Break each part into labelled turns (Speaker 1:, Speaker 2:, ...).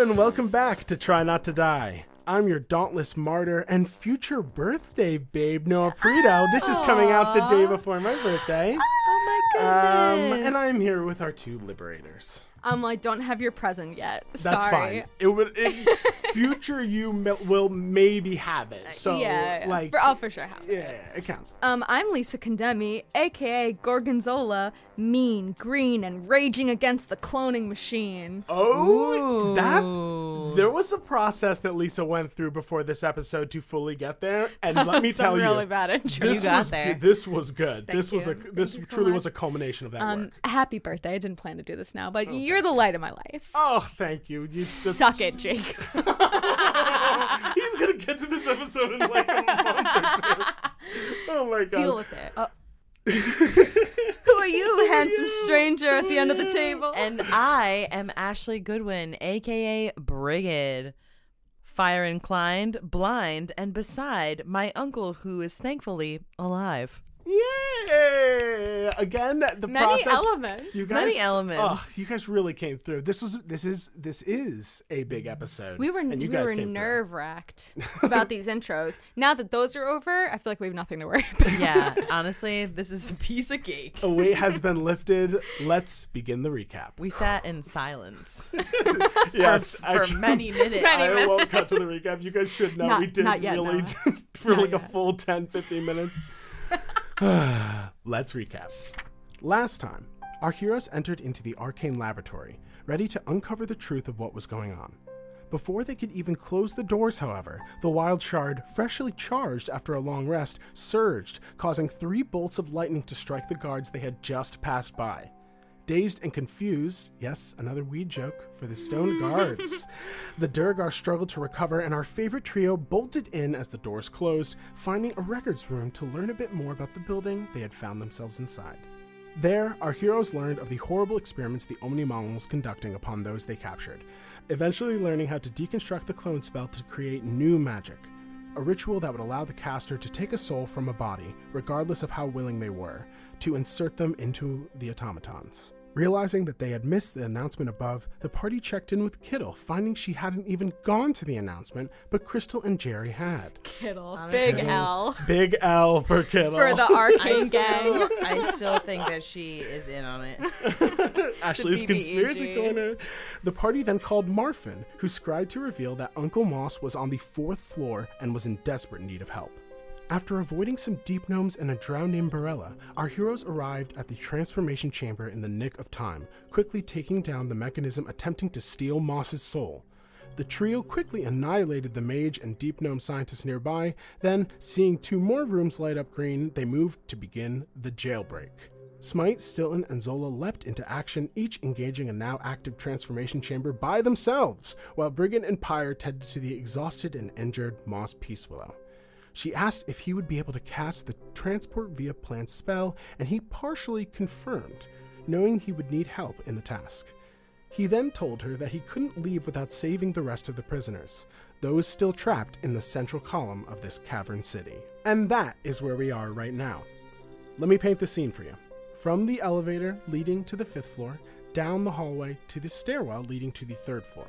Speaker 1: and welcome back to Try Not to Die. I'm your dauntless martyr and future birthday babe, Noah Perito. This is coming out the day before my birthday.
Speaker 2: Oh my
Speaker 1: Um,
Speaker 2: goodness.
Speaker 1: and I'm here with our two liberators.
Speaker 3: I'm like, don't have your present yet.
Speaker 1: That's
Speaker 3: Sorry.
Speaker 1: fine. It would it, future you me- will maybe have it. So
Speaker 3: yeah, yeah.
Speaker 1: like
Speaker 3: for, I'll for sure have. it.
Speaker 1: yeah, it counts.
Speaker 3: Um, I'm Lisa Condemi, aka Gorgonzola, mean, green, and raging against the cloning machine.
Speaker 1: Oh, that
Speaker 2: Ooh.
Speaker 1: there was a process that Lisa went through before this episode to fully get there, and let me
Speaker 3: Some
Speaker 1: tell
Speaker 3: really
Speaker 1: you,
Speaker 3: bad intro.
Speaker 1: this
Speaker 2: You got
Speaker 1: was
Speaker 2: there.
Speaker 1: this was good. this was
Speaker 3: you.
Speaker 1: a this
Speaker 3: Thank you so
Speaker 1: truly
Speaker 3: much.
Speaker 1: was a culmination of that
Speaker 3: Um,
Speaker 1: work.
Speaker 3: happy birthday. I didn't plan to do this now, but you're the light of my life.
Speaker 1: Oh, thank you. you that's-
Speaker 3: Suck it, Jake.
Speaker 1: He's gonna get to this episode in like a month or two. Oh my god.
Speaker 3: Deal with it. Who are you, handsome stranger at the end of the table?
Speaker 2: And I am Ashley Goodwin, aka Brigid. Fire inclined, blind, and beside my uncle who is thankfully alive.
Speaker 1: Yay! Again, the
Speaker 3: Many
Speaker 1: process.
Speaker 3: elements.
Speaker 1: You guys,
Speaker 2: Many elements.
Speaker 1: ugh, you guys really came through. This was this is this is a big episode.
Speaker 3: We were
Speaker 1: and you
Speaker 3: we
Speaker 1: guys
Speaker 3: were
Speaker 1: came through.
Speaker 3: nerve wracked about these intros. Now that those are over, I feel like we have nothing to worry about.
Speaker 2: Yeah, honestly, this is a piece of cake.
Speaker 1: A weight has been lifted. Let's begin the recap.
Speaker 2: We sat in silence
Speaker 1: yes,
Speaker 2: for many minutes.
Speaker 1: I won't cut to the recap. You guys should know
Speaker 3: Not-
Speaker 1: we did
Speaker 3: not yet,
Speaker 1: really
Speaker 3: Noah.
Speaker 1: for
Speaker 3: Not
Speaker 1: like a
Speaker 3: yet.
Speaker 1: full 10, 15 minutes. Let's recap. Last time, our heroes entered into the arcane laboratory, ready to uncover the truth of what was going on. Before they could even close the doors, however, the wild shard, freshly charged after a long rest, surged, causing three bolts of lightning to strike the guards they had just passed by. Dazed and confused, yes, another weed joke for the stone guards. the Durgar struggled to recover, and our favorite trio bolted in as the doors closed, finding a records room to learn a bit more about the building they had found themselves inside. There, our heroes learned of the horrible experiments the Omnimon was conducting upon those they captured, eventually learning how to deconstruct the clone spell to create new magic, a ritual that would allow the caster to take a soul from a body, regardless of how willing they were, to insert them into the automatons. Realizing that they had missed the announcement above, the party checked in with Kittle, finding she hadn't even gone to the announcement, but Crystal and Jerry had.
Speaker 3: Kittle, big
Speaker 1: Honestly.
Speaker 3: L
Speaker 1: Big L for Kittle.
Speaker 3: for the
Speaker 4: I
Speaker 3: arcane gang.
Speaker 4: still, I still think that she is in on it.
Speaker 1: Ashley's
Speaker 3: BBEG.
Speaker 1: conspiracy corner. The party then called Marfin, who scried to reveal that Uncle Moss was on the fourth floor and was in desperate need of help. After avoiding some deep gnomes and a drow named Barella, our heroes arrived at the transformation chamber in the nick of time, quickly taking down the mechanism attempting to steal Moss's soul. The trio quickly annihilated the mage and deep gnome scientist nearby, then, seeing two more rooms light up green, they moved to begin the jailbreak. Smite, Stilton, and Zola leapt into action, each engaging a now active transformation chamber by themselves, while Brigand and Pyre tended to the exhausted and injured Moss Peace Willow. She asked if he would be able to cast the transport via plant spell, and he partially confirmed, knowing he would need help in the task. He then told her that he couldn't leave without saving the rest of the prisoners, those still trapped in the central column of this cavern city. And that is where we are right now. Let me paint the scene for you. From the elevator leading to the fifth floor, down the hallway to the stairwell leading to the third floor.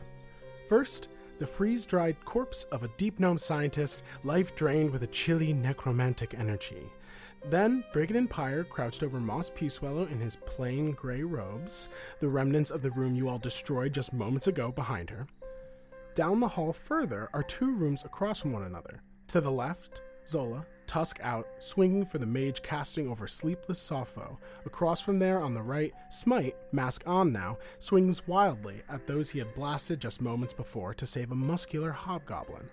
Speaker 1: First, the freeze dried corpse of a deep gnome scientist, life drained with a chilly necromantic energy. Then, Brigid and Pyre crouched over Moss Peacewellow in his plain gray robes, the remnants of the room you all destroyed just moments ago behind her. Down the hall further are two rooms across from one another. To the left, Zola, tusk out, swinging for the mage casting over sleepless Sappho. Across from there on the right, Smite, mask on now, swings wildly at those he had blasted just moments before to save a muscular hobgoblin.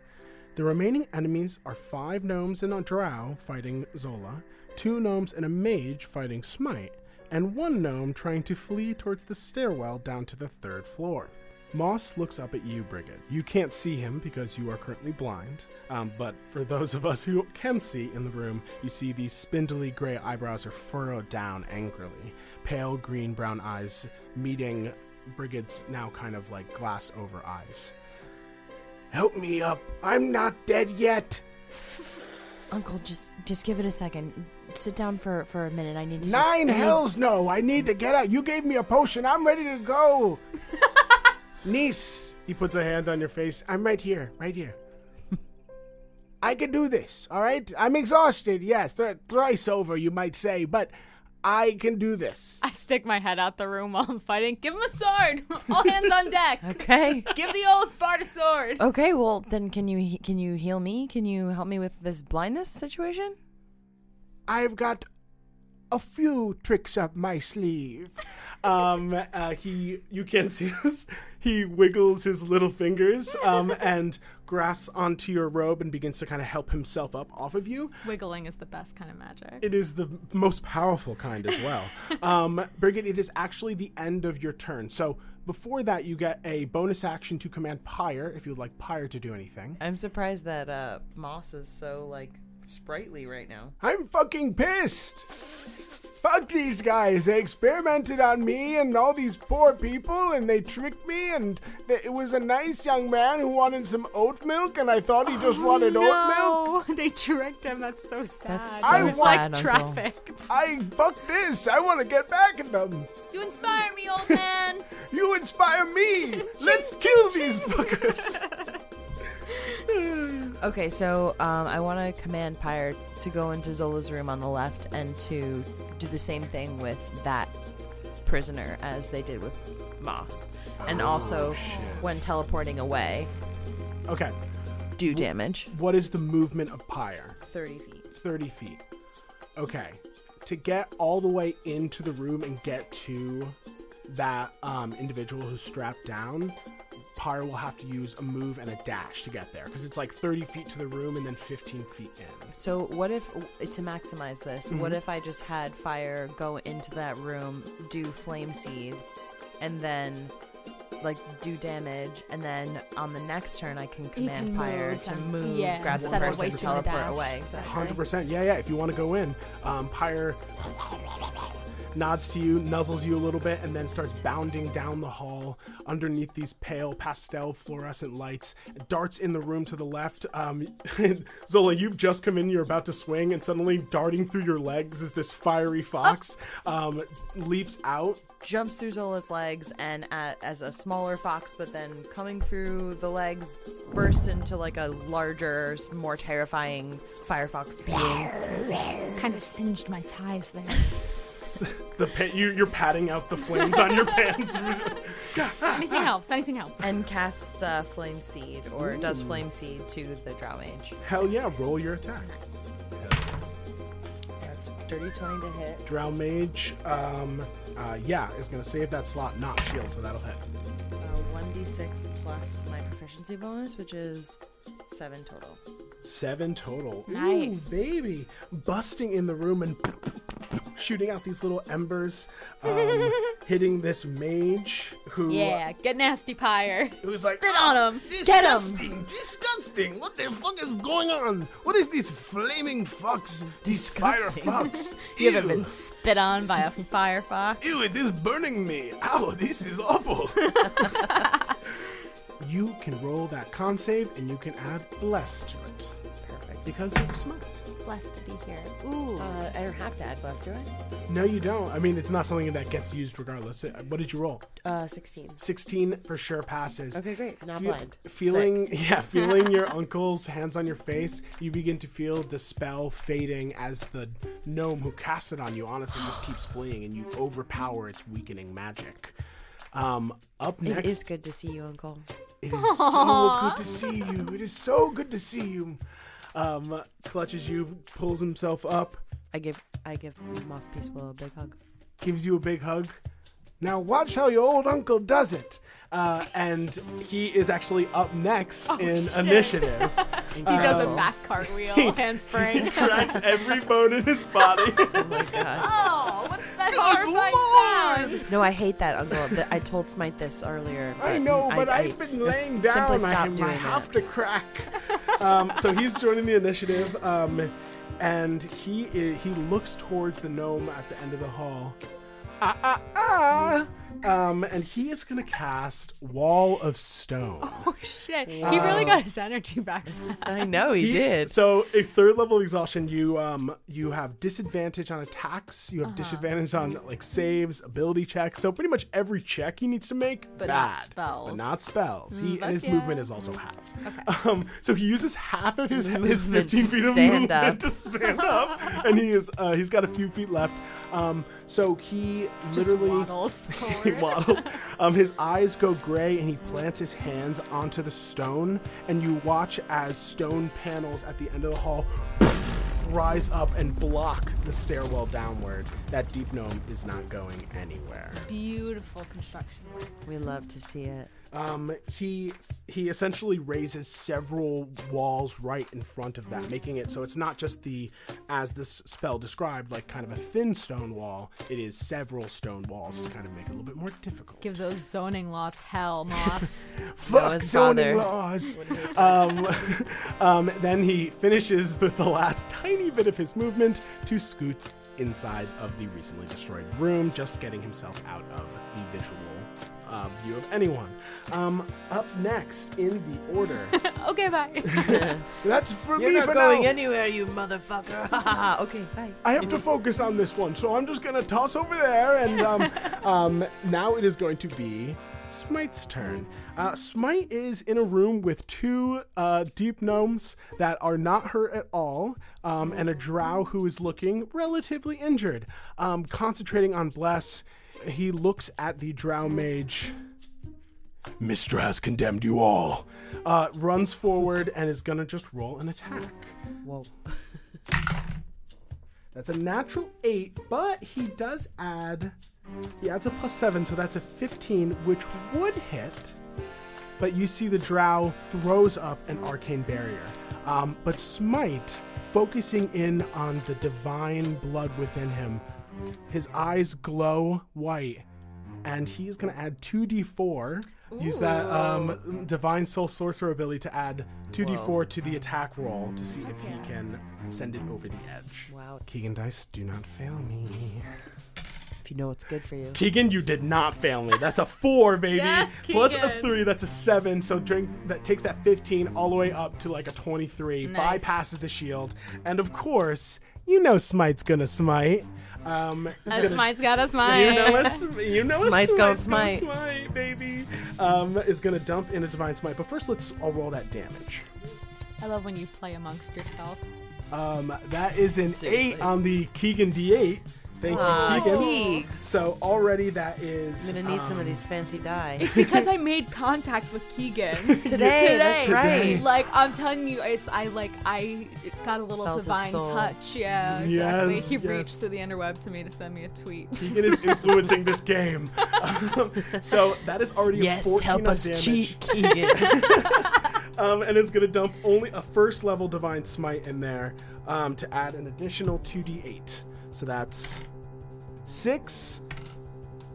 Speaker 1: The remaining enemies are five gnomes and a drow fighting Zola, two gnomes and a mage fighting Smite, and one gnome trying to flee towards the stairwell down to the third floor. Moss looks up at you, Brigid. You can't see him because you are currently blind, um, but for those of us who can see in the room, you see these spindly gray eyebrows are furrowed down angrily, pale green brown eyes meeting Brigid's now kind of like glass over eyes. Help me up. I'm not dead yet.
Speaker 4: Uncle, just just give it a second. Sit down for for a minute. I need to. just-
Speaker 1: Nine
Speaker 4: I need-
Speaker 1: hells no. I need to get out. You gave me a potion. I'm ready to go. niece, He puts a hand on your face. I'm right here, right here. I can do this, all right? I'm exhausted, yes, thr- thrice over, you might say, but I can do this.
Speaker 3: I stick my head out the room while I'm fighting. Give him a sword! All hands on deck!
Speaker 2: Okay.
Speaker 3: Give the old fart a sword!
Speaker 4: Okay, well then, can you he- can you heal me? Can you help me with this blindness situation?
Speaker 1: I've got a few tricks up my sleeve. Um, uh, he, you can't see this. He wiggles his little fingers um, and grasps onto your robe and begins to kind of help himself up off of you.
Speaker 3: Wiggling is the best kind of magic.
Speaker 1: It is the most powerful kind as well. um, Brigitte, it is actually the end of your turn. So before that, you get a bonus action to command Pyre if you'd like Pyre to do anything.
Speaker 2: I'm surprised that uh, Moss is so like sprightly right now.
Speaker 1: I'm fucking pissed. Fuck these guys. They experimented on me and all these poor people, and they tricked me. And th- it was a nice young man who wanted some oat milk, and I thought he just wanted oat milk.
Speaker 3: they tricked him. That's so sad.
Speaker 4: so
Speaker 1: I
Speaker 3: was
Speaker 4: sad,
Speaker 3: like
Speaker 4: Uncle.
Speaker 3: trafficked.
Speaker 1: I fuck this. I want to get back at them.
Speaker 3: You inspire me, old man.
Speaker 1: You inspire me. Let's kill these fuckers.
Speaker 4: Okay, so um, I want to command Pyre to go into Zola's room on the left and to do the same thing with that prisoner as they did with Moss, and also when teleporting away,
Speaker 1: okay.
Speaker 4: do damage.
Speaker 1: What is the movement of Pyre?
Speaker 4: Thirty feet.
Speaker 1: 30 feet. Okay. To get all the way into the room and get to that um, individual who's strapped down, Pyre will have to use a move and a dash to get there because it's like 30 feet to the room and then 15 feet in.
Speaker 4: So what if to maximize this? What if I just had fire go into that room, do flame seed, and then like do damage, and then on the next turn I can command
Speaker 3: can
Speaker 4: fire
Speaker 3: move
Speaker 4: to
Speaker 3: and-
Speaker 4: move,
Speaker 3: yeah,
Speaker 4: grab the
Speaker 1: instead of
Speaker 4: person,
Speaker 1: wasting a
Speaker 4: teleport
Speaker 3: dash.
Speaker 4: away. Exactly.
Speaker 1: 100%. Yeah, yeah. If you want to go in, um, Pyre nods to you, nuzzles you a little bit, and then starts bounding down the hall underneath these pale pastel fluorescent lights. Darts in the room to the left. Um, Zola, you've just come in. You're about to swing, and suddenly darting through your legs is this fiery fox. Um, leaps out.
Speaker 4: Jumps through Zola's legs and uh as a smaller fox, but then coming through the legs, bursts into like a larger, s- more terrifying firefox being.
Speaker 3: Kind of singed my thighs there.
Speaker 1: The pa- you, you're patting out the flames on your pants.
Speaker 3: anything else? Anything else?
Speaker 4: and casts uh, flame seed or does flame seed to the drow mage.
Speaker 1: Hell yeah! Roll your attack.
Speaker 4: That's dirty twenty to hit.
Speaker 1: Drow mage. Um, uh, yeah, is gonna save that slot, not shield, so that'll hit.
Speaker 4: uh, One d six plus my proficiency bonus, which is seven total.
Speaker 1: Seven total.
Speaker 4: Nice.
Speaker 1: Ooh, baby. Busting in the room and shooting out these little embers, um, hitting this mage who uh,
Speaker 3: Yeah, get nasty pyre.
Speaker 1: who's like "Oh,
Speaker 3: Spit on him.
Speaker 4: Get 'em."
Speaker 1: Disgusting! Disgusting! What the fuck is going on? What is these flaming fox? These fire fox?
Speaker 3: You haven't been spit on by a firefox.
Speaker 1: Ew, it is burning me. Ow, this is awful. you can roll that con save and you can add bless to it. Perfect. Because of smite.
Speaker 3: Blessed to be here. Ooh.
Speaker 4: Uh, I don't have to add plus, do I?
Speaker 1: No, you don't. I mean, it's not something that gets used regardless. Uh, What did you roll?
Speaker 4: Uh, sixteen.
Speaker 1: 16 for sure passes.
Speaker 4: Okay, great. Not
Speaker 1: Fe-
Speaker 4: blind.
Speaker 1: Feeling, yeah, feeling your uncle's hands on your face, you begin to feel the spell fading as the gnome who cast it on you honestly just keeps fleeing and you overpower its weakening magic. Um, up next,
Speaker 4: It is good to see you, Uncle.
Speaker 1: it is so good to see you. It is so good to see you. Um, clutches you, pulls himself up,
Speaker 4: I give I give Moss Peaceful a big hug.
Speaker 1: gives you a big hug. Now watch how your old uncle does it. Uh, and he is actually up next in initiative.
Speaker 4: He
Speaker 3: he does a back cartwheel handspring.
Speaker 1: cracks every bone in his body.
Speaker 3: oh, what's that
Speaker 1: horrifying
Speaker 3: horrifying sound?
Speaker 4: No, I hate that, Uncle. Th- I told Smite this earlier.
Speaker 1: I know, but I, have been
Speaker 4: just
Speaker 1: laying down.
Speaker 4: Simply
Speaker 1: I,
Speaker 4: stop doing
Speaker 1: I have
Speaker 4: that.
Speaker 1: to crack. Um, so he's joining the initiative, um, and he i- he looks towards the gnome at the end of the hall. Ah ah ah! Um, and he is going to cast Wall of Stone.
Speaker 3: Oh shit! He really got his energy back. from that.
Speaker 2: I know he,
Speaker 1: He-
Speaker 2: did.
Speaker 1: So a third level of exhaustion, you um you have disadvantage on attacks, you have
Speaker 3: Uh-huh.
Speaker 1: disadvantage on like saves, ability checks. So pretty much every check he needs to make, bad,
Speaker 3: But not spells. Mm,
Speaker 1: But not spells. he
Speaker 3: fuck
Speaker 1: and his
Speaker 3: yeah.
Speaker 1: movement is also halved. Um, so he uses half of his his
Speaker 2: Movement
Speaker 1: fifteen
Speaker 2: to
Speaker 1: feet of
Speaker 2: stand
Speaker 1: movement
Speaker 2: up.
Speaker 1: to stand up, and he is uh, he's got a few feet left. Um, so he
Speaker 3: Just
Speaker 1: literally
Speaker 3: waddles
Speaker 1: he
Speaker 3: forward.
Speaker 1: waddles. Um, his eyes go gray and he plants his hands onto the stone, and you watch as stone panels at the end of the hall rise up and block the stairwell downward. That deep gnome is not going anywhere.
Speaker 3: Beautiful construction. work.
Speaker 4: We love to see it.
Speaker 1: Um, he he essentially raises several walls right in front of that, making it so it's not just the, as this spell described, like kind of a thin stone wall. It is several stone walls to kind of make it a little bit more difficult.
Speaker 3: Give those zoning laws hell, Moss.
Speaker 1: Fuck
Speaker 4: Noah's
Speaker 1: zoning
Speaker 4: father.
Speaker 1: laws. um, um, then he finishes with the last tiny bit of his movement to scoot inside of the recently destroyed room, just getting himself out of the visual uh, view of anyone. Um, up next in the order.
Speaker 3: okay, bye.
Speaker 1: That's for
Speaker 2: You're
Speaker 1: me
Speaker 2: not
Speaker 1: for
Speaker 2: going
Speaker 1: now.
Speaker 2: anywhere, you motherfucker. Ha, ha, ha. okay, bye.
Speaker 1: I have to focus on this one, so I'm just gonna toss over there, and um, um, now it is going to be Smite's turn. Uh, Smite is in a room with two uh, deep gnomes that are not hurt at all, um, and a drow who is looking relatively injured. Um, concentrating on Bless, he looks at the drow mage. Mistra has condemned you all. Uh, runs forward and is gonna just roll an attack.
Speaker 2: Whoa.
Speaker 1: That's a natural eight, but he does add. He adds a plus seven, so that's a 15, which would hit. But you see the drow throws up an arcane barrier. Um, but Smite, focusing in on the divine blood within him, his eyes glow white, and he's going to add 2d4. Use that um, divine soul sorcerer ability to add 2d4 to the attack roll to see if he can send it over the edge.
Speaker 4: Wow.
Speaker 1: Keegan Dice, do not fail me.
Speaker 4: If you know what's good for you.
Speaker 1: Keegan, you did not fail me. That's a four, baby.
Speaker 3: Yes,
Speaker 1: Plus a
Speaker 3: Keegan.
Speaker 1: three, that's a seven. So drinks that takes that fifteen all the way up to like a twenty-three.
Speaker 3: Nice.
Speaker 1: Bypasses the shield, and of course, you know Smite's gonna smite. Um, he's
Speaker 3: As
Speaker 1: gonna-
Speaker 3: Smite's got a
Speaker 1: you know
Speaker 3: smite.
Speaker 1: a sm- you know a
Speaker 4: Smite's gonna smite.
Speaker 1: smite, baby. Um, is gonna dump in a divine smite, but first let's all roll that damage.
Speaker 3: I love when you play amongst yourself.
Speaker 1: Um, that is an
Speaker 4: Seriously.
Speaker 1: eight on the Keegan D8. Thank
Speaker 4: Ah,
Speaker 1: you, Keegan.
Speaker 4: Keegs.
Speaker 1: So already that is-
Speaker 4: I'm gonna need some
Speaker 1: um,
Speaker 4: of these fancy dye.
Speaker 3: It's because I made contact with Keegan.
Speaker 4: Today,
Speaker 3: today.
Speaker 4: that's right.
Speaker 3: Like I'm telling you, it's I like I got a little
Speaker 4: Felt his
Speaker 3: divine
Speaker 4: soul.
Speaker 3: touch. Yeah, exactly.
Speaker 1: Yes,
Speaker 3: he
Speaker 1: yes.
Speaker 3: reached through the interweb to me to send me a tweet.
Speaker 1: Keegan is influencing this game. Um, so that is already a 14 on damage.
Speaker 4: Keegan.
Speaker 1: Um, and it's going to dump only a first level divine smite in there um, to add an additional 2d8. So that's six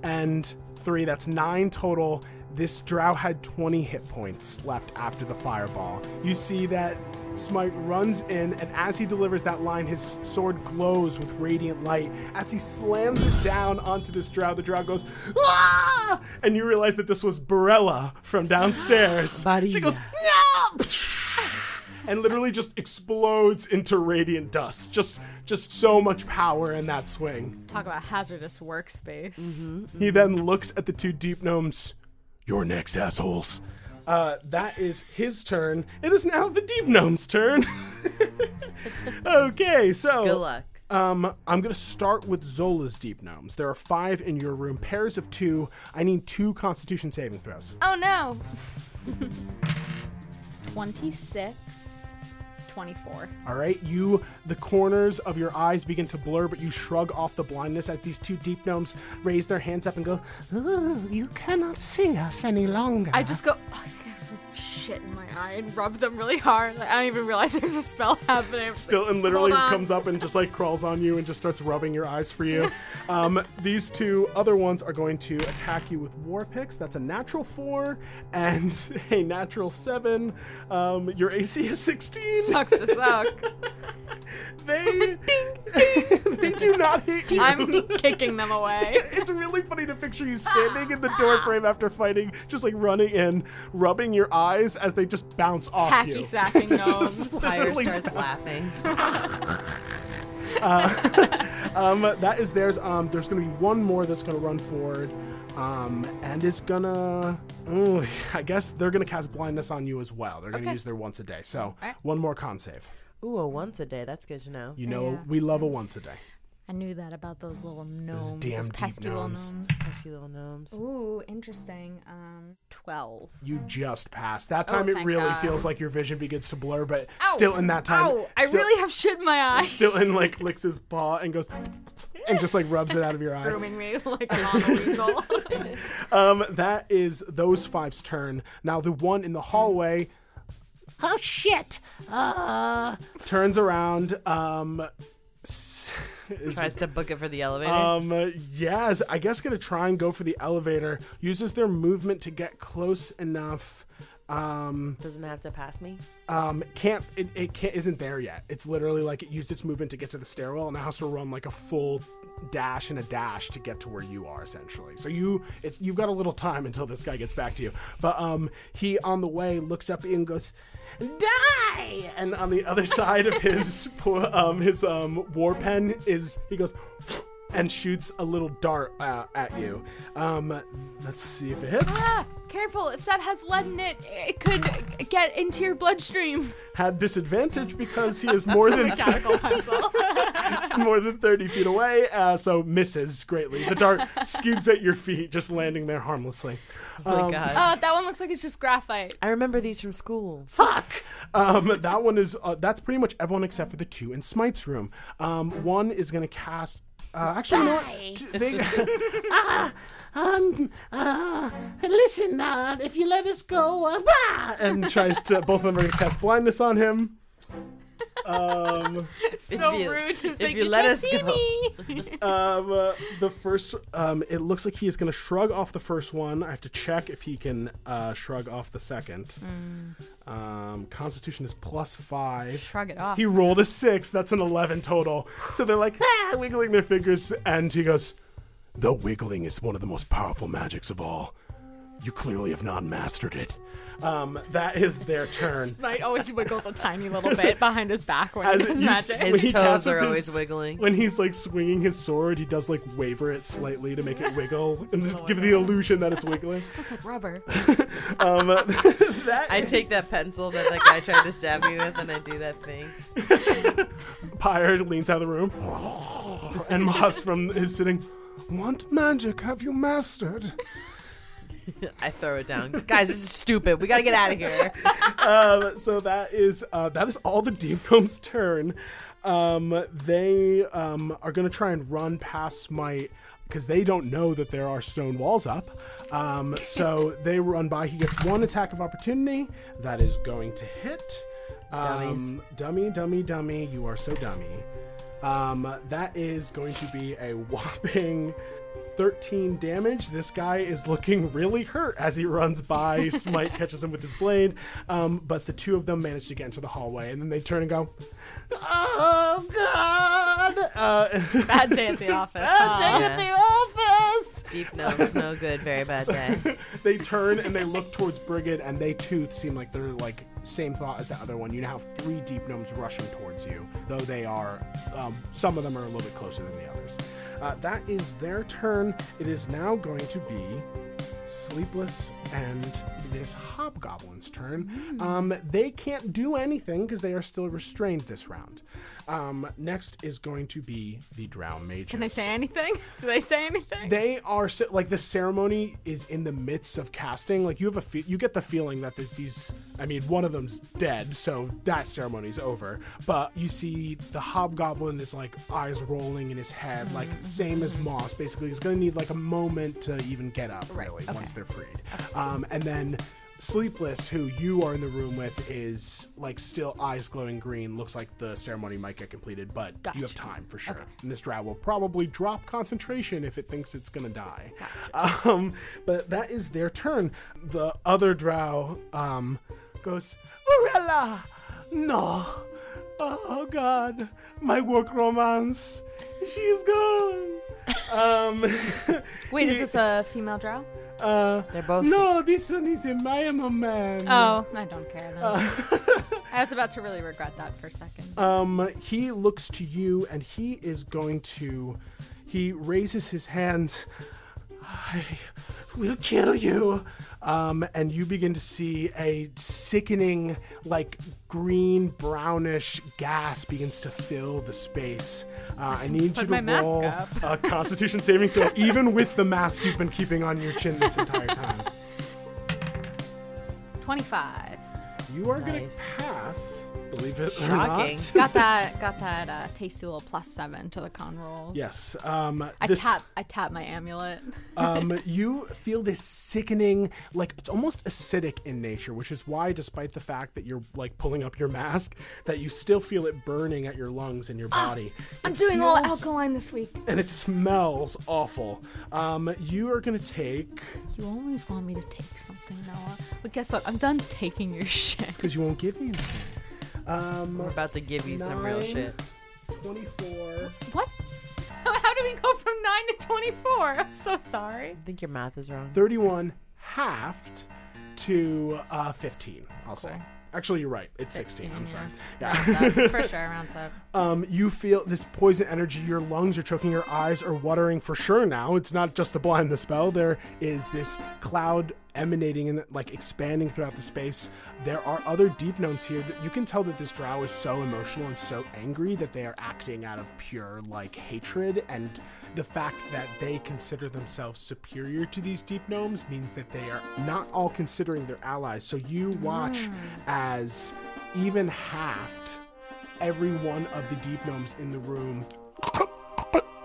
Speaker 1: and three. That's nine total. This drow had 20 hit points left after the fireball. You see that Smite runs in, and as he delivers that line, his sword glows with radiant light. As he slams it down onto this drow, the drow goes, "Ah!" And you realize that this was Barella from downstairs. she goes, No! and literally just explodes into radiant dust. Just, just so much power in that swing.
Speaker 3: Talk about hazardous workspace.
Speaker 1: He then looks at the two deep gnomes. You're next, assholes. Uh, that is his turn. It is now the deep gnome's turn. okay, so
Speaker 4: Good luck.
Speaker 1: um, I'm gonna start with Zola's deep gnomes. There are five in your room, pairs of two. I need two Constitution saving throws.
Speaker 3: Oh no. 26 24.
Speaker 1: All right, you, the corners of your eyes begin to blur, but you shrug off the blindness as these two deep gnomes raise their hands up and go, "Ooh, you cannot see us any longer."
Speaker 3: I just go, oh, I think I have some shit in my eye and rub them really hard. Like, I don't even realize there's a spell happening.
Speaker 1: Still, and literally
Speaker 3: Hold on.
Speaker 1: comes up and just like crawls on you and just starts rubbing your eyes for you. Um, these two other ones are going to attack you with war picks. That's a natural four and a natural seven. Um, your AC is 16.
Speaker 3: Sucks to suck.
Speaker 1: They, they do not hit you.
Speaker 3: I'm kicking them away.
Speaker 1: it's really funny to picture you standing in the
Speaker 3: Ah.
Speaker 1: doorframe after fighting, just like running in, rubbing your eyes as they just bounce off you.
Speaker 3: Hacky sacking gnomes.
Speaker 2: Fire
Speaker 1: Literally
Speaker 2: starts laughing.
Speaker 1: Um, that is theirs. Um, there's going to be one more that's going to run forward, um, and it's gonna. Ooh, I guess they're going to cast blindness on you as well. They're going to use their once a day. So one more con save.
Speaker 2: Ooh, a once a day. That's good to know.
Speaker 1: You know
Speaker 3: Yeah.
Speaker 1: we love a once a day.
Speaker 3: I knew that about those little gnomes.
Speaker 1: damn deep
Speaker 3: pesky little
Speaker 1: gnomes.
Speaker 2: Pesky little gnomes.
Speaker 3: Ooh, interesting. Um, twelve.
Speaker 1: You just passed. That time it
Speaker 3: Oh, thank
Speaker 1: really
Speaker 3: God.
Speaker 1: feels like your vision begins to blur, but
Speaker 3: Ow!
Speaker 1: still in that time,
Speaker 3: Ow! I
Speaker 1: still,
Speaker 3: really have shit in my eye.
Speaker 1: still in like licks his paw and goes and just like rubs it out of your eye.
Speaker 3: Grooming me like a model weasel.
Speaker 1: Um, that is those five's turn. Now the one in the hallway. Oh shit! Uh, turns around. Um, s- is,
Speaker 2: Tries to book it for the elevator.
Speaker 1: um, uh, yeah, is, I guess gonna try and go for the elevator. Uses their movement to get close enough. Um,
Speaker 2: Doesn't have to pass me.
Speaker 1: um, can't it, it can't isn't there yet. It's literally like it used its movement to get to the stairwell and now has to run like a full dash and a dash to get to where you are essentially. So you it's you've got a little time until this guy gets back to you. But um he on the way looks up at you and goes die and on the other side of his po- um his um war pen is he goes and shoots a little dart uh, at you. Um let's see if it hits.
Speaker 3: Ah, Careful, if that has lead in it, it could get into your bloodstream.
Speaker 1: Had disadvantage because he is more than
Speaker 3: Mechanical pencil.
Speaker 1: more than 30 feet away, uh, so misses greatly. The dart skids at your feet, just landing there harmlessly.
Speaker 2: Oh
Speaker 1: um,
Speaker 2: my god.
Speaker 3: Uh, that one looks like it's just graphite.
Speaker 2: I remember these from school.
Speaker 1: Fuck! Um, that one is, uh, that's pretty much everyone except for the two in Smite's room. Um, one is going to cast. Uh, actually, you know what? T- They, Ah, um, uh, listen, uh, if you let us go, uh, bah! and tries to, both of them are going to cast blindness on him. Um,
Speaker 3: So
Speaker 2: you-
Speaker 3: rude. Just
Speaker 2: if
Speaker 3: like,
Speaker 2: you
Speaker 3: you
Speaker 2: let
Speaker 3: can't
Speaker 2: us
Speaker 3: see
Speaker 2: go."
Speaker 3: me.
Speaker 1: um, uh, the first, um, it looks like he is going to shrug off the first one. I have to check if he can uh, shrug off the second. Um, Constitution is plus five.
Speaker 3: Hmm. Shrug it off.
Speaker 1: He rolled a six. That's an eleven total. So they're like ah, wiggling their fingers, and he goes, "The wiggling is one of the most powerful magics of all. You clearly have not mastered it." Um, that is their turn.
Speaker 3: Mike always wiggles a tiny little bit behind his back when
Speaker 1: As
Speaker 3: he does
Speaker 1: you s-
Speaker 3: magic.
Speaker 1: when
Speaker 2: His
Speaker 1: he
Speaker 2: toes
Speaker 1: casts
Speaker 2: are
Speaker 1: with
Speaker 2: always wiggling.
Speaker 1: When he's like swinging his sword, he does like waver it slightly to make it wiggle and just give the illusion that it's wiggling.
Speaker 3: Looks like rubber.
Speaker 1: Um, that
Speaker 2: I take that pencil that that guy tried to stab me with, and I do that thing.
Speaker 1: Pyre leans out of the room, and Moss from is sitting. What magic have you mastered?
Speaker 2: I throw it down. Guys, this is stupid. We gotta get out of here.
Speaker 1: um, so that is uh, that is all the Deep Gnome's turn. Um, they um, are going to try and run past Smite because they don't know that there are stone walls up. Um, so they run by. He gets one attack of opportunity. That is going to hit. Um, dummy, dummy, dummy. You are so dummy. Um, that is going to be a whopping 13 damage. This guy is looking really hurt as he runs by. Smite catches him with his blade, um, but the two of them manage to get into the hallway, and then they turn and go, "Oh God!" Uh,
Speaker 3: Bad day at the office. huh?
Speaker 2: at the
Speaker 4: office.
Speaker 2: Deep gnomes, no good. Very bad day.
Speaker 1: they turn and they look towards Brigid, and they too seem like they're like same thought as the other one. You now have three deep gnomes rushing towards you, though they are um, some of them are a little bit closer than the others. Uh, that is their turn. It is now going to be Sleepless and this Hobgoblin's turn.
Speaker 3: Hmm.
Speaker 1: Um, they can't do anything because they are still restrained this round. Um, next is going to be the Drow Mages.
Speaker 3: Can they say anything? Do they say anything?
Speaker 1: They are so, like the ceremony is in the midst of casting. Like you have a fe- you get the feeling that th- these. I mean, one of them's dead, so that ceremony's over. But you see the hobgoblin is like eyes rolling in his head, like same as Moss. Basically, he's gonna need like a moment to even get up, really, once they're freed. Um, and then Sleepless, who you are in the room with, is like still eyes glowing green. Looks like the ceremony might get completed, but you have time for sure. And this drow will probably drop concentration if it thinks it's gonna die. Um, but that is their turn. The other drow um, goes, Urella, no, oh god, my work romance, she's gone. um,
Speaker 3: Wait, is this a female drow?
Speaker 1: uh,
Speaker 4: They're both.
Speaker 1: no, this one is a Mayama man.
Speaker 3: Oh, I don't care then.
Speaker 1: Uh,
Speaker 3: I was about to really regret that for a second.
Speaker 1: Um, he looks to you and he is going to. He raises his hands. I will kill you. Um, and you begin to see a sickening, like green brownish gas begins to fill the space. Uh, I need you
Speaker 3: Put
Speaker 1: to
Speaker 3: my mask
Speaker 1: roll
Speaker 3: up.
Speaker 1: a Constitution saving throw, even with the mask you've been keeping on your chin this entire time.
Speaker 3: 25.
Speaker 1: You are going
Speaker 4: Nice.
Speaker 1: to pass. Believe it or
Speaker 4: Shocking.
Speaker 1: not.
Speaker 3: Got that got that uh, tasty little plus 7 to the con rolls.
Speaker 1: Yes. Um,
Speaker 3: I
Speaker 1: this,
Speaker 3: tap I tap my amulet.
Speaker 1: um, you feel this sickening, like it's almost acidic in nature, which is why, despite the fact that you're like pulling up your mask, that you still feel it burning at your lungs and your body.
Speaker 3: I'm
Speaker 1: It
Speaker 3: doing all
Speaker 1: feels-
Speaker 3: alkaline this week.
Speaker 1: and it smells awful. Um, you are gonna take
Speaker 3: You always want me to take something, Noah. But guess what? I'm done taking your shit.
Speaker 1: because you won't give me anything.
Speaker 4: We're
Speaker 1: Um,
Speaker 4: about to give you some real
Speaker 1: Nine.
Speaker 4: shit.
Speaker 1: twenty-four.
Speaker 3: What? How do we go from 9 to 24? I'm so sorry.
Speaker 4: I think your math is wrong.
Speaker 1: 31 halved to uh, 15, I'll say. Actually, you're right. It's 16. I'm sorry. Yeah.
Speaker 3: Rounds up. For sure, rounds up.
Speaker 1: Um, you feel this poison energy. Your lungs are choking. Your eyes are watering for sure now. It's not just the blind, the spell. There is this cloud emanating and like expanding throughout the space. There are other deep gnomes here. That you can tell that this drow is so emotional and so angry that they are acting out of pure like hatred. And the fact that they consider themselves superior to these deep gnomes means that they are not all considering their allies. So you watch as even halved every one of the deep gnomes in the room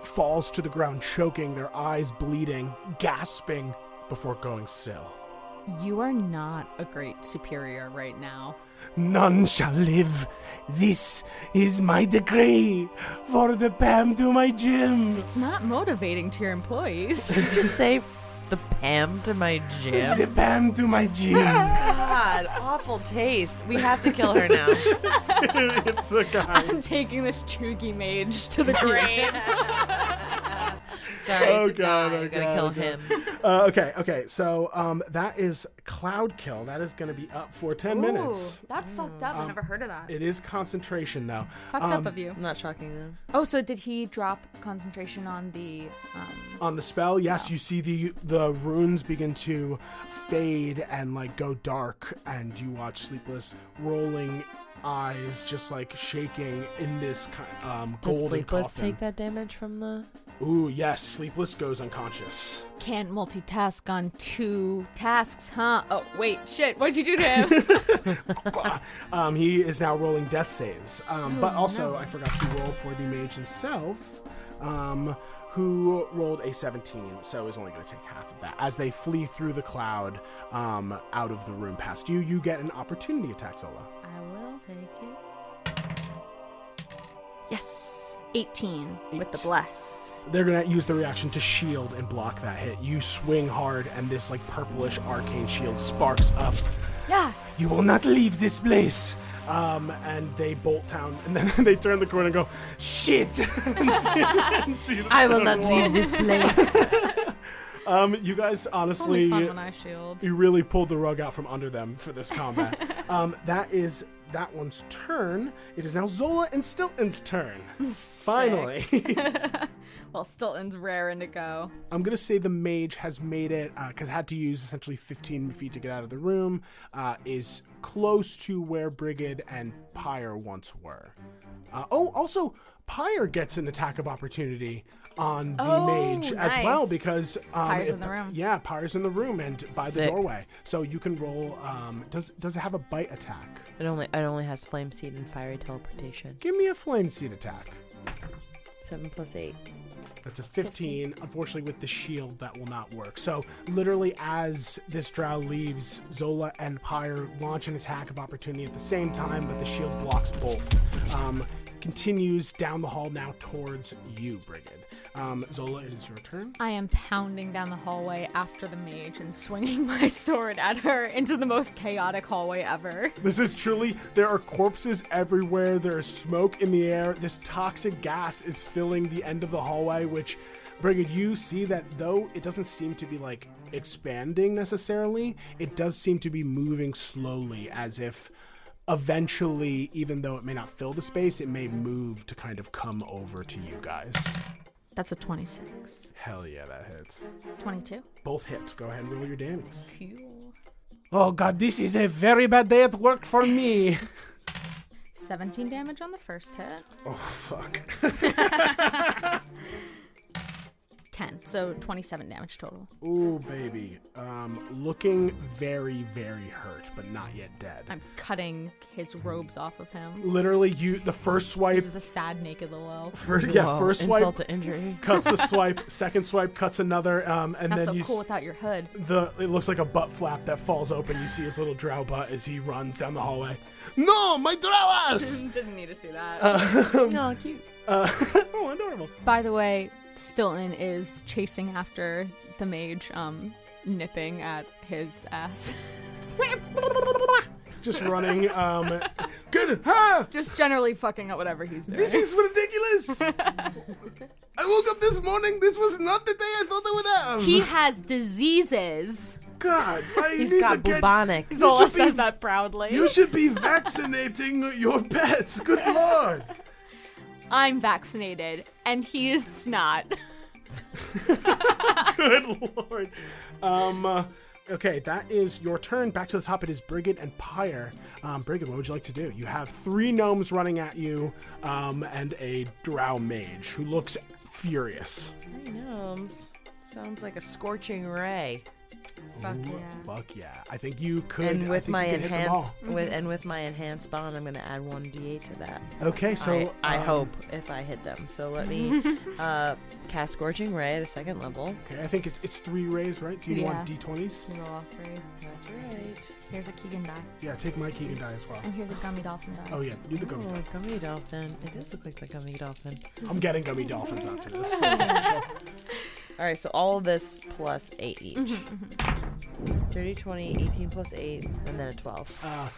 Speaker 1: falls to the ground choking their eyes bleeding gasping before going still
Speaker 3: You are not a great superior right now.
Speaker 1: none shall live this is my decree for the pam to my gym
Speaker 3: It's not motivating to your employees.
Speaker 4: Did you just say the Pam to my gym?
Speaker 1: the pam to my gym
Speaker 4: God, awful taste. We have to kill her now.
Speaker 1: it's a guy
Speaker 3: I'm taking this Chugi mage to the grave.
Speaker 4: Sorry.
Speaker 1: Oh,
Speaker 4: it's a
Speaker 1: God,
Speaker 4: guy.
Speaker 1: oh,
Speaker 4: We're gonna
Speaker 1: God,
Speaker 4: kill
Speaker 1: oh, God.
Speaker 4: him.
Speaker 1: uh, okay okay so um, that is cloud kill that is going to be up for 10 minutes
Speaker 3: that's fucked up. I never heard of that.
Speaker 1: it is concentration though
Speaker 3: fucked
Speaker 1: um,
Speaker 3: up of you.
Speaker 4: Not shocking though.
Speaker 3: Oh, so did he drop concentration on the? Um,
Speaker 1: on the spell yes you see the the runes begin to fade and like go dark and you watch sleepless rolling eyes just like shaking in this ki- um
Speaker 4: Does
Speaker 1: golden
Speaker 4: sleepless
Speaker 1: coffin
Speaker 4: take that damage from the?
Speaker 1: ooh yes sleepless goes unconscious
Speaker 3: can't multitask on two tasks, huh? Oh wait, shit! What'd you do to him?
Speaker 1: um he is now rolling death saves um
Speaker 4: Oh,
Speaker 1: but also i forgot to roll for the mage himself um who rolled a 17 so is only going to take half of that as they flee through the cloud um out of the room past you you get an opportunity attack zola
Speaker 3: I will take it. Yes, eighteen with the
Speaker 1: Eight.
Speaker 3: blessed.
Speaker 1: They're gonna use the reaction to shield and block that hit. You swing hard, and this like purplish arcane shield sparks up.
Speaker 3: Yeah,
Speaker 1: You will not leave this place. Um, and they bolt down, and then they turn the corner and go, "Shit!" and see, and see the
Speaker 4: I will
Speaker 1: stone
Speaker 4: not
Speaker 1: wall.
Speaker 4: leave this place.
Speaker 1: Um, you guys honestly,
Speaker 3: only fun when I shield.
Speaker 1: you really pulled the rug out from under them for this combat. um, that is that one's turn. It is now Zola and Stilton's turn. Finally.
Speaker 3: Well, Stilton's raring to go.
Speaker 1: I'm gonna say the mage has made it because had to use essentially 15 feet to get out of the room. Uh, is close to where Brigid and Pyre once were. Uh, oh, also Pyre gets an attack of opportunity on the
Speaker 3: Oh,
Speaker 1: mage as well
Speaker 3: nice.
Speaker 1: because um,
Speaker 3: Pyre's in the room.
Speaker 1: Yeah, Pyre's in the room and by the
Speaker 4: Sick.
Speaker 1: doorway, so you can roll. Um, does does it have a bite attack?
Speaker 4: It only it only has flame seed and fiery teleportation.
Speaker 1: Give me a flame seed attack.
Speaker 4: It's
Speaker 5: seven plus eight.
Speaker 1: That's a 15. Unfortunately, with the shield, that will not work. So, literally, as this drow leaves, Zola and Pyre launch an attack of opportunity at the same time, but the shield blocks both. Um, continues down the hall now towards you, Brigid. Um, Zola, it is your turn.
Speaker 3: I am pounding down the hallway after the mage and swinging my sword at her into the most chaotic hallway ever.
Speaker 1: This is truly, there are corpses everywhere. There is smoke in the air. This toxic gas is filling the end of the hallway, which, Brigid, you see that though it doesn't seem to be like expanding necessarily, it does seem to be moving slowly as if eventually, even though it may not fill the space, it may move to kind of come over to you guys.
Speaker 3: That's a 26.
Speaker 1: Hell yeah, that hits.
Speaker 3: 22.
Speaker 1: Both hit. Go ahead and roll your damage.
Speaker 3: Cool.
Speaker 1: Oh god, this is a very bad day at work for me.
Speaker 3: 17 damage on the first hit.
Speaker 1: oh fuck.
Speaker 3: 10. So 27 damage total.
Speaker 1: Ooh, baby. Um, looking very, very hurt, but not yet dead.
Speaker 3: I'm cutting his robes off of him.
Speaker 1: Literally, you the first swipe.
Speaker 3: This is a sad naked little elf.
Speaker 1: First, yeah,
Speaker 4: Whoa,
Speaker 1: first swipe
Speaker 4: insult to injury.
Speaker 1: cuts a swipe. Second swipe cuts another, um, and
Speaker 3: Not
Speaker 1: then
Speaker 3: so
Speaker 1: you s-
Speaker 3: cool without your hood.
Speaker 1: the it looks like a butt flap that falls open. You see his little drow butt as he runs down the hallway. No, my drow ass!
Speaker 3: Didn't need to see that.
Speaker 4: No, cute.
Speaker 1: Uh, oh, adorable.
Speaker 3: By the way, Stilton is chasing after the mage, um, nipping at his ass.
Speaker 1: Just running. Um, good. Ha!
Speaker 3: Just generally fucking up whatever he's doing.
Speaker 1: This is ridiculous. I woke up this morning. This was not the day I thought I would have.
Speaker 3: he has diseases.
Speaker 1: God, I
Speaker 4: He's
Speaker 1: need to
Speaker 4: got
Speaker 1: get-
Speaker 4: bubonic.
Speaker 3: Zola
Speaker 1: should be-
Speaker 3: says that proudly.
Speaker 1: You should be vaccinating your pets. Good lord.
Speaker 3: I'm vaccinated, and he is not.
Speaker 1: Good lord. Um. uh, Okay, that is your turn. Back to the top, it is Brigid and Pyre. Um, Brigid, what would you like to do? You have three gnomes running at you, um, and a drow mage who looks furious.
Speaker 4: Three gnomes. Sounds like a scorching ray.
Speaker 3: Fuck
Speaker 1: Ooh,
Speaker 3: yeah.
Speaker 1: Fuck yeah. I think you could. I
Speaker 4: And with
Speaker 1: think
Speaker 4: my
Speaker 1: you could hit them
Speaker 4: enhanced with and with my enhanced bond, I'm gonna add one d8 to that.
Speaker 1: all. Okay, so.
Speaker 4: I, I
Speaker 1: um,
Speaker 4: hope if I hit them. So let me uh, cast Scorching Ray at a second level.
Speaker 1: Okay, I think it's, it's three rays, right? Do you
Speaker 3: Yeah.
Speaker 1: want d20s?
Speaker 3: You roll off three.
Speaker 4: That's right.
Speaker 3: Here's a Keegan die,
Speaker 1: Yeah, take my Keegan die as well.
Speaker 3: and here's a gummy dolphin die.
Speaker 1: Oh, yeah, do the gummy
Speaker 4: Oh, gummy dolphin. It does look like the gummy dolphin.
Speaker 1: I'm getting gummy dolphins after this.
Speaker 4: All right, so all of this plus eight each. 30, 20, 18 plus eight, and then a 12.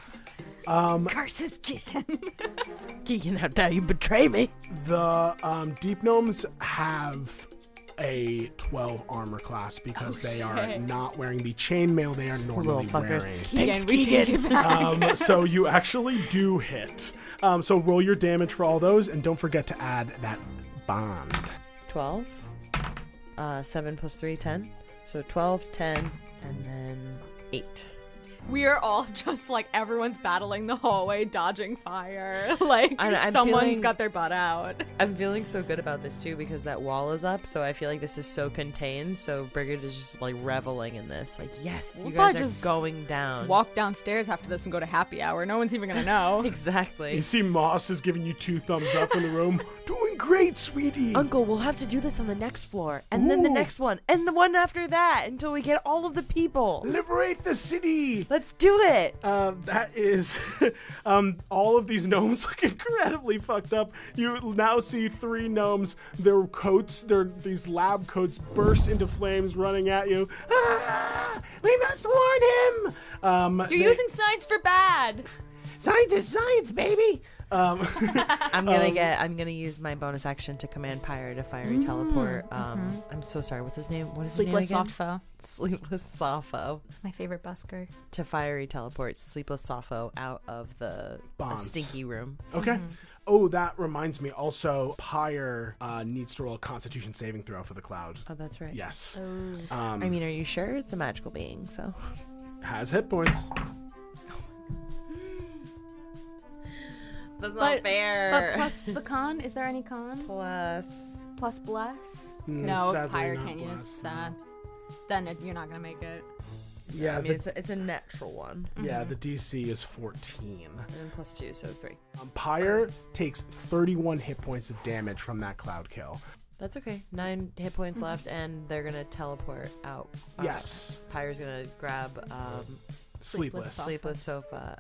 Speaker 3: Curses Keegan.
Speaker 4: Keegan, how dare you betray me?
Speaker 1: the um, deep gnomes have a 12 armor class because they are not wearing the chainmail they are normally
Speaker 4: Little fuckers.
Speaker 1: wearing.
Speaker 4: Thanks,
Speaker 3: we take
Speaker 4: Keegan.
Speaker 3: it back.
Speaker 1: Um, so you actually do hit. Um, so roll your damage for all those, and don't forget to add that bond.
Speaker 4: 12, uh, 7 plus 3, 10. So 12, 10, and then 8.
Speaker 3: We are all just like everyone's battling the hallway, dodging fire. Like
Speaker 4: I- I'm
Speaker 3: someone's
Speaker 4: feeling-
Speaker 3: got their butt out.
Speaker 4: I'm feeling so good about this too because that wall is up, so I feel like this is so contained. So Brigid is just like reveling in this. Like, yes,
Speaker 3: Well,
Speaker 4: you
Speaker 3: if I
Speaker 4: guys are
Speaker 3: just
Speaker 4: going down.
Speaker 3: Walk downstairs after this and go to happy hour. No one's even gonna know.
Speaker 1: You
Speaker 4: Exactly.
Speaker 1: see, Moss is giving you two thumbs up in the room. Doing great, sweetie.
Speaker 4: Uncle, we'll have to do this on the next floor, and then the
Speaker 1: Ooh.
Speaker 4: next one, and the one after that, until we get all of the people.
Speaker 1: Liberate the city.
Speaker 4: Let's do it.
Speaker 1: Um, that is, um, all of these gnomes look incredibly fucked up. You now see three gnomes. Their coats, their these lab coats, burst into flames, running at you. Ah, we must warn him. Um,
Speaker 3: You're using science for bad.
Speaker 1: science is science, baby. Um,
Speaker 4: I'm gonna get. I'm gonna use my bonus action to command Pyre to fiery teleport. Um, I'm so sorry. What's his name? What is
Speaker 3: Sleepless
Speaker 4: his name again?
Speaker 3: Softfo,
Speaker 4: Sleepless Sappho.
Speaker 3: my favorite busker.
Speaker 4: to fiery teleport sleepless Sappho out of the
Speaker 1: Bonds.
Speaker 4: stinky room.
Speaker 1: okay. Oh, that reminds me. Also, Pyre uh, needs to roll a Constitution saving throw for the cloud.
Speaker 4: Oh, that's right.
Speaker 1: Yes,
Speaker 3: Oh.
Speaker 1: Um,
Speaker 4: I mean, are you sure it's a magical being? So
Speaker 1: has hit points.
Speaker 4: that's not
Speaker 3: But-
Speaker 4: fair.
Speaker 3: But plus the con. Is there any con?
Speaker 4: plus,
Speaker 3: Plus bless.
Speaker 1: Mm,
Speaker 3: no,
Speaker 1: sadly
Speaker 3: Pyre
Speaker 1: not
Speaker 3: can't use
Speaker 1: blessed,
Speaker 3: sad. Then it, you're not gonna make it.
Speaker 1: Yeah,
Speaker 2: I
Speaker 1: the-
Speaker 2: mean, it's a, it's a natural one.
Speaker 1: yeah,
Speaker 3: Mm-hmm.
Speaker 1: the DC is 14.
Speaker 2: And then plus two, so three.
Speaker 1: Um, Pyre takes 31 hit points of damage from that cloud kill.
Speaker 2: That's okay.
Speaker 4: Nine hit points left, and they're gonna teleport out. Uh,
Speaker 1: Yes,
Speaker 4: Pyre's gonna grab um,
Speaker 1: sleepless.
Speaker 3: Sofa.
Speaker 4: sleepless sofa.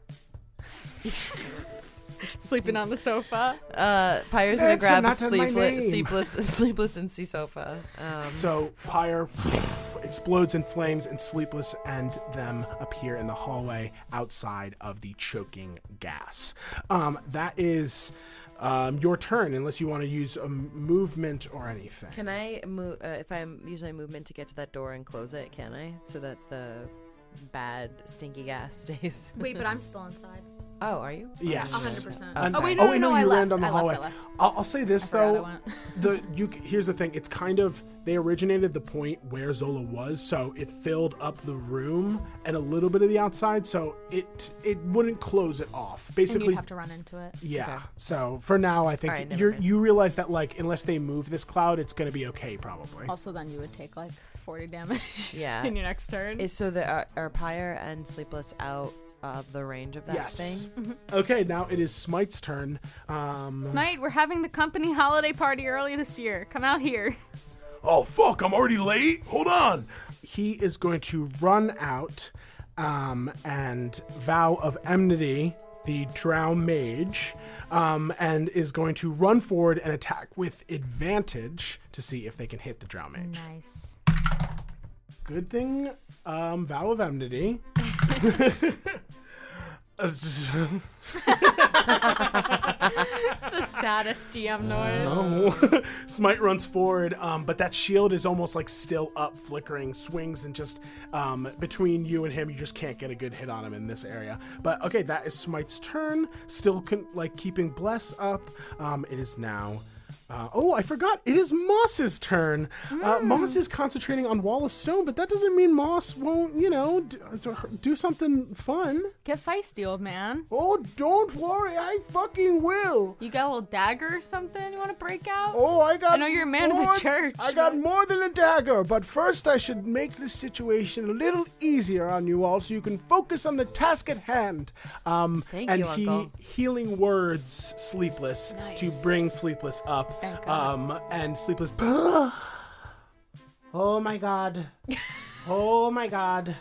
Speaker 3: Sleeping on the sofa.
Speaker 4: Uh, Pyre's gonna
Speaker 1: That's
Speaker 4: grab
Speaker 1: not my name.
Speaker 4: sleepless, sleepless, sleepless, and sea sofa. Um,
Speaker 1: So Pyre explodes in flames, and Sleepless and them appear in the hallway outside of the choking gas. Um, that is um, your turn, unless you want to use a m- movement or anything.
Speaker 4: Can I move? Uh, if I'm using my movement to get to that door and close it, can I? So that the bad stinky gas stays.
Speaker 3: Wait, but I'm still inside.
Speaker 4: Oh, are you?
Speaker 1: yes.
Speaker 3: 100%.
Speaker 4: Oh,
Speaker 3: oh,
Speaker 4: sorry.
Speaker 3: wait, no,
Speaker 1: oh,
Speaker 3: no,
Speaker 1: wait,
Speaker 3: no, I
Speaker 1: you
Speaker 3: left.
Speaker 1: land on the
Speaker 3: I left,
Speaker 1: hallway.
Speaker 3: I left.
Speaker 1: I'll, I'll say this
Speaker 3: I forgot
Speaker 1: though:
Speaker 3: I went.
Speaker 1: the you c- here's the thing. It's kind of they originated the point where Zola was, so it filled up the room and a little bit of the outside, so it it wouldn't close it off.
Speaker 3: And
Speaker 1: Basically,
Speaker 3: you'd have to run into it.
Speaker 1: Yeah. So for now, I think
Speaker 4: All right, never
Speaker 1: you
Speaker 4: mind.
Speaker 1: you realize that like unless they move this cloud, it's going to be okay probably.
Speaker 3: Also, then you would take like 40 damage
Speaker 4: Yeah.
Speaker 3: in your next turn.
Speaker 4: Is so the are, are Pyre and Sleepless out of the range of that
Speaker 1: yes.
Speaker 4: thing?
Speaker 1: Okay. Now it is Smite's turn. Um,
Speaker 3: Smite, we're having the company holiday party early this year. Come out here.
Speaker 1: oh fuck! I'm already late. Hold on. He is going to run out, um, and vow of enmity the drow mage, um, and is going to run forward and attack with advantage to see if they can hit the drow mage.
Speaker 3: Nice.
Speaker 1: Good thing, um, vow of enmity. Uh,
Speaker 3: the saddest DM
Speaker 1: Uh.
Speaker 3: noise.
Speaker 1: no. Oh. Smite runs forward, um, but that shield is almost like still up, flickering, swings, and just um, between you and him, you just can't get a good hit on him in this area. But okay, that is Smite's turn. Still, con- like keeping bless up. Um, it is now. Uh, oh, I forgot. It is Moss's turn. Uh, Moss is concentrating on Wall of Stone, but that doesn't mean Moss won't, you know, d- do something fun.
Speaker 3: Get feisty, old man.
Speaker 1: Oh, don't worry. I fucking will.
Speaker 3: You got a little dagger or something you want to break out?
Speaker 1: Oh, I got.
Speaker 3: I know you're a man of the
Speaker 1: more-
Speaker 3: church.
Speaker 1: I got more than a dagger, but first I should make this situation a little easier on you all, so you can focus on the task at hand. Um,
Speaker 4: Thank
Speaker 1: and
Speaker 4: you,
Speaker 1: he
Speaker 4: Uncle.
Speaker 1: healing words, sleepless, to bring sleepless up.
Speaker 3: Thank God.
Speaker 1: um, and sleepless. oh my god. oh my god.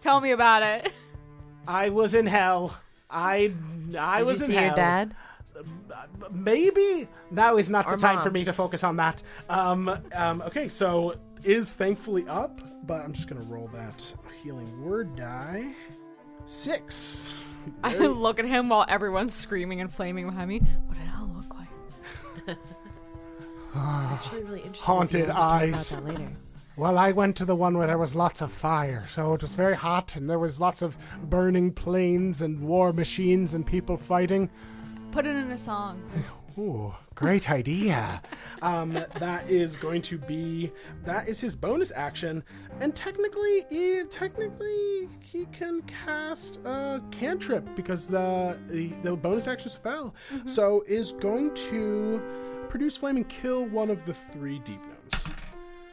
Speaker 3: Tell me about it.
Speaker 1: I was in hell. I I
Speaker 4: Did
Speaker 1: was
Speaker 4: you
Speaker 1: in
Speaker 4: see
Speaker 1: hell.
Speaker 4: your dad?
Speaker 1: maybe now is not
Speaker 4: Or
Speaker 1: the time for
Speaker 4: mom.
Speaker 1: me to focus on that. Um, um, okay, so is thankfully up, but I'm just gonna roll that healing word die. Six.
Speaker 3: I look at him while everyone's screaming and flaming behind me. What did hell look like?
Speaker 4: Actually, really interesting.
Speaker 1: Haunted eyes.
Speaker 4: About that later.
Speaker 1: Well, I went to the one where there was lots of fire, so it was very hot, and there was lots of burning planes and war machines and people fighting.
Speaker 3: Put it in a song.
Speaker 1: Ooh, great idea. um, that is going to be that is his bonus action, and technically, eh, technically he can cast a cantrip because the the, the bonus action spell. So is going to produce flame and kill one of the three deep gnomes.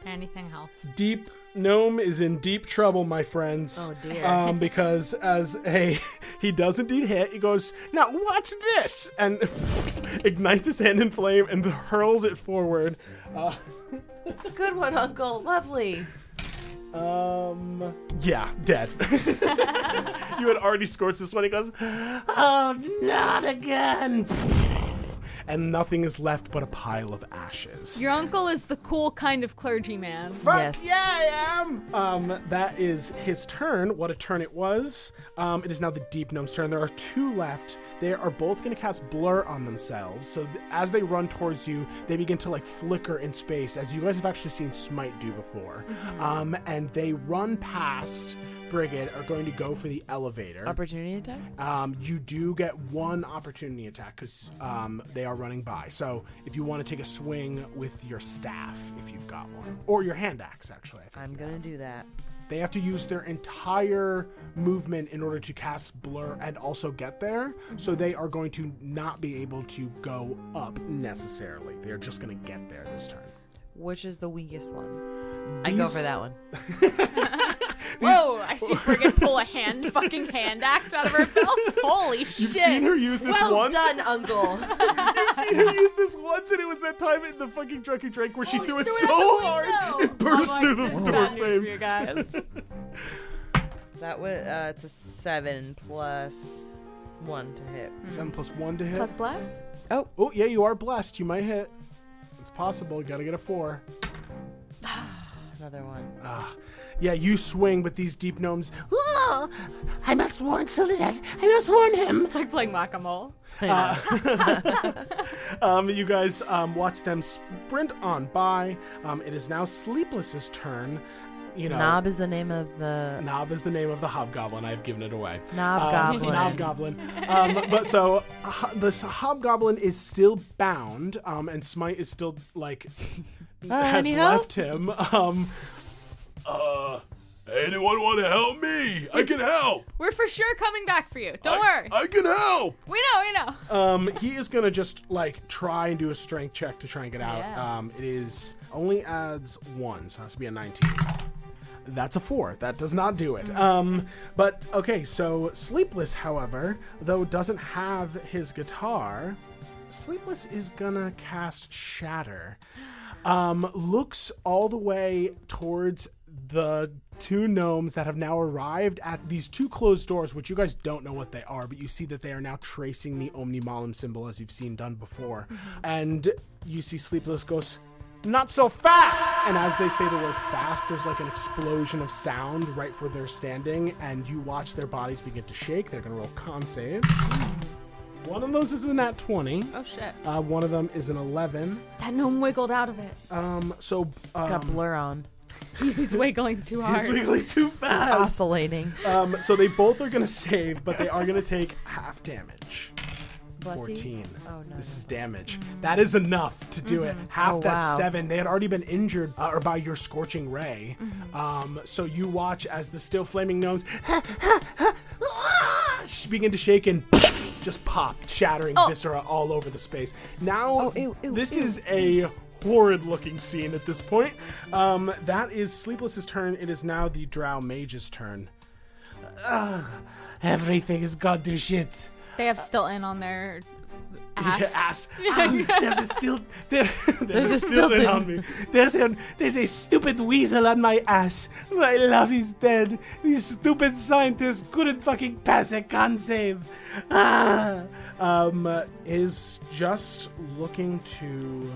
Speaker 3: Anything health.
Speaker 1: Deep gnome is in deep trouble, my friends.
Speaker 4: Oh, dear.
Speaker 1: Um, because as a he does indeed hit, he goes now watch this and ignites his hand in flame and hurls it forward. Uh,
Speaker 4: Good one, Uncle. Lovely.
Speaker 1: um, yeah, dead. you had already scorched this one. He goes, oh, not again. And nothing is left but a pile of ashes.
Speaker 3: Your uncle is the cool kind of clergyman.
Speaker 1: Fuck
Speaker 4: Yes.
Speaker 1: yeah, I am. Um, that is his turn. What a turn it was. Um, it is now the deep gnome's turn. There are two left. They are both going to cast blur on themselves. So th- as they run towards you, they begin to like flicker in space, as you guys have actually seen Smite do before. Um, and they run past. Brigid are going to go for the elevator.
Speaker 4: Opportunity attack.
Speaker 1: Um, you do get one opportunity attack because um, they are running by. So if you want to take a swing with your staff, if you've got one, or your hand axe, actually, I think.
Speaker 4: I'm gonna do that.
Speaker 1: they have to use their entire movement in order to cast blur and also get there. So they are going to not be able to go up necessarily. They are just going to get there this turn.
Speaker 4: Which is the weakest one? I go
Speaker 1: These-
Speaker 4: for that one.
Speaker 3: Whoa! I see Brigid pull a hand, fucking hand axe out of her belt. Holy
Speaker 1: You've
Speaker 3: shit!
Speaker 1: seen her use this
Speaker 4: well
Speaker 1: once.
Speaker 4: done, Uncle.
Speaker 1: I've seen her use this once, and it was that time in the fucking Drunken Drake where she threw it
Speaker 3: Threw
Speaker 1: so
Speaker 3: Oh, it out the
Speaker 1: hard
Speaker 3: window.
Speaker 1: it burst
Speaker 3: I'm
Speaker 1: through
Speaker 3: like,
Speaker 1: the
Speaker 3: this is
Speaker 1: door
Speaker 3: bad news for you
Speaker 1: frame.
Speaker 3: guys.
Speaker 2: That was uh, it's a seven plus one to hit.
Speaker 1: Seven plus one to hit.
Speaker 3: Plus bless.
Speaker 1: oh yeah, you are blessed. You might hit. It's possible. Gotta get a four.
Speaker 2: Another one.
Speaker 1: Oh. Yeah, you swing, but these deep gnomes. "Oh, I must warn Soledad. I must warn him.
Speaker 3: It's like playing whack a mole.
Speaker 1: Um, you guys um, watch them sprint on by. Um, it is now Sleepless's turn. You know,
Speaker 2: Knob is the name of the
Speaker 1: Knob is the name of the hobgoblin. I've given it away.
Speaker 2: Knob
Speaker 1: Um,
Speaker 2: Goblin.
Speaker 1: Knob goblin. Um, but so uh, ho- this hobgoblin is still bound, um, and Smite is still like has
Speaker 2: Uh, any help?
Speaker 1: left him. Um, uh,
Speaker 6: Anyone want to help me? I can help.
Speaker 3: We're for sure coming back for you. Don't worry.
Speaker 6: I can help.
Speaker 3: we know. We know.
Speaker 1: um, he is gonna just like try and do a strength check to try and get out.
Speaker 3: Yeah.
Speaker 1: Um, it is only adds one, so it has to be a nineteen. That's a four. That does not do
Speaker 2: Mm.
Speaker 1: it. Um, but okay, so Sleepless, however, though doesn't have his guitar, Sleepless is gonna cast Shatter. Um, looks all the way towards the two gnomes that have now arrived at these two closed doors, which you guys don't know what they are, but you see that they are now tracing the Omni Malum symbol as you've seen done before. And you see Sleepless goes, not so fast! And as they say the word fast, there's like an explosion of sound right where they're standing, and you watch their bodies begin to shake. They're gonna roll con saves. One of those is a nat 20.
Speaker 3: Oh shit!
Speaker 1: Uh, one of them is an 11.
Speaker 3: That gnome wiggled out of it.
Speaker 1: Um, so um,
Speaker 2: got blur on.
Speaker 3: He's wiggling too hard.
Speaker 1: He's wiggling too fast.
Speaker 2: Oscillating.
Speaker 1: Um, so they both are gonna save, but they are gonna take half damage.
Speaker 2: Bless you.
Speaker 1: Fourteen.
Speaker 2: Oh, no,
Speaker 1: This is damage. That is enough to do it. Half
Speaker 2: Oh,
Speaker 1: that
Speaker 2: wow.
Speaker 1: seven. They had already been injured, uh, or by your scorching ray.
Speaker 2: Mm-hmm.
Speaker 1: Um, so you watch as the still flaming gnomes sh- begin to shake and just pop, shattering viscera all over the space. Now
Speaker 2: Oh. ew, ew,
Speaker 1: this
Speaker 2: ew.
Speaker 1: is a horrid looking scene at this point. Um, that is Sleepless's turn. It is now the Drow Mage's turn. everything has gone to shit.
Speaker 3: They have still in on their ass.
Speaker 1: Yeah, ass. Um, there's a still there, there's, a
Speaker 2: a
Speaker 1: still
Speaker 2: Stilton.
Speaker 1: on me. There's a there's a stupid weasel on my ass. My love is dead. These stupid scientists couldn't fucking pass a con save. Ah. Um, uh, is just looking to.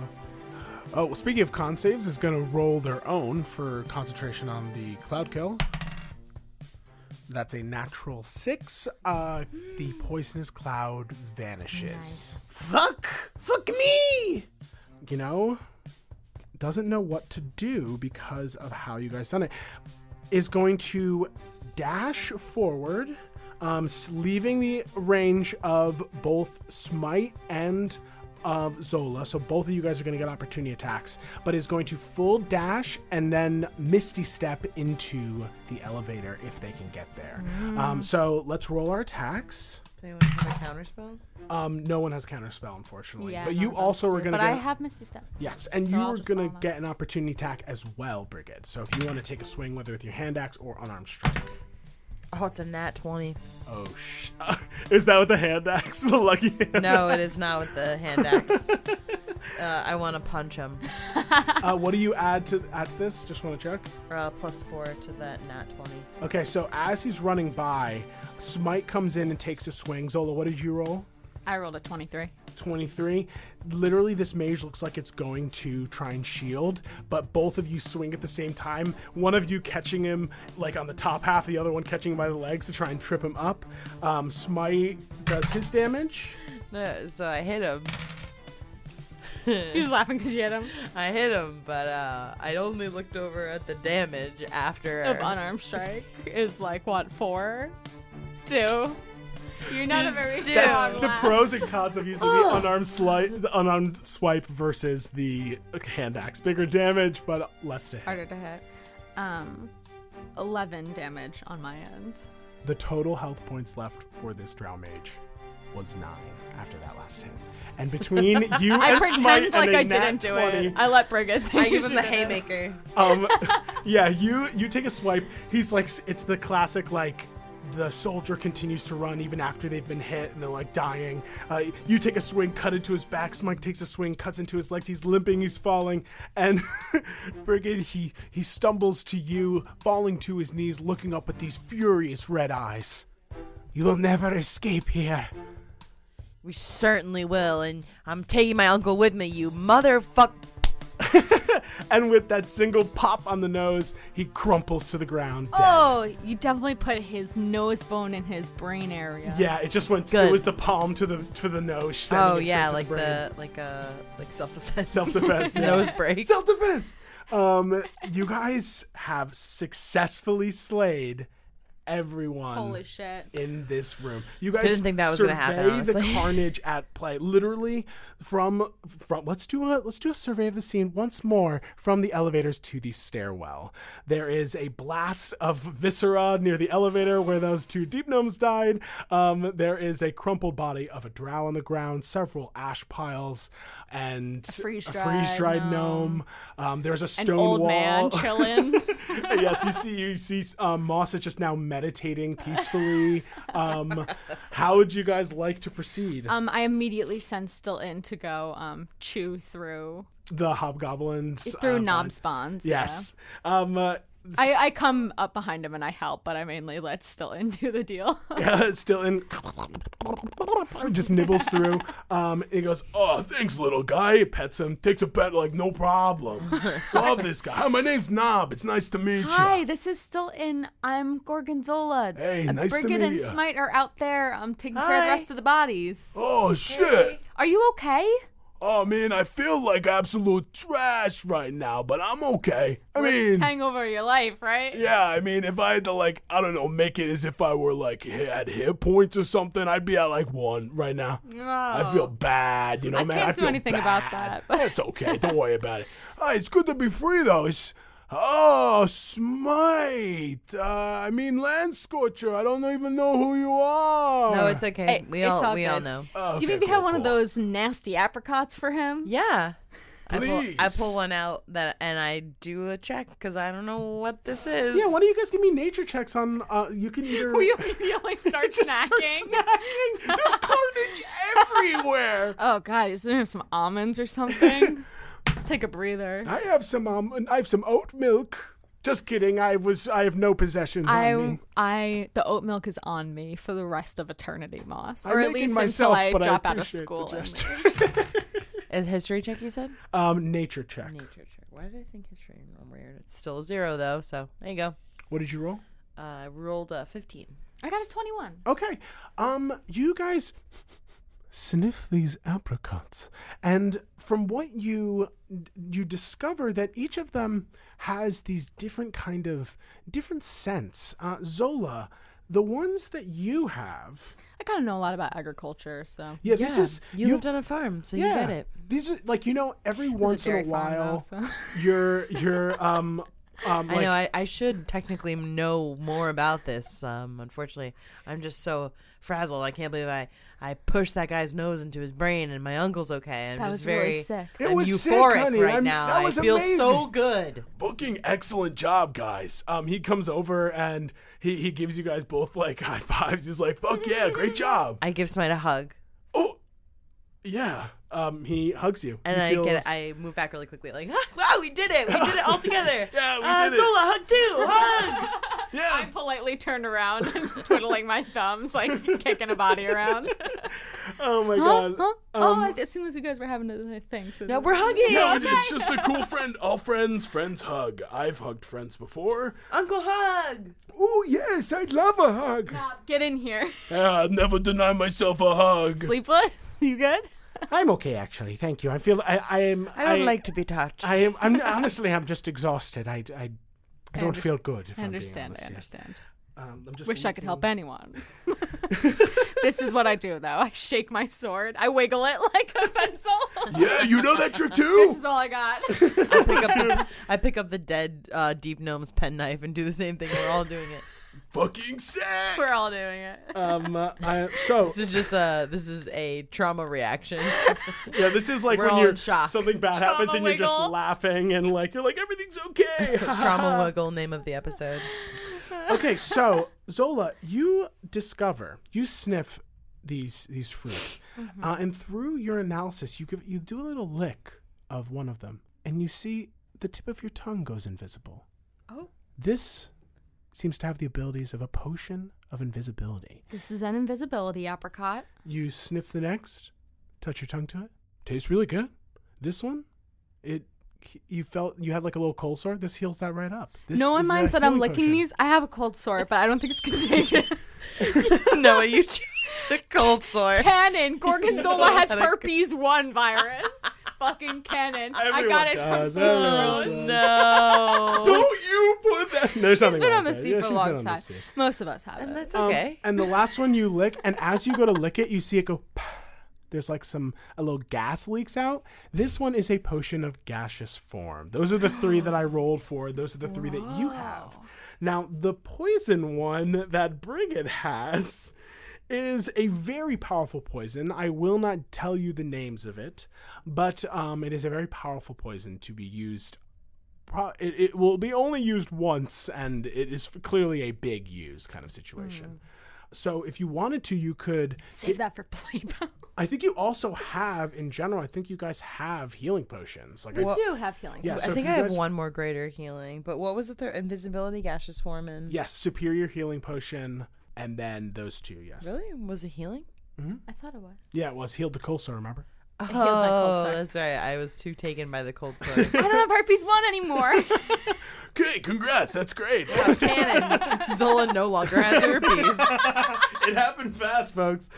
Speaker 1: Oh, well, speaking of con saves, is going to roll their own for concentration on the cloud kill. That's a natural six. Uh, the poisonous cloud vanishes. Fuck! Fuck me! You know, doesn't know what to do because of how you guys done it. Is going to dash forward, um, s- leaving the range of both Smite and of Zola. So both of you guys are going to get opportunity attacks, but is going to full dash and then Misty Step into the elevator if they can get there.
Speaker 3: Mm.
Speaker 1: Um, so let's roll our attacks.
Speaker 2: Does anyone have a counter spell?
Speaker 1: Um, no one has counterspell, unfortunately.
Speaker 3: Yeah,
Speaker 1: but
Speaker 3: no
Speaker 1: you
Speaker 3: one
Speaker 1: also are going to
Speaker 3: But
Speaker 1: get.
Speaker 3: I have Misty Step.
Speaker 1: Yes, and
Speaker 3: So
Speaker 1: you
Speaker 3: I'll
Speaker 1: are
Speaker 3: just
Speaker 1: gonna
Speaker 3: follow.
Speaker 1: get an opportunity attack as well, Brigid. So if you want to take a swing, whether with your hand axe or unarmed strike.
Speaker 2: Oh, it's a nat twenty.
Speaker 1: Oh sh! Is that with the hand axe? The lucky hand.
Speaker 2: No, it is not with the hand axe. Uh, I want to punch him.
Speaker 1: Uh, what do you add to add to this? Just want to check.
Speaker 2: Uh, plus four to that nat twenty.
Speaker 1: Okay, so as he's running by, Smite comes in and takes a swing. Zola, what did you roll?
Speaker 3: I rolled a 23.
Speaker 1: 23. Literally, this mage looks like it's going to try and shield, but both of you swing at the same time. One of you catching him like on the top half, the other one catching him by the legs to try and trip him up. Um, Smite does his damage.
Speaker 2: No, so I hit him.
Speaker 3: You're just laughing because you hit him.
Speaker 2: I hit him, but uh, I only looked over at the damage after.
Speaker 4: Oh,
Speaker 3: Of unarmed strike is like, what, four? Two? You're not a very
Speaker 1: That's
Speaker 3: strong
Speaker 1: the
Speaker 3: lass.
Speaker 1: pros and cons of using the unarmed, sli- the unarmed swipe versus the hand axe. Bigger damage, but less to hit.
Speaker 3: Harder to hit. Um, 11 damage on my end.
Speaker 1: The total health points left for this drow mage was nine after that last hit. And between you
Speaker 3: I
Speaker 1: and Smite and
Speaker 3: pretend like
Speaker 1: a
Speaker 3: I
Speaker 1: nat
Speaker 3: didn't do
Speaker 1: 20,
Speaker 3: it. I let Brigid think
Speaker 7: I give
Speaker 3: she
Speaker 7: him the
Speaker 3: did it.
Speaker 7: haymaker.
Speaker 1: um yeah you you take a swipe he's like it's the classic like the soldier continues to run even after they've been hit and they're like dying uh, you take a swing cut into his back smike takes a swing cuts into his legs he's limping he's falling and brigid he he stumbles to you falling to his knees looking up with these furious red eyes you will never escape here
Speaker 4: We certainly will, and I'm taking my uncle with me, you motherfuck.
Speaker 1: and with that single pop on the nose he crumples to the ground dead.
Speaker 3: Oh, you definitely put his nose bone in his brain area.
Speaker 1: Yeah, it just went. It
Speaker 4: Good.
Speaker 1: was the palm to the to the nose. sending
Speaker 4: Oh
Speaker 1: it straight
Speaker 4: yeah,
Speaker 1: to
Speaker 4: like
Speaker 1: the, brain.
Speaker 4: the like uh like self defense.
Speaker 1: self defense
Speaker 4: Nose break.
Speaker 1: Self defense. Um, you guys have successfully slayed everyone.
Speaker 3: Holy shit.
Speaker 1: In this room, you guys
Speaker 4: Didn't think that was gonna happen,
Speaker 1: survey The
Speaker 4: honestly.
Speaker 1: carnage at play, literally from from. Let's do a let's do a survey of the scene once more from the elevators to the stairwell. There is a blast of viscera near the elevator where those two deep gnomes died. Um, there is a crumpled body of a drow on the ground, several ash piles, and a
Speaker 3: freeze-dried
Speaker 1: freeze-dried gnome. Um, there's a
Speaker 3: An
Speaker 1: stone
Speaker 3: old
Speaker 1: wall.
Speaker 3: man chilling.
Speaker 1: yes, you see, you see, um, Moss is just now meditating peacefully. Um, how would you guys like to proceed?
Speaker 3: um, I immediately send still in to go um chew through
Speaker 1: the hobgoblins
Speaker 3: through
Speaker 1: uh,
Speaker 8: um,
Speaker 3: knob
Speaker 1: bond-
Speaker 3: spawns. yeah.
Speaker 1: Yes. Um, uh,
Speaker 3: I, I come up behind him and I help, but I mainly let still in do the deal.
Speaker 1: still in. Just nibbles through. Um, he goes,
Speaker 8: Oh, thanks, little guy. Pets him, takes a pet like no problem. Love this guy. Hi, my name's Knob. It's nice to meet
Speaker 3: Hi,
Speaker 8: you.
Speaker 3: this is still in. I'm Gorgonzola.
Speaker 8: Hey,
Speaker 3: Uh,
Speaker 8: nice to
Speaker 3: Brigid
Speaker 8: meet
Speaker 3: and
Speaker 8: ya.
Speaker 3: Smite are out there. I'm taking care of the
Speaker 4: Hi.
Speaker 3: rest of the bodies.
Speaker 8: Oh shit.
Speaker 3: Are you okay?
Speaker 8: Oh man, I feel like absolute trash right now, but I'm okay. I mean,
Speaker 3: Hangover your life, right?
Speaker 8: Yeah, I mean, if I had to like, I don't know, make it as if I were like hi- at hit points or something, I'd be at like one right now. I feel bad, you know,
Speaker 3: Oh. I
Speaker 8: man.
Speaker 3: can't
Speaker 8: I
Speaker 3: do
Speaker 8: feel
Speaker 3: anything
Speaker 8: bad.
Speaker 3: about that, but-
Speaker 8: That's okay. Don't worry about it. Ah, it's good to be free though. It's oh, Smite. Uh, I mean, Land Scorcher. I don't even know who you are.
Speaker 4: No, it's okay.
Speaker 3: Hey,
Speaker 4: we
Speaker 3: it's
Speaker 4: all,
Speaker 3: all
Speaker 4: we all
Speaker 3: good.
Speaker 4: know.
Speaker 8: Oh,
Speaker 3: Do you
Speaker 8: okay,
Speaker 3: maybe
Speaker 8: cool,
Speaker 3: have one of
Speaker 8: cool.
Speaker 3: those nasty apricots for him?
Speaker 4: Yeah. I pull, I
Speaker 8: Please.
Speaker 4: pull one out that and I do a check because I don't know what this is.
Speaker 1: "Yeah, why don't you guys give me nature checks on? Uh, you can either."
Speaker 3: Will you immediately start
Speaker 1: just start snacking. There's carnage everywhere.
Speaker 3: oh god, isn't there some almonds or something? Let's take a breather.
Speaker 1: I have some um, I have some oat milk. Just kidding. I was. I have no possessions on
Speaker 3: I,
Speaker 1: me.
Speaker 3: I, the oat milk is on me for the rest of eternity, Moss,
Speaker 1: I'm
Speaker 3: or at
Speaker 1: making
Speaker 3: least
Speaker 1: myself,
Speaker 3: until
Speaker 1: but
Speaker 3: I
Speaker 1: I
Speaker 3: drop out of
Speaker 1: appreciate the
Speaker 3: school. and
Speaker 1: gesture.
Speaker 3: leave.
Speaker 4: A history check, you said?
Speaker 1: Um, nature check.
Speaker 4: Nature check. Why did I think history? I'm weird. It's still a zero though, so there you go.
Speaker 1: What did you roll?
Speaker 4: Uh, I rolled a 15.
Speaker 3: I got a twenty-one.
Speaker 1: Okay. Um, you guys sniff these apricots, and from what you you discover that each of them has these different kind of different scents. Uh, Zola, the ones that you have.
Speaker 3: I kind of know a lot about agriculture, so
Speaker 1: Yeah, this is
Speaker 4: you, lived on a farm, so you get it.
Speaker 1: These are like you know every once in a
Speaker 3: dairy farm, though,
Speaker 1: while
Speaker 3: so-
Speaker 1: you're you're um um
Speaker 4: I
Speaker 1: like-
Speaker 4: know. I, I should technically know more about this. Um, unfortunately, I'm just so frazzled. I can't believe I I pushed that guy's nose into his brain, and my uncle's okay. I'm
Speaker 3: That
Speaker 4: just
Speaker 3: was
Speaker 4: very
Speaker 3: really sick.
Speaker 1: It
Speaker 4: I'm
Speaker 1: was sick,
Speaker 4: euphoric
Speaker 1: honey.
Speaker 4: right
Speaker 1: I'm-
Speaker 4: now.
Speaker 1: that was
Speaker 4: I feel so
Speaker 1: amazing.
Speaker 4: good.
Speaker 8: Fucking excellent job, guys. Um, he comes over and he, he gives you guys both like high fives. He's like, "Fuck yeah, great job."
Speaker 4: I give Smite a hug,
Speaker 8: Oh, yeah.
Speaker 1: yeah um he hugs you
Speaker 4: and
Speaker 1: He
Speaker 4: I
Speaker 1: feels-
Speaker 4: get I move back really quickly, like "Ah, wow, we did it, we did it all together.
Speaker 8: Yeah, we
Speaker 4: uh,
Speaker 8: did it.
Speaker 4: Zola, hug too, hug.
Speaker 8: Yeah.
Speaker 3: politely turned around and twiddling my thumbs, like kicking a body around.
Speaker 1: oh my
Speaker 3: Huh?
Speaker 1: god
Speaker 3: Huh?
Speaker 1: um,
Speaker 3: oh, I- as soon as you guys were having the thing, so
Speaker 4: no, we're hugging.
Speaker 8: No, it's just a cool friend. All friends, friends hug. I've hugged friends before.
Speaker 4: Uncle hug.
Speaker 1: oh yes I'd love a hug
Speaker 3: get in here.
Speaker 8: Yeah, I've never denied myself a hug.
Speaker 3: Sleepless, you good?
Speaker 1: I'm okay actually thank you I feel I I am
Speaker 4: I don't like to be touched.
Speaker 1: I am I'm honestly I'm just exhausted I I, I don't feel good if
Speaker 3: I
Speaker 1: I'm
Speaker 3: understand. I
Speaker 1: being honest,
Speaker 3: understand.
Speaker 1: yeah. um, I'm just
Speaker 3: Wish I could
Speaker 1: looking-
Speaker 3: help anyone. this is what I do, though. I shake my sword. I wiggle it like a pencil.
Speaker 8: Yeah, you know that trick
Speaker 3: this
Speaker 8: too.
Speaker 3: is all I got.
Speaker 4: I pick up the, I pick up the dead uh, deep gnome's penknife and do the same thing. We're all doing it.
Speaker 6: fucking sick.
Speaker 3: We're all doing it.
Speaker 1: Um, uh, I, so
Speaker 4: This is just a this is a trauma reaction.
Speaker 1: yeah, this is like
Speaker 4: We're
Speaker 1: when
Speaker 4: all
Speaker 1: you're
Speaker 4: in shock.
Speaker 1: something bad happens and you're just
Speaker 3: wiggle.
Speaker 1: laughing and like you're like everything's okay.
Speaker 4: trauma wiggle name of the episode.
Speaker 1: okay, so Zola, you discover you sniff these these fruits,
Speaker 3: Mm-hmm.
Speaker 1: uh, and through your analysis, you give you do a little lick of one of them, and you see the tip of your tongue goes invisible.
Speaker 3: Oh,
Speaker 1: This seems to have the abilities of a potion of invisibility.
Speaker 3: this is an invisibility apricot.
Speaker 1: You sniff the next, touch your tongue to it. Tastes really good. This one, it you felt you had like a little cold sore. This heals that right up. This
Speaker 3: no one
Speaker 1: is a
Speaker 3: minds that I'm
Speaker 1: healing
Speaker 3: licking
Speaker 1: potion.
Speaker 3: these. I have a cold sore, but I don't think it's contagious.
Speaker 2: Noah, you choose the cold sore.
Speaker 3: Canon. Gorgonzola has herpes one virus. Fucking canon. I got it
Speaker 1: Everyone does.
Speaker 3: from
Speaker 1: Everyone
Speaker 3: Cicero.
Speaker 1: does.
Speaker 2: No.
Speaker 1: Don't you put that? There's
Speaker 3: She's
Speaker 1: nothing
Speaker 3: been
Speaker 1: wrong
Speaker 3: on the
Speaker 1: with that.
Speaker 3: sea
Speaker 1: Yeah,
Speaker 3: for
Speaker 1: she's
Speaker 3: a
Speaker 1: been on
Speaker 3: long
Speaker 1: the
Speaker 3: time.
Speaker 1: sea.
Speaker 3: Most of us have it.
Speaker 4: That's
Speaker 1: Um,
Speaker 4: okay.
Speaker 1: and the last one you lick, and as you go to lick it, you see it go. There's like some a little gas leaks out. This one is a potion of gaseous form. Those are the three that I rolled for. Those are the three that you have. Now the poison one that Brigid has is a very powerful poison. I will not tell you the names of it, but um, it is a very powerful poison to be used pro- it, it will be only used once and it is f- clearly a big use kind of situation so if you wanted to you could
Speaker 3: Save that for playback.
Speaker 1: i think you also have in general i think you guys have healing potions like I-
Speaker 3: We do have healing.
Speaker 1: yeah so
Speaker 4: I
Speaker 1: if
Speaker 4: think
Speaker 1: you
Speaker 4: I have
Speaker 1: guys-
Speaker 4: one more greater healing, but what was the third invisibility gaseous form and
Speaker 1: yes superior healing potion and then those two yes
Speaker 4: really was it healing?
Speaker 3: I thought it was.
Speaker 1: yeah it was healed the cold sore remember
Speaker 3: healed my cold
Speaker 4: Oh,
Speaker 3: sore.
Speaker 4: that's right. I was too taken by the cold sore.
Speaker 3: I don't have herpes one anymore.
Speaker 6: Okay, congrats. That's great.
Speaker 4: Canon. Zola no longer has herpes.
Speaker 1: it happened fast folks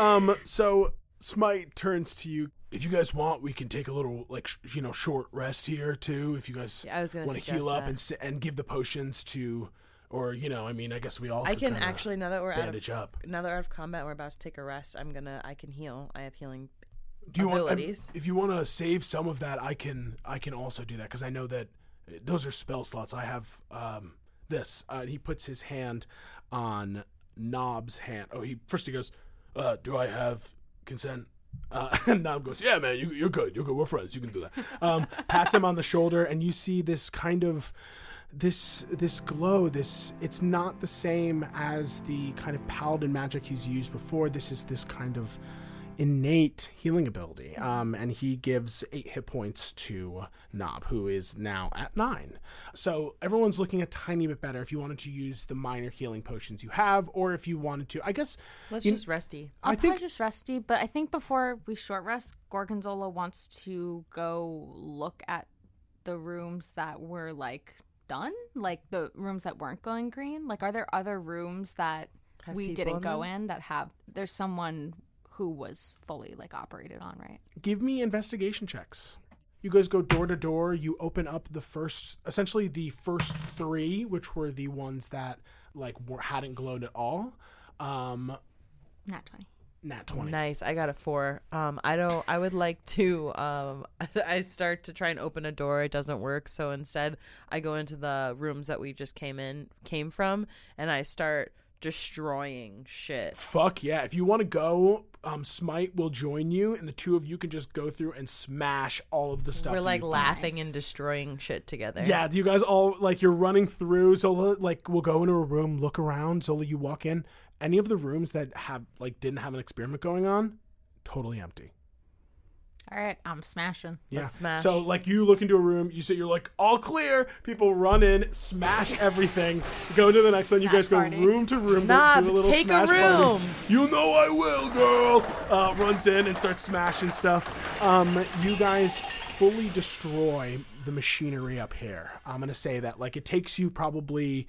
Speaker 1: um so smite turns to you
Speaker 6: if you guys want, we can take a little like sh- you know short rest here too. If you guys
Speaker 4: Yeah, I was gonna
Speaker 6: want to
Speaker 4: suggest
Speaker 6: heal up
Speaker 4: that.
Speaker 6: and si- and give the potions to, or you know, I mean, I guess we all
Speaker 4: I
Speaker 6: could
Speaker 4: can
Speaker 6: kinda
Speaker 4: actually now that we're out
Speaker 6: bandage
Speaker 4: of
Speaker 6: up.
Speaker 4: now that we're out of combat, we're about to take a rest. I'm gonna I can heal. I have healing.
Speaker 6: Do you
Speaker 1: um,
Speaker 6: want I,
Speaker 4: abilities.
Speaker 6: if you want to save some of that, I can I can also do that because I know that uh, those are spell slots. I have um this.
Speaker 1: uh, and he puts his hand on Nob's hand. Oh, he first he goes, uh, "Do I have consent?" Uh, and Nob goes, "Yeah, man, you, you're good. You're good. We're friends. You can do that." Um, pats him on the shoulder, and you see this kind of this this glow. This it's not the same as the kind of paladin magic he's used before. This is this kind of innate healing ability. Um, and he gives eight hit points to Nob, who is now at nine. So everyone's looking a tiny bit better if you wanted to use the minor healing potions you have, or if you wanted to, I guess,
Speaker 4: Let's just resty.
Speaker 3: I'll
Speaker 1: I think,
Speaker 3: probably just resty, but I think before we short rest, Gorgonzola wants to go look at the rooms that were like done, like the rooms that weren't going green. Like, are there other rooms that
Speaker 4: Have
Speaker 3: we
Speaker 4: people
Speaker 3: didn't
Speaker 4: in
Speaker 3: go
Speaker 4: them?
Speaker 3: in that have? There's someone who was fully like operated on, right?
Speaker 1: give me investigation checks. You guys go door to door. You open up the first, essentially the first three, which were the ones that like were, hadn't glowed at all. Um,
Speaker 3: Not twenty.
Speaker 1: nat twenty.
Speaker 4: Nice. I got a four. Um, I don't. I would like to. Um, I start to try and open a door. It doesn't work. So instead, I go into the rooms that we just came in, came from, and I start destroying shit.
Speaker 1: Fuck yeah. If you want to go, um, Smite will join you, and the two of you can just go through and smash all of the stuff.
Speaker 4: We're
Speaker 1: you
Speaker 4: like
Speaker 1: find.
Speaker 4: laughing and destroying shit together.
Speaker 1: Yeah, you guys all like you're running through. Zola like we'll go into a room, look around. Zola, you walk in. Any of the rooms that have like didn't have an experiment going on, totally empty.
Speaker 3: All right, I'm smashing.
Speaker 1: Yeah.
Speaker 4: Let's smash.
Speaker 1: So like you look into a room, you say you're like all clear. People run in, smash everything, go to the next one. You
Speaker 3: Smash
Speaker 1: guys go
Speaker 3: party.
Speaker 1: room to room,
Speaker 4: Nah,
Speaker 1: do a little
Speaker 4: take a
Speaker 1: smash
Speaker 4: room.
Speaker 1: Party. You know I will, girl. Uh, runs in and starts smashing stuff. Um, you guys fully destroy the machinery up here. I'm gonna say that like it takes you probably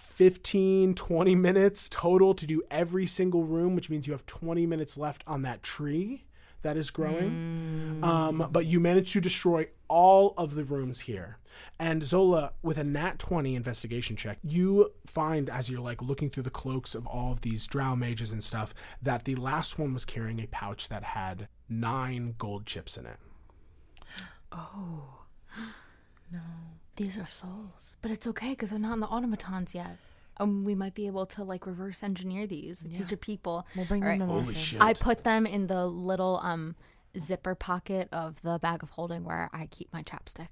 Speaker 1: 15 20 minutes total to do every single room which means you have 20 minutes left on that tree that is
Speaker 4: Mm.
Speaker 1: growing um, but you manage to destroy all of the rooms here and zola with a nat 20 investigation check you find as you're like looking through the cloaks of all of these drow mages and stuff that the last one was carrying a pouch that had nine gold chips in it
Speaker 3: These are souls, but it's okay because they're not in the automatons yet. um, we might be able to like reverse engineer these. These are people.
Speaker 4: We'll bring
Speaker 3: All right.
Speaker 4: them to
Speaker 6: Holy
Speaker 4: Martha.
Speaker 6: shit.
Speaker 3: I put them in the little um zipper pocket of the bag of holding where I keep my chapstick.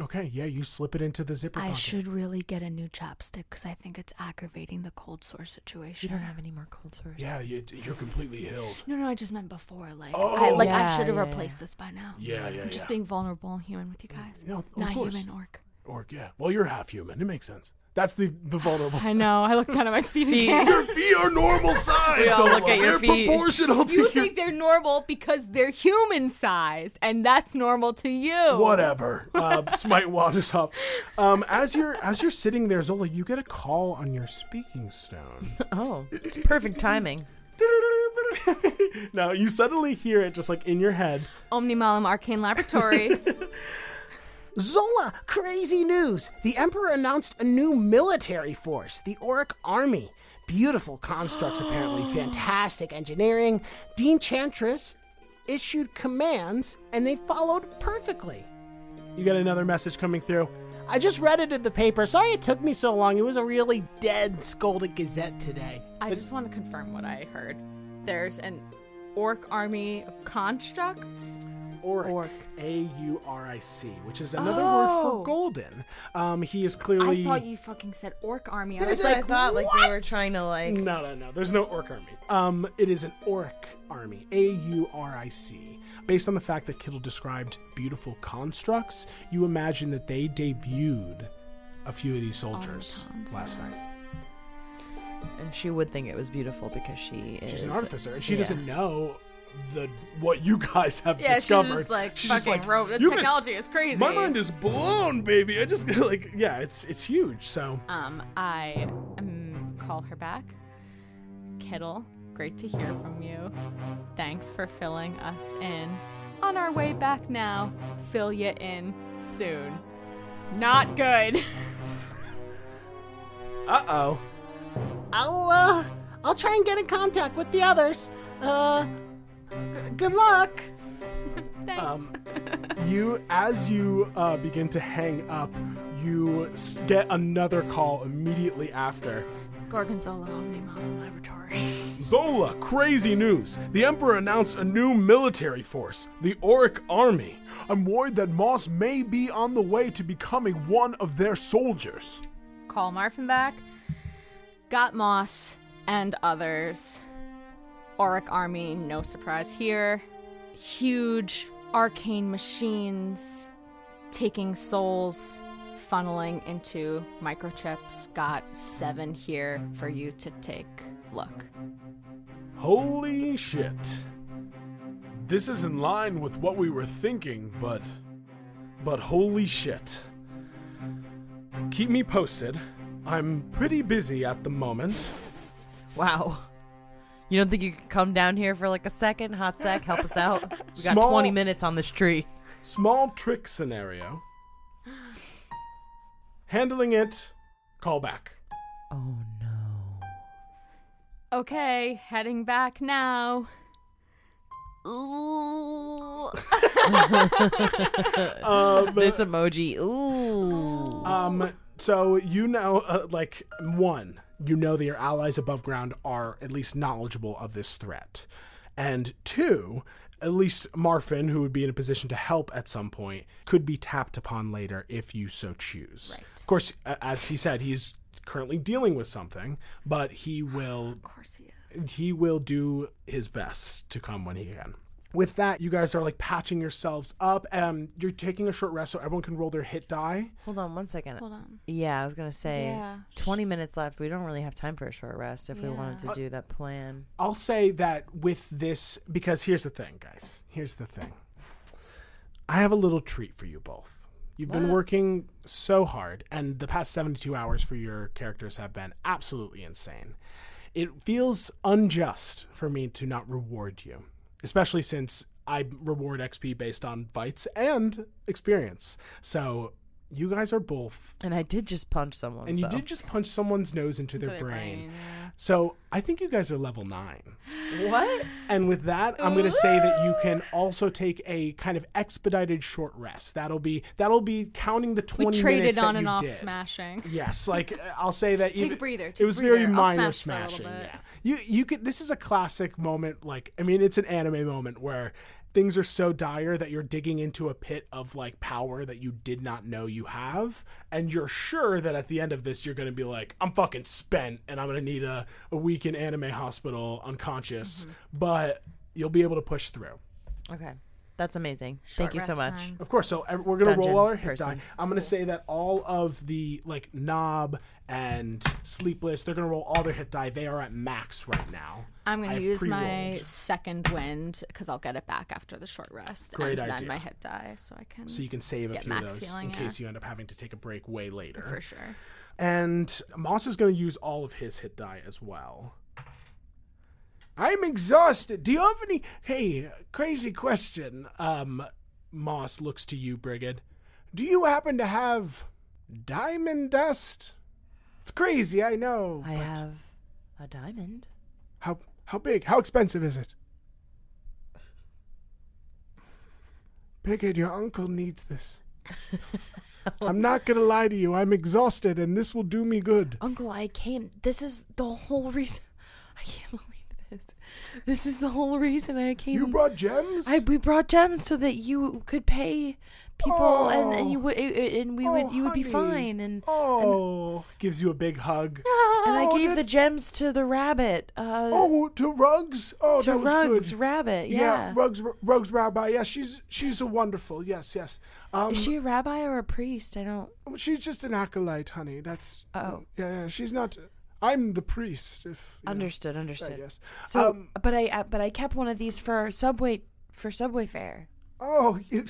Speaker 1: Okay, yeah, you slip it into the zipper
Speaker 3: I
Speaker 1: pocket.
Speaker 3: should really get a new chapstick because I think it's aggravating the cold sore
Speaker 4: You
Speaker 3: situation.
Speaker 4: don't have any more cold sores.
Speaker 6: yeah, you, you're completely healed.
Speaker 3: No, no, I just meant before. Like, I,
Speaker 6: Oh.
Speaker 3: like
Speaker 4: Yeah,
Speaker 3: I should have
Speaker 4: yeah,
Speaker 3: replaced this by now.
Speaker 6: Yeah, yeah,
Speaker 3: I'm just
Speaker 6: yeah.
Speaker 3: being vulnerable and human with you guys.
Speaker 6: No, of
Speaker 3: Not
Speaker 6: course.
Speaker 3: human orc.
Speaker 6: Or yeah, well, you're half human. It makes sense. That's the the vulnerable.
Speaker 3: I know. I looked down at my feet again.
Speaker 6: your feet are normal size.
Speaker 2: all
Speaker 6: so
Speaker 2: look at your
Speaker 6: they're
Speaker 2: feet.
Speaker 6: proportional to
Speaker 3: You
Speaker 6: your
Speaker 3: think they're normal because they're human sized, and that's normal to you.
Speaker 6: whatever. Uh,
Speaker 1: Smite waters up. Um, as you're as you're sitting there, Zola, you get a call on your speaking stone.
Speaker 2: Oh, it's perfect timing.
Speaker 1: now you suddenly hear it just like in your head.
Speaker 3: Omnimalum Arcane Laboratory.
Speaker 9: Zola, crazy news! The Emperor announced a new military force, the Auric Army. Beautiful constructs, apparently, fantastic engineering. Dean Chantress issued commands, and they followed perfectly.
Speaker 1: You get another message coming through.
Speaker 9: I just read it in the paper. Sorry it took me so long. It was a really dense Golden Gazette today.
Speaker 3: I just want to confirm what I heard. There's an orc army of constructs.
Speaker 1: Auric.
Speaker 4: Auric.
Speaker 1: A U R I C, which is another word
Speaker 3: Oh.
Speaker 1: for golden. Um, he is clearly.
Speaker 3: I thought you fucking said orc army. I
Speaker 2: That's
Speaker 3: was
Speaker 2: what
Speaker 3: like,
Speaker 2: I thought. Like you were trying to like.
Speaker 1: No, no, no. There's no orc army. Um, it is an auric army. A U R I C. Based on the fact that Kittle described beautiful constructs, you imagine that they debuted a few of these soldiers
Speaker 3: Automatons,
Speaker 1: last night.
Speaker 2: And she would think it was beautiful because she is.
Speaker 1: She's an artificer, and she
Speaker 2: yeah.
Speaker 1: doesn't know the what you guys have
Speaker 3: Yeah, she's
Speaker 1: discovered.
Speaker 3: just like,
Speaker 1: She's just
Speaker 3: fucking
Speaker 1: like,
Speaker 3: rope. This
Speaker 1: "You guys-
Speaker 3: technology is crazy.
Speaker 1: My mind is blown, baby. I just like, yeah, it's it's huge. So
Speaker 3: Um, I um, call her back. Kittle, great to hear from you. Thanks for filling us in. On our way back now, fill you in soon. Not good.
Speaker 1: uh oh.
Speaker 9: I'll, uh, I'll try and get in contact with the others. Uh, g- good luck!
Speaker 3: Thanks.
Speaker 1: Um, You, as you uh, begin to hang up, you s- get another call immediately after.
Speaker 3: Gorgonzola Omnimodel Laboratory.
Speaker 1: Zola, crazy news! The Emperor announced a new military force, the Auric Army. I'm worried that Moss may be on the way to becoming one of their soldiers.
Speaker 3: Call Marfin back. Got Moss and others. Auric Army, no surprise here. Huge arcane machines taking souls, funneling into microchips. Got seven here for you to take. Look.
Speaker 6: Holy shit. This is in line with what we were thinking, but. But holy shit.
Speaker 1: Keep me posted. I'm pretty busy at the moment.
Speaker 2: Wow. You don't think you could come down here for like a second, hot sec, help us out? We got
Speaker 1: Small-
Speaker 2: 20 minutes on this tree.
Speaker 1: Small trick scenario. Handling it, call back.
Speaker 2: Oh no.
Speaker 3: Okay, heading back now. Ooh.
Speaker 2: This emoji.
Speaker 3: Oh.
Speaker 2: Ooh.
Speaker 1: Um, so you know, uh, like one, you know that your allies above ground are at least knowledgeable of this threat, and two, at least Marfin, who would be in a position to help at some point, could be tapped upon later if you so choose. Of course, a- as he said, he's currently dealing with something, but he will he will do his best to come when he can. With that, you guys are like patching yourselves up. Um, you're taking a short rest so everyone can roll their hit die.
Speaker 2: Hold on one second.
Speaker 3: Hold on.
Speaker 2: Yeah, I was going to say
Speaker 3: Yeah.
Speaker 2: 20 minutes left. We don't really have time for a short rest if we wanted
Speaker 1: Uh,
Speaker 2: to do that plan.
Speaker 1: I'll say that with this, because here's the thing, guys. Here's the thing. I have a little treat for you both. You've been working so hard, and the past 72 hours for your characters have been absolutely insane. It feels unjust for me to not reward you, especially since I reward XP based on fights and experience. So You guys are both,
Speaker 2: And I did just punch someone.
Speaker 1: and you
Speaker 2: so.
Speaker 1: did just punch someone's nose into their
Speaker 3: their
Speaker 1: brain.
Speaker 3: brain,
Speaker 1: So I think you guys are level nine.
Speaker 2: what?
Speaker 1: And with that, I'm going to say that you can also take a kind of expedited short rest. That'll be that'll be counting the 20
Speaker 3: We
Speaker 1: minutes
Speaker 3: traded
Speaker 1: that
Speaker 3: on
Speaker 1: you
Speaker 3: and off
Speaker 1: did.
Speaker 3: smashing.
Speaker 1: Yes, like uh, I'll say that.
Speaker 3: Take a
Speaker 1: even-
Speaker 3: breather, take
Speaker 1: it
Speaker 3: a
Speaker 1: was very
Speaker 3: breather. I'll
Speaker 1: minor
Speaker 3: smash for a little
Speaker 1: smashing.
Speaker 3: bit.
Speaker 1: Yeah, you you could. This is a classic moment. Like I mean, it's an anime moment where things are so dire that you're digging into a pit of like power that you did not know you have, and you're sure that at the end of this you're going to be like, I'm fucking spent, and I'm going to need a a week in anime hospital unconscious,
Speaker 3: Mm-hmm.
Speaker 1: but you'll be able to push through.
Speaker 2: Okay. That's amazing.
Speaker 3: Short
Speaker 2: Thank you so
Speaker 3: rest
Speaker 2: much.
Speaker 3: time.
Speaker 1: Of course. So ev- we're gonna
Speaker 2: Dungeon
Speaker 1: roll all our hit
Speaker 2: person.
Speaker 1: die. I'm gonna say that all of the like knob and sleepless, they're gonna roll all their hit die. They are at max right now.
Speaker 3: I'm
Speaker 1: I
Speaker 3: going
Speaker 1: have
Speaker 3: to use my
Speaker 1: pre-rolled.
Speaker 3: second wind because I'll get it back after the short rest.
Speaker 1: Great
Speaker 3: and then
Speaker 1: idea.
Speaker 3: my hit die so I can.
Speaker 1: So you can save a
Speaker 3: Get
Speaker 1: few of
Speaker 3: max
Speaker 1: those
Speaker 3: healing,
Speaker 1: in
Speaker 3: yeah.
Speaker 1: case you end up having to take a break way later.
Speaker 3: for sure.
Speaker 1: And Moss is gonna use all of his hit die as well. I'm exhausted. Do you have any? Hey, crazy question. Um, Moss looks to you, Brigid. Do you happen to have diamond dust? It's crazy, I know.
Speaker 2: I
Speaker 1: but-
Speaker 2: have a diamond.
Speaker 1: How how big? How expensive is it? Pickett, your uncle needs this. I'm not gonna lie to you. I'm exhausted, and this will do me good.
Speaker 2: Uncle, I came. This is the whole reason. I can't believe this. This is the whole reason I came.
Speaker 1: You brought gems.
Speaker 2: I we brought gems so that you could pay people, and, and you
Speaker 1: Oh.
Speaker 2: would, and we would, you would be fine, and
Speaker 1: oh, gives you a big hug.
Speaker 2: and I
Speaker 1: Oh,
Speaker 2: gave
Speaker 1: that-
Speaker 2: the gems to the rabbit. Uh,
Speaker 1: Oh, to Rugs. Oh,
Speaker 2: to
Speaker 1: that was
Speaker 2: Rugs
Speaker 1: good.
Speaker 2: Rabbit. Yeah.
Speaker 1: Rugs, Rugs Rabbi. Yeah, she's she's a wonderful. Yes, yes. Um,
Speaker 2: Is she a rabbi or a priest? I don't.
Speaker 1: she's just an acolyte, honey. That's
Speaker 2: Oh.
Speaker 1: yeah, yeah. She's not. I'm the priest. If you know.
Speaker 2: Understood. Understood.
Speaker 1: yes.
Speaker 2: So,
Speaker 1: Um,
Speaker 2: but I, I but I kept one of these for subway for subway fare.
Speaker 1: Oh, you,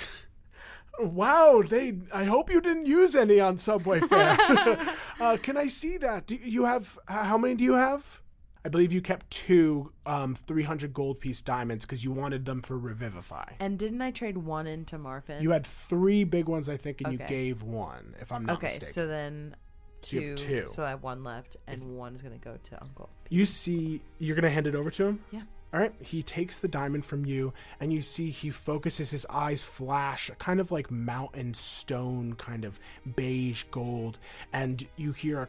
Speaker 1: wow! They. I hope you didn't use any on Subway fare. uh, can I see that? Do you have h- how many? Do you have? I believe you kept two um, three hundred gold piece diamonds because you wanted them for Revivify.
Speaker 2: And didn't I trade one into Marfin?
Speaker 1: You had three big ones, I think, and you
Speaker 2: Okay.
Speaker 1: gave one, if I'm not
Speaker 2: okay,
Speaker 1: mistaken.
Speaker 2: so then
Speaker 1: So you
Speaker 2: two,
Speaker 1: have two.
Speaker 2: So I have one left, and one is gonna go to Uncle.
Speaker 1: You see, you're gonna hand it over to him.
Speaker 2: Yeah.
Speaker 1: All right. He takes the diamond from you, and you see he focuses his eyes flash, a kind of like mountain stone, kind of beige gold, and you hear a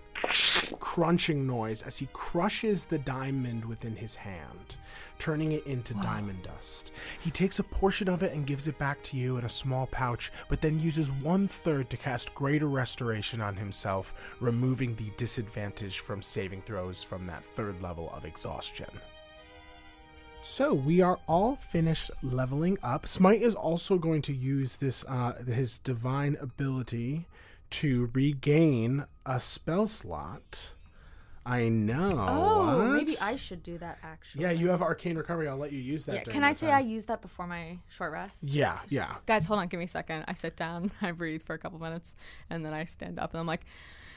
Speaker 1: crunching noise as he crushes the diamond within his hand, turning it into diamond dust. He takes a portion of it and gives it back to you in a small pouch, but then uses one third to cast greater restoration on himself, removing the disadvantage from saving throws from that third level of exhaustion. So we are all finished leveling up. Smite is also going to use this uh, his divine ability to regain a spell slot. I know.
Speaker 3: Oh,
Speaker 1: what?
Speaker 3: maybe I should do that actually.
Speaker 1: Yeah, you have arcane recovery. I'll let you use that.
Speaker 3: Yeah,
Speaker 1: during
Speaker 3: can I
Speaker 1: that
Speaker 3: say
Speaker 1: time.
Speaker 3: I used that before my short rest?
Speaker 1: Yeah, yeah.
Speaker 3: Guys, hold on, give me a second. I sit down, I breathe for a couple minutes, and then I stand up and I'm like,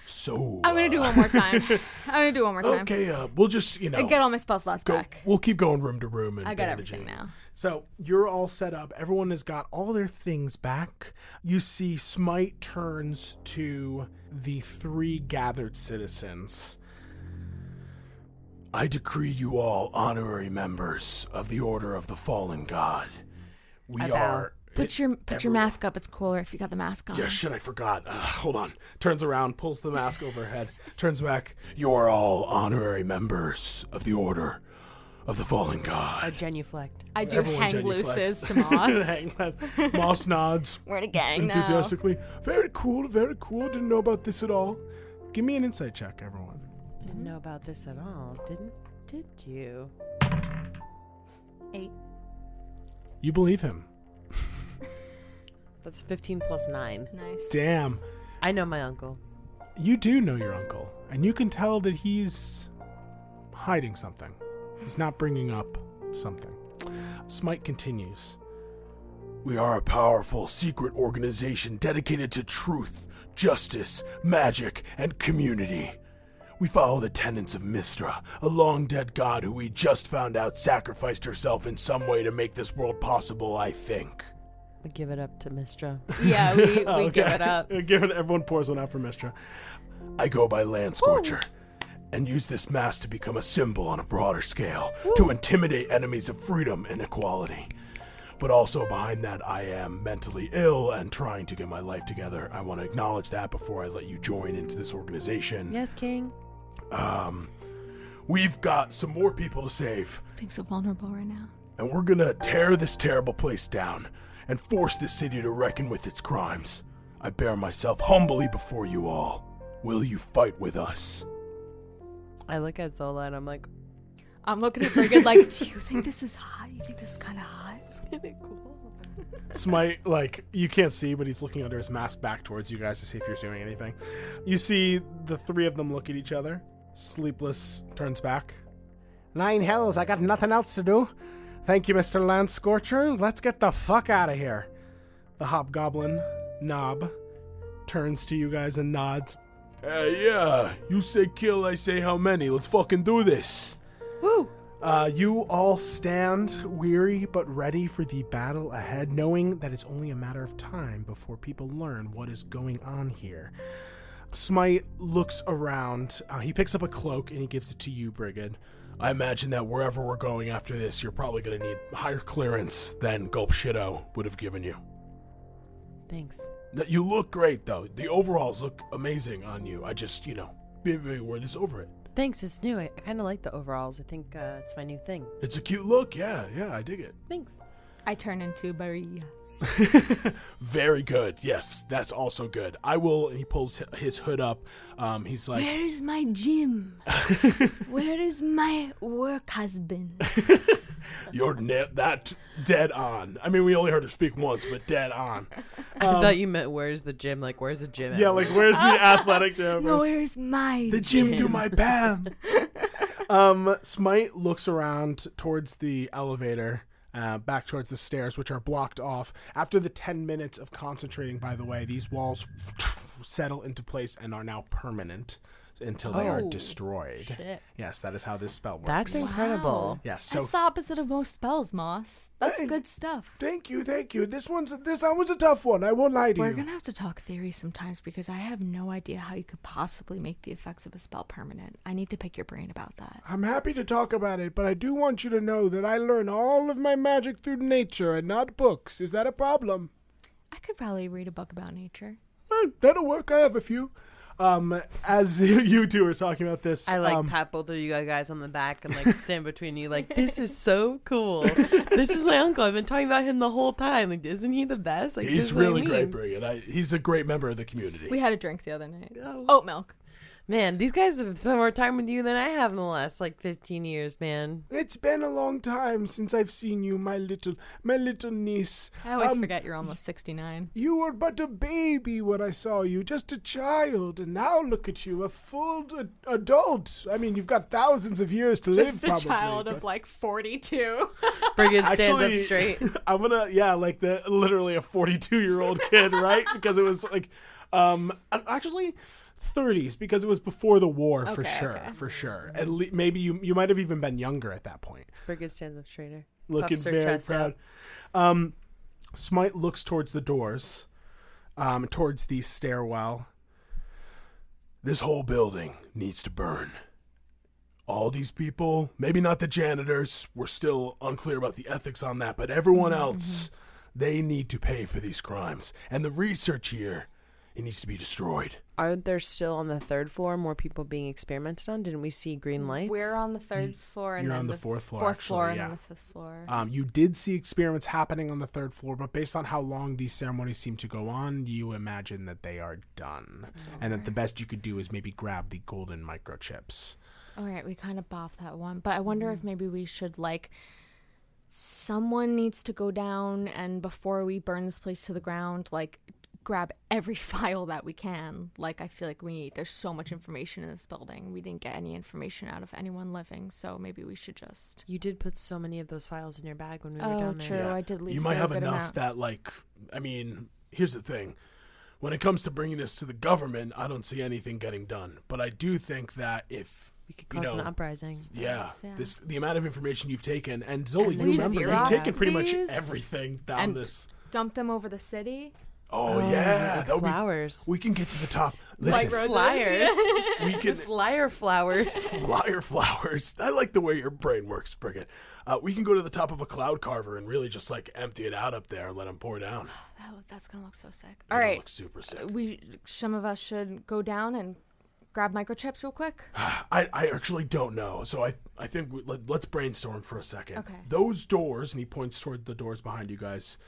Speaker 6: So
Speaker 3: I'm gonna do one more time. I'm gonna do one more time.
Speaker 6: okay, uh, we'll just you know
Speaker 3: And get all my spell slots back.
Speaker 6: we'll keep going room to room and
Speaker 3: I got
Speaker 6: bandaging.
Speaker 3: everything now.
Speaker 1: So you're all set up. Everyone has got all their things back. You see, Smite turns to the three gathered citizens.
Speaker 6: I decree you all honorary members of the Order of the Fallen God. We are.
Speaker 3: Put your put your mask up. It's cooler if you got the mask on.
Speaker 6: Yeah, shit, I forgot. Uh, hold on.
Speaker 1: Turns around, pulls the mask over her head, turns back.
Speaker 6: You are all honorary members of the Order of the Fallen
Speaker 2: I
Speaker 6: God.
Speaker 2: genuflect.
Speaker 3: I do hang looses to moss.
Speaker 1: Hang loose. Moss nods
Speaker 3: We're in a gang now.
Speaker 1: enthusiastically. Very cool, very cool. Didn't know about this at all. Give me an insight check, everyone.
Speaker 2: Didn't know about this at all. Didn't? Did you?
Speaker 3: Eight.
Speaker 1: You believe him.
Speaker 2: That's fifteen plus nine.
Speaker 3: Nice.
Speaker 1: Damn.
Speaker 2: I know my uncle.
Speaker 1: You do know your uncle, and you can tell that he's hiding something. He's not bringing up something. Smite continues.
Speaker 6: We are a powerful secret organization dedicated to truth, justice, magic, and community. We follow the tenets of Mistra, a long dead god who we just found out sacrificed herself in some way to make this world possible, I think.
Speaker 4: We give it up to Mistra.
Speaker 3: Yeah, we, we
Speaker 1: Okay.
Speaker 3: give it up.
Speaker 1: Give it. Everyone pours one out for Mistra.
Speaker 6: I go by Land Scorcher and use this mask to become a symbol on a broader scale to intimidate enemies of freedom and equality. But also behind that, I am mentally ill and trying to get my life together. I want to acknowledge that before I let you join into this organization. Um,
Speaker 2: Yes, King.
Speaker 6: We've got some more people to save.
Speaker 3: Being so vulnerable right now.
Speaker 6: and we're gonna tear this terrible place down and force this city to reckon with its crimes. I bear myself humbly before you all. Will you fight with us?
Speaker 4: I look at Zola and I'm like,
Speaker 3: I'm looking at Brigid like, do you think this is hot? You think this is kind of hot?
Speaker 1: Smite, like, you can't see, but he's looking under his mask back towards you guys to see if you're doing anything. You see the three of them look at each other. Sleepless turns back.
Speaker 9: Nine hells, I got nothing else to do.
Speaker 1: Thank you, Mr. Land Scorcher. Let's get the fuck out of here. The hobgoblin, Knob, turns to you guys and nods.
Speaker 6: Hey, Uh, yeah. You say kill, I say how many. Let's fucking do this.
Speaker 1: Uh, you all stand weary but ready for the battle ahead, knowing that it's only a matter of time before people learn what is going on here. Smite looks around. Uh, he picks up a cloak and he gives it to you, Brigid.
Speaker 6: I imagine that wherever we're going after this, you're probably gonna need higher clearance than Gulp Shido would have given you.
Speaker 4: thanks.
Speaker 6: That You look great, though. The overalls look amazing on you. I just, you know, maybe wear this over it.
Speaker 4: Thanks, it's new. I kind of like the overalls. I think uh, it's my new thing.
Speaker 6: It's a cute look. Yeah, yeah, I dig it.
Speaker 4: Thanks.
Speaker 3: I turn into Maria.
Speaker 6: Very good. Yes, that's also good. I will. And he pulls hi- his hood up. Um, he's like,
Speaker 3: Where is my gym? Where is my work husband?
Speaker 6: "You're ne- that dead on." I mean, we only heard her speak once, but dead on.
Speaker 4: I thought you meant where's the gym? Like, where's the gym? at?
Speaker 1: Um, Yeah, like, where's the athletic
Speaker 3: No, where is my
Speaker 6: The gym to my Pam.
Speaker 1: Um, Smite looks around towards the elevator, uh, back towards the stairs, which are blocked off. After the 10 minutes of concentrating, by the way, these walls settle into place and are now permanent until they are destroyed. Yes, that is how this spell works.
Speaker 4: That's incredible.
Speaker 1: yes, so
Speaker 3: That's the opposite of most spells, Moss. That's good stuff.
Speaker 1: thank you, thank you. This one's this that was a tough one. I won't lie to
Speaker 3: We're
Speaker 1: you.
Speaker 3: gonna have to talk theory sometimes because I have no idea how you could possibly make the effects of a spell permanent. I need to pick your brain about that.
Speaker 1: I'm happy to talk about it, but I do want you to know that I learn all of my magic through nature and not books. Is that a problem?
Speaker 3: I could probably read a book about nature.
Speaker 1: Eh, That'll work. I have a few. Um, as you two are talking about this,
Speaker 4: I like
Speaker 1: um,
Speaker 4: pat both of you guys on the back and like stand between you. Like, this is so cool. this is my uncle. I've been talking about him the whole time. Like, isn't he the best? Like, this
Speaker 6: He's
Speaker 4: is what I
Speaker 6: really great,
Speaker 4: mean."
Speaker 6: Brian. I, he's a great member of the community.
Speaker 3: We had a drink the other night. Oat milk.
Speaker 4: Oh, Man, these guys have spent more time with you than I have in the last like 15 years, man.
Speaker 1: it's been a long time since I've seen you, my little, my little niece.
Speaker 3: I always
Speaker 1: Um,
Speaker 3: forget you're almost 69.
Speaker 1: You were but a baby when I saw you, just a child, and now look at you, a full ad- adult. I mean, you've got thousands of years to live,
Speaker 3: Just a
Speaker 1: probably.
Speaker 3: child
Speaker 1: but-
Speaker 3: of like 42.
Speaker 4: Brigid stands
Speaker 1: Actually-
Speaker 4: up straight.
Speaker 1: I'm gonna yeah, like the literally a 42 year old kid, right? because it was like, um, actually. 30s because it was before the war for
Speaker 3: Okay,
Speaker 1: sure for sure at le- maybe you you might have even been younger at that point
Speaker 4: Brigid stands up straighter.
Speaker 1: looking
Speaker 4: Puffs her
Speaker 1: very
Speaker 4: chest
Speaker 1: proud
Speaker 4: out.
Speaker 1: um smite looks towards the doors um towards the stairwell
Speaker 6: This whole building needs to burn. All these people, maybe not the janitors, we're still unclear about the ethics on that, but
Speaker 4: Mm-hmm.
Speaker 6: everyone else, they need to pay for these crimes. And the research here, it needs to be destroyed.
Speaker 4: Aren't there still on the third floor more people being experimented on? Didn't we see green lights?
Speaker 3: We're on the third floor and
Speaker 1: you're
Speaker 3: then
Speaker 1: on the
Speaker 3: the
Speaker 1: fourth floor,
Speaker 3: Fourth floor
Speaker 1: actually,
Speaker 3: and then
Speaker 1: yeah.
Speaker 3: the fifth floor.
Speaker 1: Um, you did see experiments happening on the third floor, but based on how long these ceremonies seem to go on, you imagine that they are done. And that the best you could do is maybe grab the golden microchips.
Speaker 3: All right, we kind of boffed that one, but I wonder
Speaker 1: Mm-hmm.
Speaker 3: if maybe we should like someone needs to go down and before we burn this place to the ground, like grab every file that we can. Like I feel like we there's so much information in this building. We didn't get any information out of anyone living, so maybe we should just
Speaker 4: You did put so many of those files in your bag when we were
Speaker 3: Oh,
Speaker 4: down there.
Speaker 3: true. I did leave
Speaker 6: You might
Speaker 3: a
Speaker 6: have
Speaker 3: good
Speaker 6: enough
Speaker 3: amount.
Speaker 6: that, like, I mean, here's the thing. When it comes to bringing this to the government, I don't see anything getting done. But I do think that if
Speaker 4: We could
Speaker 6: you
Speaker 4: cause
Speaker 6: know,
Speaker 4: an uprising.
Speaker 6: yeah,
Speaker 3: yeah.
Speaker 6: this the amount of information you've taken, and Zola,
Speaker 3: And
Speaker 6: you
Speaker 3: we
Speaker 6: remember you've
Speaker 3: Xeroxed
Speaker 6: taken pretty much
Speaker 3: these?
Speaker 6: everything down
Speaker 3: And-
Speaker 6: this.
Speaker 3: dump them over the city.
Speaker 1: Oh, yeah, that would be.
Speaker 10: Flowers.
Speaker 1: We can get to the top. Listen,
Speaker 10: Flyers.
Speaker 1: we can
Speaker 10: Flyer flowers.
Speaker 1: flyer flowers. I like the way your brain works, Brigitte. Uh, we can go to the top of a cloud carver and really just like empty it out up there and let them pour down.
Speaker 3: That, would- that's gonna look so sick. All
Speaker 1: That
Speaker 3: right,
Speaker 1: looks super sick.
Speaker 3: we some of us should go down and grab microchips real quick.
Speaker 1: I, I actually don't know. So I I think we, let, let's brainstorm for a second.
Speaker 3: Okay.
Speaker 1: Those doors, and he points toward the doors behind you guys.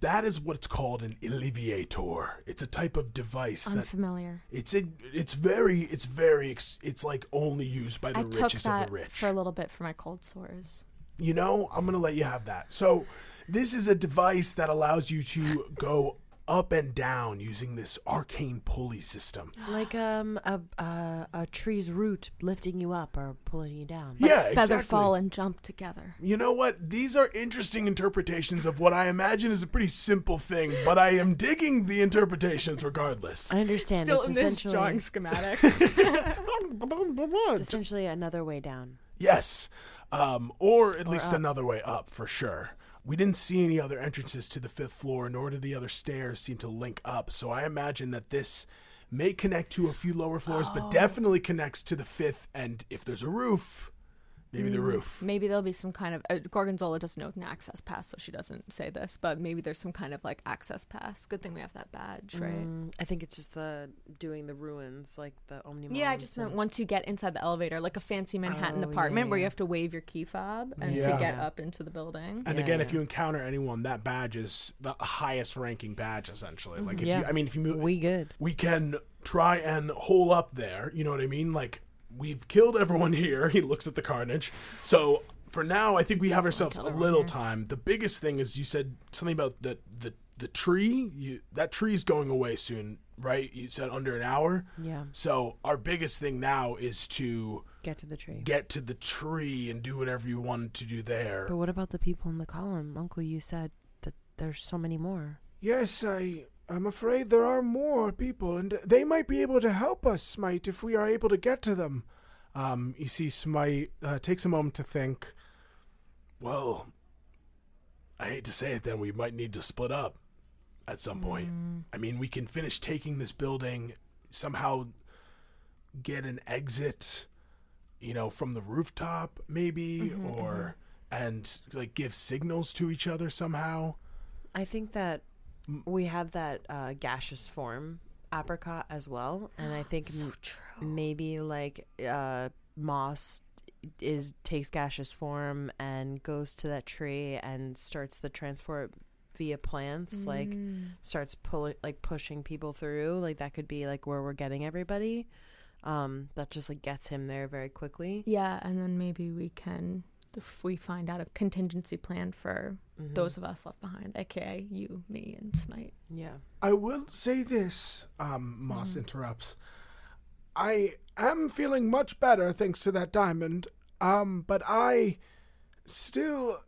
Speaker 1: That is what's called an alleviator. It's a type of device that
Speaker 3: Unfamiliar.
Speaker 1: it's in, it's very it's very ex, it's like only used by the
Speaker 3: I took
Speaker 1: richest of
Speaker 3: that
Speaker 1: the rich.
Speaker 3: for a little bit for my cold sores.
Speaker 1: you know, I'm gonna let you have that. So, this is a device that allows you to go up and down using this arcane pulley system.
Speaker 10: like um a, a a tree's root lifting you up or pulling you down.
Speaker 1: yeah,
Speaker 3: Feather
Speaker 1: exactly.
Speaker 3: fall and jump together.
Speaker 1: You know what? These are interesting interpretations of what I imagine is a pretty simple thing, but I am digging the interpretations regardless.
Speaker 10: I understand. it's essentially
Speaker 3: schematic.
Speaker 10: it's essentially another way down.
Speaker 1: Yes. Um, or at least another way up for sure. We didn't see any other entrances to the fifth floor, nor did the other stairs seem to link up. So I imagine that this may connect to a few lower floors, but definitely connects to the fifth. And if there's a roof, maybe the roof.
Speaker 3: maybe there'll be some kind of uh, Gorgonzola doesn't know an access pass, so she doesn't say this. But maybe there's some kind of like access pass. Good thing we have that badge, right?
Speaker 1: Mm,
Speaker 4: I think it's just the doing the ruins, like the Omni.
Speaker 3: Yeah, I just meant once you get inside the elevator, like a fancy Manhattan
Speaker 4: Oh,
Speaker 3: apartment
Speaker 4: yeah,
Speaker 3: where you
Speaker 4: yeah.
Speaker 3: have to wave your key fob and
Speaker 1: Yeah.
Speaker 3: to get up into the building.
Speaker 1: And
Speaker 4: Yeah,
Speaker 1: again,
Speaker 4: yeah.
Speaker 1: if you encounter anyone, that badge is the highest ranking badge, essentially. Like, if
Speaker 10: Yeah.
Speaker 1: you, I mean, if you move,
Speaker 10: We good.
Speaker 1: we can try and hole up there. You know what I mean? Like we've killed everyone here. He looks at the carnage. So for now, I think we have ourselves a little time. The biggest thing is you said something about the the the tree. You that tree's going away soon, right? You said under an hour.
Speaker 10: Yeah.
Speaker 1: So our biggest thing now is to
Speaker 10: Get to the tree.
Speaker 1: get to the tree and do whatever you wanted to do there.
Speaker 10: But what about the people in the column, Uncle? You said that there's so many more.
Speaker 11: Yes, I. I'm afraid there are more people, and they might be able to help us, Smite, if we are able to get to them. Um, you see, Smite uh, takes a moment to think.
Speaker 1: Well, I hate to say it then, we might need to split up at some point. I mean, we can finish taking this building, somehow get an exit, you know, from the rooftop, maybe, or, and like give signals to each other somehow.
Speaker 4: I think that we have that uh, gaseous form apricot as well, and I think m- maybe like uh, moss is takes gaseous form and goes to that tree and starts the transport via plants like
Speaker 3: Mm.
Speaker 4: starts pulling like pushing people through like that could be like where we're getting everybody um that just like gets him there very quickly
Speaker 3: Yeah, and then maybe we can, if we find out a contingency plan for
Speaker 1: Mm-hmm.
Speaker 3: those of us left behind, aka you, me, and Smite.
Speaker 4: yeah
Speaker 11: I will say this, um, Moss interrupts. I am feeling much better thanks to that diamond, um, but I still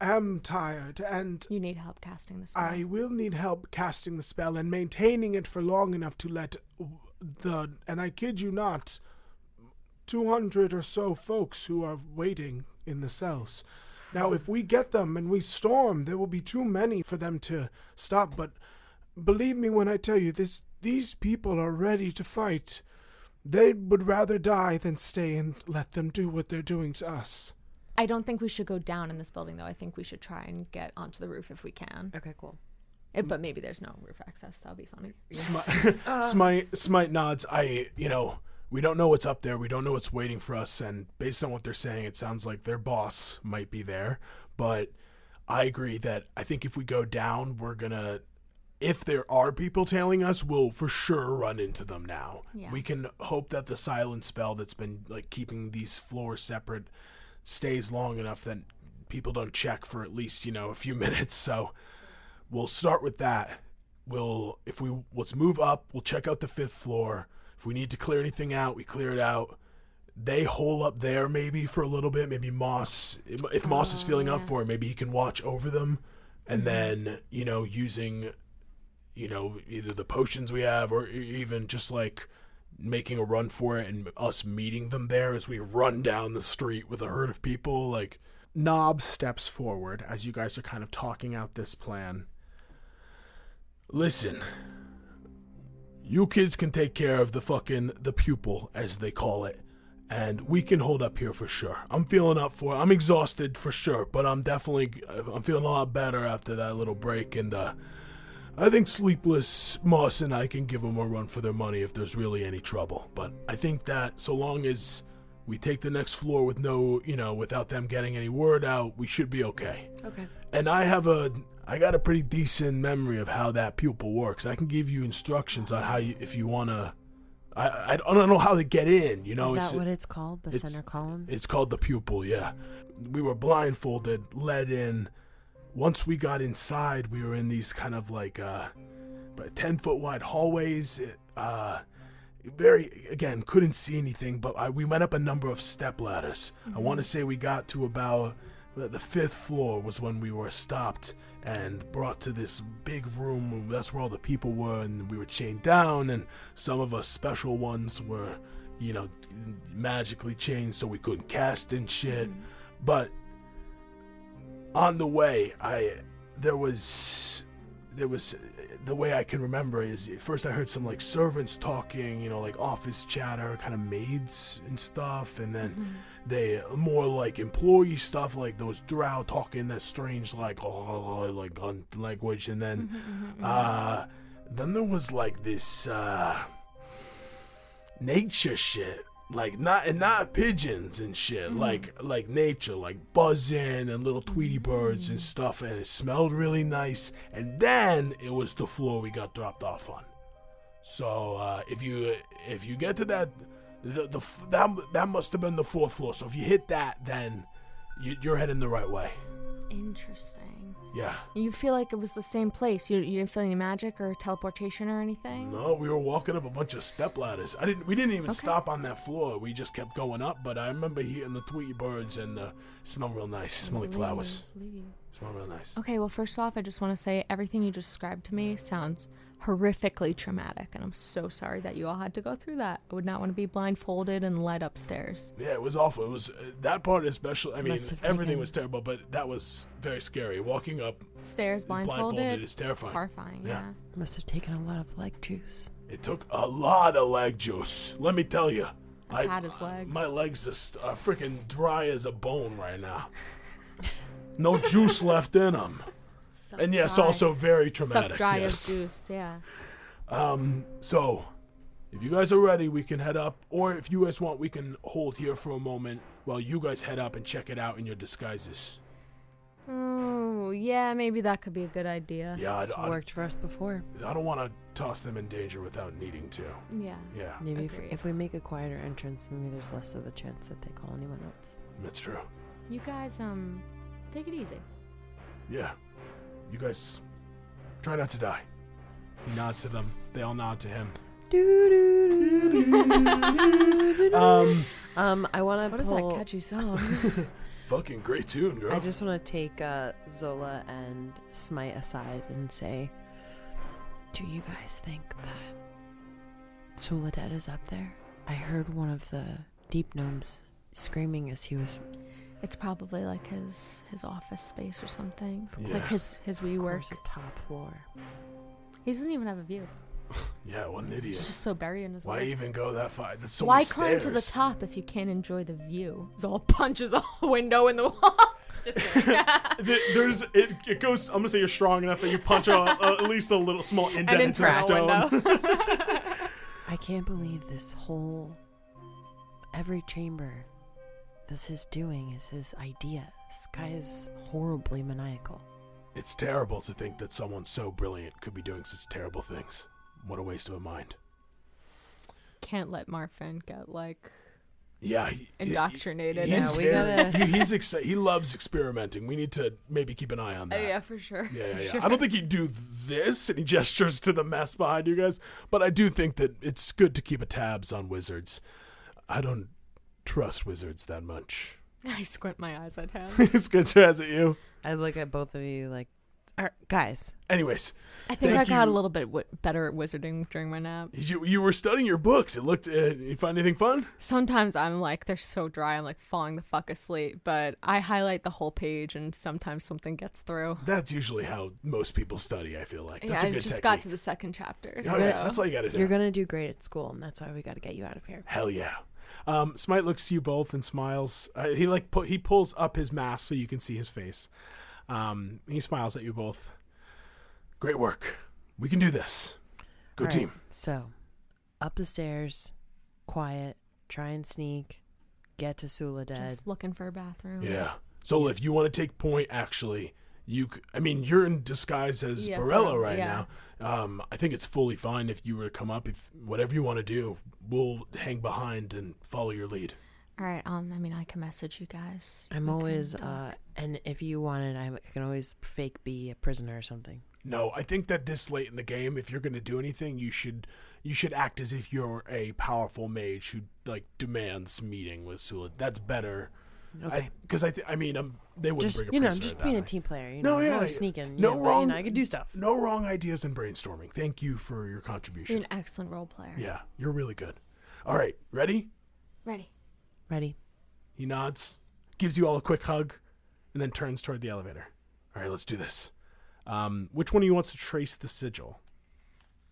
Speaker 11: am tired, and
Speaker 3: You need help casting this.
Speaker 11: I will need help casting the spell and maintaining it for long enough to let w- the, and I kid you not, 200 or so folks who are waiting in the cells. Now, if we get them and we storm, there will be too many for them to stop, but believe me when I tell you this these people are ready to fight. They would rather die than stay and let them do what they're doing to us.
Speaker 3: I don't think we should go down in this building, though. I think we should try and get onto the roof if we can.
Speaker 4: okay cool
Speaker 3: Eh, but maybe there's no roof access. That'll be funny.
Speaker 1: Smite, Smite, Smite nods. I, you know, we don't know what's up there. We don't know what's waiting for us. And based on what they're saying, it sounds like their boss might be there. But I agree that I think if we go down, we're gonna. If there are people tailing us, we'll for sure run into them now.
Speaker 3: Yeah.
Speaker 1: We can hope that the silent spell that's been like keeping these floors separate stays long enough that people don't check for at least, you know, a few minutes. So we'll start with that. We'll if we let's move up. We'll check out the fifth floor. If we need to clear anything out, we clear it out. They hole up there maybe for a little bit. Maybe Moss, if Moss is feeling up for it, maybe he can watch over them, and then you know using, you know either the potions we have or e- even just like making a run for it and us meeting them there as we run down the street with a herd of people like
Speaker 11: Nob steps forward as you guys are kind of talking out this plan.
Speaker 1: Listen, you kids can take care of the fucking the pupil as they call it, and we can hold up here for sure. I'm feeling up for it. I'm exhausted for sure, but I'm definitely I'm feeling a lot better after that little break, and uh, I think Sleepless Moss and I can give them a run for their money if there's really any trouble. But I think that so long as we take the next floor with no, you know, without them getting any word out, we should be okay.
Speaker 4: Okay.
Speaker 1: And I have a I got a pretty decent memory of how that pupil works. I can give you instructions on how you if you want to I, I don't know how to get in, you know.
Speaker 4: Is
Speaker 1: it's
Speaker 4: that what it's called? The
Speaker 1: it's-
Speaker 4: center column?
Speaker 1: it's called the pupil, yeah. We were blindfolded, led in. Once we got inside, we were in these kind of like uh, 10 foot wide hallways. Uh, very, again, couldn't see anything, but I, we went up a number of step ladders. I want to say we got to about the the fifth floor, was when we were stopped and brought to this big room. That's where all the people were, and we were chained down, and some of us special ones were you know, magically changed so we couldn't cast and shit. But on the way, I there was there was the way I can remember is at first I heard some like servants talking, you know, like office chatter, kind of maids and stuff, and then they more like employee stuff, like those drow talking that strange like oh, like on language, and then uh, then there was like this. uh nature shit like not and not pigeons and shit like like nature like buzzing and little tweety birds and stuff and it smelled really nice and then it was the floor we got dropped off on so uh if you if you get to that the, the f- that that must have been the fourth floor so if you hit that then you, you're heading the right way
Speaker 3: Interesting.
Speaker 1: yeah
Speaker 3: You feel like it was the same place. You, you didn't feel any magic or teleportation or anything?
Speaker 1: No, we were walking up a bunch of step ladders. I didn't. We didn't even stop on that floor. We just kept going up. But I remember hearing the Tweety birds and the smell real nice. Smell like flowers. Smell real nice.
Speaker 3: Okay, well, first off, I just want to say everything you just described to me sounds horrifically traumatic, and I'm so sorry that you all had to go through that. I would not want to be blindfolded and led upstairs.
Speaker 1: Yeah, it was awful. It was uh, that part especially. I mean,
Speaker 4: Must have
Speaker 1: everything
Speaker 4: taken-
Speaker 1: was terrible, but that was very scary. Walking up,
Speaker 3: Stairs blindfolded.
Speaker 1: Blindfolded is terrifying.
Speaker 3: Horrifying,
Speaker 1: Yeah.
Speaker 3: yeah.
Speaker 4: Must have taken a lot of leg juice.
Speaker 1: it took a lot of leg juice. Let me tell you.
Speaker 3: I've had his legs.
Speaker 1: My legs are, st- are freaking dry as a bone right now. No juice left in them. and yes,
Speaker 3: dry.
Speaker 1: also very traumatic.
Speaker 3: Suck dry
Speaker 1: yes.
Speaker 3: as juice, yeah.
Speaker 1: So, if you guys are ready, we can head up, or if you guys want, we can hold here for a moment while you guys head up and check it out in your disguises.
Speaker 3: Oh, yeah, maybe that could be a good idea.
Speaker 1: Yeah, I,
Speaker 4: It's
Speaker 1: I,
Speaker 4: worked for us before.
Speaker 1: I don't want to toss them in danger without needing to.
Speaker 3: Yeah.
Speaker 1: Yeah,
Speaker 4: Maybe if,
Speaker 3: Agreed.
Speaker 4: if we make a quieter entrance, maybe there's less of a chance that they call anyone else.
Speaker 1: that's true.
Speaker 3: You guys, um, take it easy.
Speaker 1: Yeah, you guys try not to die. He nods to them. They all nod to him. Um,
Speaker 4: Um, I want to
Speaker 3: What is that
Speaker 4: pull.
Speaker 3: catchy song?
Speaker 1: fucking great tune, girl.
Speaker 4: I just want to take uh, Zola and Smite aside and say, Do you guys think that Soledad is up there? I heard one of the deep gnomes screaming as he was.
Speaker 3: It's probably like his his office space or something.
Speaker 1: Yes.
Speaker 3: Like his his
Speaker 4: of
Speaker 3: WeWork.
Speaker 4: course, the top floor.
Speaker 3: He doesn't even have a view.
Speaker 1: yeah, what an
Speaker 3: He's
Speaker 1: idiot.
Speaker 3: just so buried in his.
Speaker 1: Why
Speaker 3: work.
Speaker 1: even go that far? That's so
Speaker 3: Why
Speaker 1: many
Speaker 3: climb to the
Speaker 1: stairs.
Speaker 3: top if you can't enjoy the view? Zol punches a window in the wall. Just kidding.
Speaker 12: Th- There's it, it goes. I'm gonna say you're strong enough that you punch a, a, at least a little small indent into the
Speaker 3: internal
Speaker 12: stone.
Speaker 4: I can't believe this whole. Every chamber this his doing is his idea. This guy is horribly maniacal.
Speaker 1: It's terrible to think that someone so brilliant could be doing such terrible things. What a waste of a mind.
Speaker 3: can't let Marfan get like.
Speaker 1: Yeah, he- he-
Speaker 3: Indoctrinated
Speaker 1: he's
Speaker 4: now. We
Speaker 1: very-
Speaker 4: gotta-
Speaker 1: he- he's exci- he loves experimenting. We need to maybe keep an eye on that.
Speaker 3: Oh, yeah, for sure.
Speaker 1: yeah, yeah, yeah. I don't think he'd do this, and he gestures to the mess behind you guys. But I do think that it's good to keep a tabs on wizards. I don't trust wizards that much.
Speaker 3: I squint my eyes at him.
Speaker 12: It's good to as at you.
Speaker 13: I look at both of you like,
Speaker 2: All right, guys,
Speaker 6: Anyways,
Speaker 3: I think
Speaker 6: Thank
Speaker 3: I got
Speaker 6: you.
Speaker 3: a little bit w- better at wizarding during my nap.
Speaker 6: you, you were studying your books. It looked. Uh, you find anything fun?
Speaker 3: Sometimes I'm like, they're so dry, I'm like falling the fuck asleep, but I highlight the whole page and sometimes something gets through.
Speaker 6: That's usually how most people study. I feel like that's
Speaker 3: yeah,
Speaker 6: a
Speaker 3: I
Speaker 6: good
Speaker 3: just
Speaker 6: technique.
Speaker 3: got to the second chapter.
Speaker 6: Oh,
Speaker 3: so.
Speaker 6: yeah, that's all you got to do.
Speaker 4: You're gonna do great at school, and that's why we got to get you out of here.
Speaker 6: Hell yeah.
Speaker 1: Um, Smite looks to you both and smiles. Uh, he like pu- he pulls up his mask so you can see his face. Um, he smiles at you both.
Speaker 6: Great work. We can do this. Good
Speaker 4: All right,
Speaker 6: team.
Speaker 4: So, up the stairs, quiet. Try and sneak. Get to Sula dead.
Speaker 3: Just looking for a bathroom.
Speaker 4: Mm-hmm.
Speaker 6: Yeah. Zola, if you want to take point, actually, you. c- I mean, you're in disguise as
Speaker 3: Yeah,
Speaker 6: Barella
Speaker 3: Barella,
Speaker 6: right
Speaker 3: yeah.
Speaker 6: now. Um, I think it's fully fine if you were to come up. If whatever you want to do, we'll hang behind and follow your lead.
Speaker 3: All right. Um. I mean, I can message you guys.
Speaker 4: I'm always, uh, and if you wanted, I can always fake be a prisoner or something.
Speaker 6: No, I think that this late in the game, if you're going to do anything, you should you should act as if you're a powerful mage who like demands meeting with Sula. That's better.
Speaker 4: Okay.
Speaker 6: Because I, th- I mean, um, they wouldn't
Speaker 4: Just
Speaker 6: bring a
Speaker 4: you know,
Speaker 6: prisoner
Speaker 4: just
Speaker 6: that
Speaker 4: being a
Speaker 6: way.
Speaker 4: team player. You know,
Speaker 6: No,
Speaker 4: I'm
Speaker 6: yeah,
Speaker 4: always
Speaker 6: yeah.
Speaker 4: sneaking.
Speaker 6: No
Speaker 4: yeah, but,
Speaker 6: wrong-
Speaker 4: You know, I can do stuff.
Speaker 6: No wrong ideas and brainstorming. Thank you for your
Speaker 3: You're
Speaker 6: contribution.
Speaker 3: an excellent role player.
Speaker 6: Yeah, you're really good. All right, ready?
Speaker 3: Ready.
Speaker 4: Ready?
Speaker 6: He nods, gives you all a quick hug, and then turns toward the elevator. All right, let's do this. Um, which one of you wants to trace the sigil?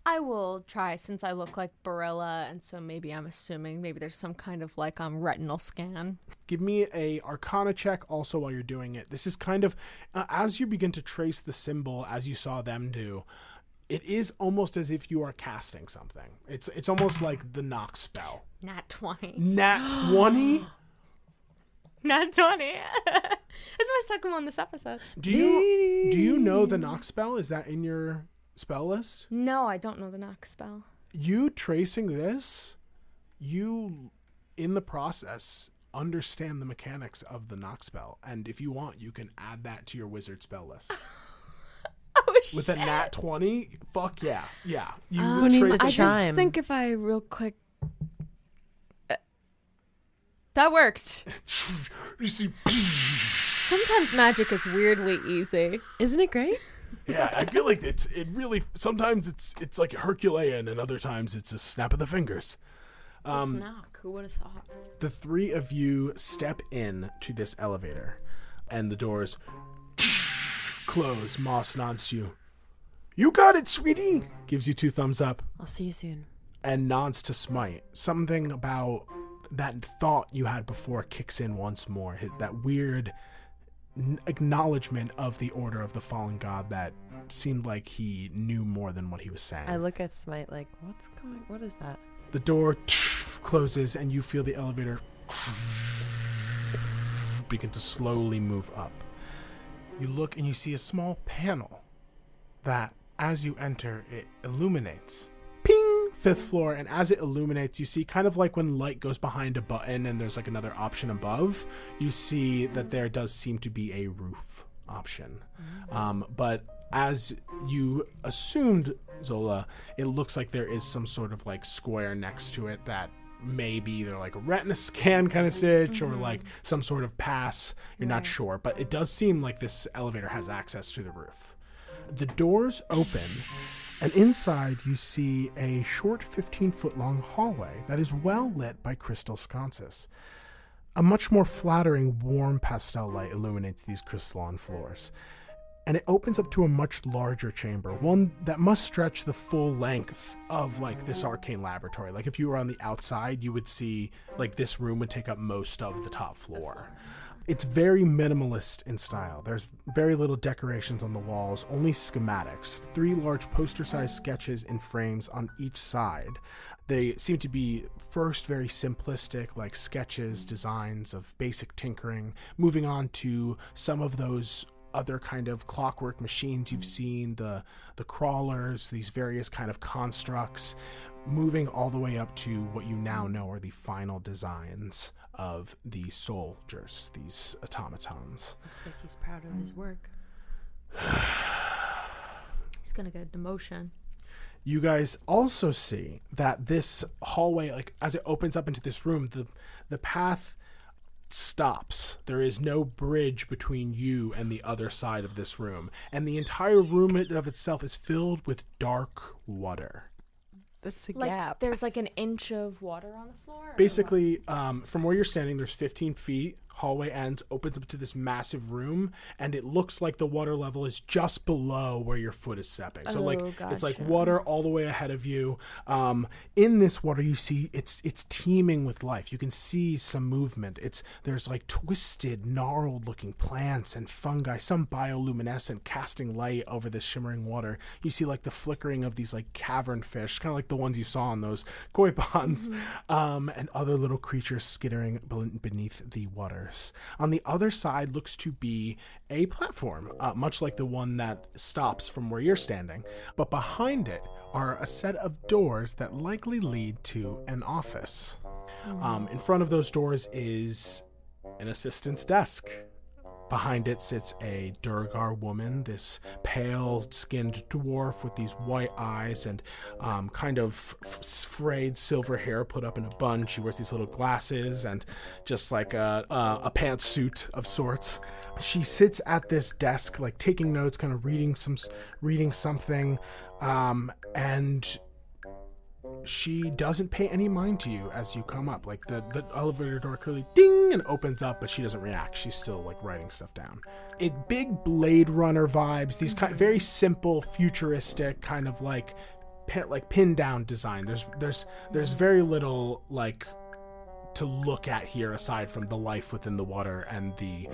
Speaker 3: I will try since I look like Barella, and so maybe I'm assuming maybe there's some kind of like um retinal scan.
Speaker 1: Give me a Arcana check also while you're doing it. This is kind of uh, as you begin to trace the symbol as you saw them do. It is almost as if you are casting something. It's it's almost like the knock spell.
Speaker 3: Not twenty.
Speaker 1: Nat twenty.
Speaker 3: Not twenty. this is my second one this episode.
Speaker 1: Do you do you know the knock spell? Is that in your spell list?
Speaker 3: No, I don't know the knock spell.
Speaker 1: You tracing this, you in the process understand the mechanics of the knock spell, and if you want, you can add that to your wizard spell list.
Speaker 3: Oh
Speaker 1: With a nat twenty, fuck yeah, yeah. You
Speaker 4: Who needs
Speaker 1: trace
Speaker 4: a
Speaker 1: the-
Speaker 3: Um, I
Speaker 4: chime?
Speaker 3: just think if I real quick. Uh, That worked.
Speaker 6: You see,
Speaker 3: Sometimes magic is weirdly easy.
Speaker 4: Isn't it great?
Speaker 6: yeah, I feel like it's it really. Sometimes it's it's like Herculean, and other times it's a snap of the fingers.
Speaker 3: Just knock. Who would have thought?
Speaker 1: the three of you step in to this elevator, and the doors close. Moss nods to you. You got it, sweetie. Gives you two thumbs up.
Speaker 4: I'll see you soon.
Speaker 1: and nods to Smite. Something about that thought you had before kicks in once more. Hit That weird n- acknowledgement of the order of the fallen god that seemed like he knew more than what he was saying.
Speaker 4: I look at Smite like, what's going? What is that?
Speaker 1: the door closes, and you feel the elevator begin to slowly move up. You look and you see a small panel that, as you enter, it illuminates. Ping! Fifth floor, and as it illuminates, you see kind of like when light goes behind a button and there's like another option above, you see that there does seem to be a roof option. Um, but as you assumed, Zola, it looks like there is some sort of like square next to it that may be either like a retina scan kind of sitch or like some sort of pass. You're not sure, but it does seem like this elevator has access to the roof. The doors open, and inside you see a short 15 foot long hallway that is well lit by crystal sconces. A much more flattering, warm pastel light illuminates these crystalline floors. And it opens up to a much larger chamber, one that must stretch the full length of like this arcane laboratory. Like if you were on the outside, you would see like this room would take up most of the top floor. It's very minimalist in style. There's very little decorations on the walls, only schematics. Three large poster sized sketches in frames on each side. They seem to be first very simplistic, like sketches, designs of basic tinkering, moving on to some of those other kind of clockwork machines you've seen the the crawlers these various kind of constructs moving all the way up to what you now know are the final designs of the soldiers these automatons
Speaker 4: Looks like he's proud of his work.
Speaker 3: He's gonna get a demotion.
Speaker 1: you guys also see that this hallway like as it opens up into this room the the path stops. There is no bridge between you and the other side of this room, and the entire room it- of itself is filled with dark water.
Speaker 2: That's a
Speaker 3: Like
Speaker 2: gap.
Speaker 3: there's like an inch of water on the floor. or
Speaker 1: Basically, um, from where you're standing, there's 15 feet. Hallway ends, opens up to this massive room, and it looks like the water level is just below where your foot is stepping. So, like,
Speaker 3: Oh,
Speaker 1: it's like
Speaker 3: gotcha.
Speaker 1: water all the way ahead of you. Um, in this water, you see it's it's teeming with life. You can see some movement. It's there's like twisted, gnarled-looking plants and fungi, some bioluminescent, casting light over the shimmering water. You see like the flickering of these like cavern fish, kind of like the ones you saw in those koi ponds, um, and other little creatures skittering bel- beneath the waters. On the other side looks to be a platform, uh, much like the one that stops from where you're standing, but behind it are a set of doors that likely lead to an office. Um, in front of those doors is an assistant's desk. Behind it sits a Durgar woman, this pale skinned dwarf with these white eyes and um, kind of f- f- frayed silver hair put up in a bun. She wears these little glasses and just like a, a, a pantsuit of sorts. She sits at this desk, like taking notes, kind of reading some, s- reading something, um, and she doesn't pay any mind to you as you come up. Like the, the elevator door clearly ding and opens up, but she doesn't react. She's still like writing stuff down. It big Blade Runner vibes. These kind very simple, futuristic kind of like pin, like pin down design. There's there's there's very little like to look at here aside from the life within the water and the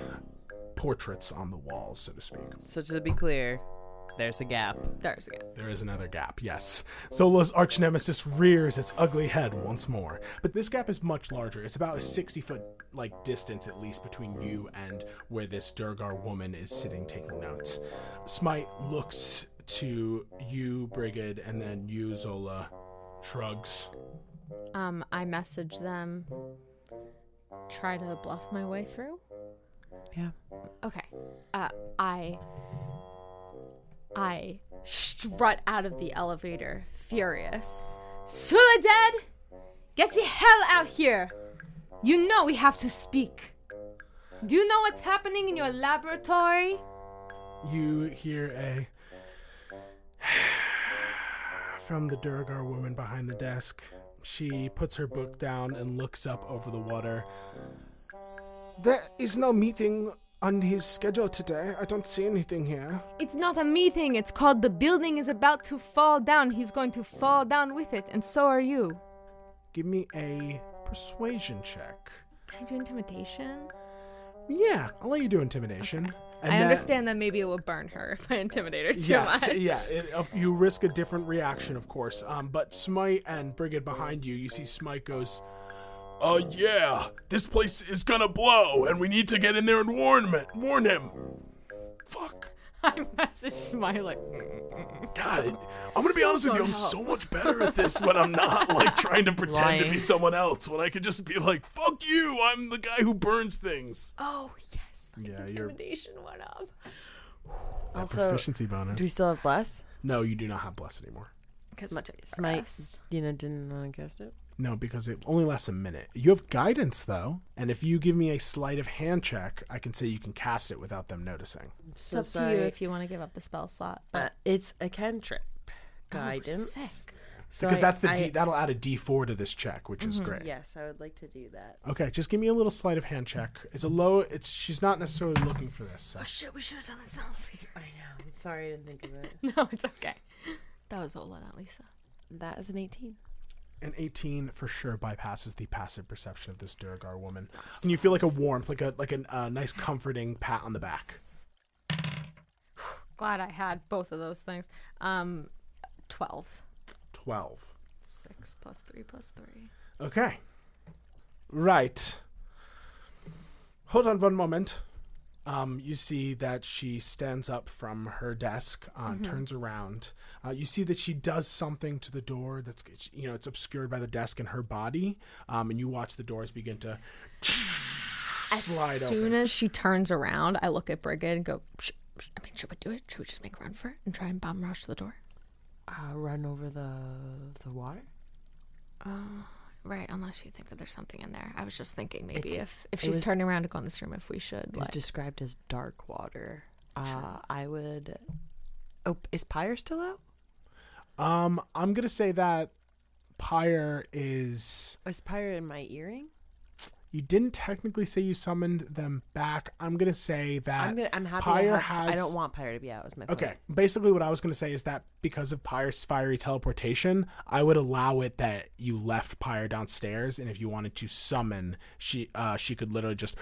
Speaker 1: portraits on the walls, so to speak.
Speaker 2: so to be clear, there's a gap.
Speaker 3: There's a gap.
Speaker 1: There is another gap, yes. Zola's arch nemesis rears its ugly head once more. But this gap is much larger. It's about a 60 foot like distance at least between you and where this Durgar woman is sitting taking notes. Smite looks to you, Brigid, and then you, Zola, shrugs.
Speaker 3: Um, I message them. Try to bluff my way through.
Speaker 2: Yeah.
Speaker 3: Okay. Uh, I. I strut out of the elevator, furious. Suladad, get the hell out here! You know we have to speak. Do you know what's happening in your laboratory?
Speaker 1: You hear a from the Durgar woman behind the desk. She puts her book down and looks up over the water.
Speaker 6: There is no meeting on his schedule today. I don't see anything here.
Speaker 3: It's not a meeting. It's called the building is about to fall down. He's going to fall down with it, and so are you.
Speaker 1: Give me a persuasion check.
Speaker 3: Can I do intimidation?
Speaker 1: Yeah, I'll let you do intimidation. And
Speaker 3: I
Speaker 1: then-
Speaker 3: understand that maybe it would burn her if I intimidate her too
Speaker 1: yes,
Speaker 3: much.
Speaker 1: yeah. it- of- you risk a different reaction, of course. Um, but Smite and Brigid behind you, you see Smite goes,
Speaker 6: Uh, yeah. This place is gonna blow, and we need to get in there and warn him. Warn him. Fuck.
Speaker 3: I messaged my like.
Speaker 6: God, it, I'm gonna be honest with you. I'm so much better at this when I'm not like trying to pretend to be
Speaker 2: Lying.
Speaker 6: someone else. When I could just be like, "Fuck you! I'm the guy who burns things."
Speaker 3: Oh yes, my
Speaker 1: Yeah, you're-
Speaker 3: intimidation went up.
Speaker 2: Also,
Speaker 1: bonus."
Speaker 2: do we still have bless?
Speaker 1: no, you do not have bless anymore.
Speaker 3: Because much
Speaker 2: Smite, you know, didn't want to gift it.
Speaker 1: No, because it only lasts a minute. You have guidance though, and if you give me a sleight of hand check, I can say you can cast it without them noticing.
Speaker 2: I'm
Speaker 3: It's
Speaker 2: so
Speaker 3: up
Speaker 2: sorry.
Speaker 3: to you if you want to give up the spell slot.
Speaker 2: Uh,
Speaker 3: But
Speaker 2: it's a cantrip. Guidance.
Speaker 3: sick.
Speaker 2: So
Speaker 1: Because
Speaker 2: I-
Speaker 1: that's the
Speaker 2: I- Mm-hmm,
Speaker 1: D, that'll add a D4 to this check, which is great.
Speaker 2: Yes, I would like to do that.
Speaker 1: Okay, just give me a little sleight of hand check. It's a low. It's she's not necessarily looking for this. So.
Speaker 3: shit, we should have done this on
Speaker 2: I know. I'm sorry I didn't think of it.
Speaker 3: No, it's okay. That was Ola, not Lisa.
Speaker 2: That is an 18.
Speaker 1: An 18 for sure bypasses the passive perception of this Durgar woman, and you feel like a warmth, like a like a uh, nice comforting pat on the back.
Speaker 3: Glad I had both of those things. Um, twelve.
Speaker 1: Twelve.
Speaker 3: Six plus three plus three.
Speaker 1: Okay. Right. Hold on one moment. Um, you see that she stands up from her desk, uh,
Speaker 4: Mm-hmm.
Speaker 1: turns around. Uh, you see that she does something to the door that's, you know, it's obscured by the desk and her body. Um, and you watch the doors begin to
Speaker 3: As
Speaker 1: Slide
Speaker 3: soon
Speaker 1: open.
Speaker 3: as she turns around, I look at Brigid and go, "Sh- sh- I mean, should we do it? Should we just make a run for it and try and bomb rush the door?
Speaker 2: Uh, run over the the water?
Speaker 3: Uh, Right, unless you think that there's something in there. I was just thinking maybe
Speaker 4: It's-
Speaker 3: if, if
Speaker 4: it
Speaker 3: she's
Speaker 4: was-
Speaker 3: turning around to go in this room, if we should.
Speaker 4: It was
Speaker 3: Like,
Speaker 4: described as dark water. Uh, I would. Oh, is Pyre still out?
Speaker 1: Um, I'm gonna say that Pyre is.
Speaker 4: Is Pyre in my earring?
Speaker 1: You didn't technically say you summoned them back. I'm gonna say that
Speaker 4: I'm gonna. I'm happy.
Speaker 1: Pyre
Speaker 4: to have,
Speaker 1: has.
Speaker 4: I don't want Pyre to be out. Is my point.
Speaker 1: Okay, basically what I was gonna say is that because of Pyre's fiery teleportation, I would allow it that you left Pyre downstairs, and if you wanted to summon, she uh she could literally just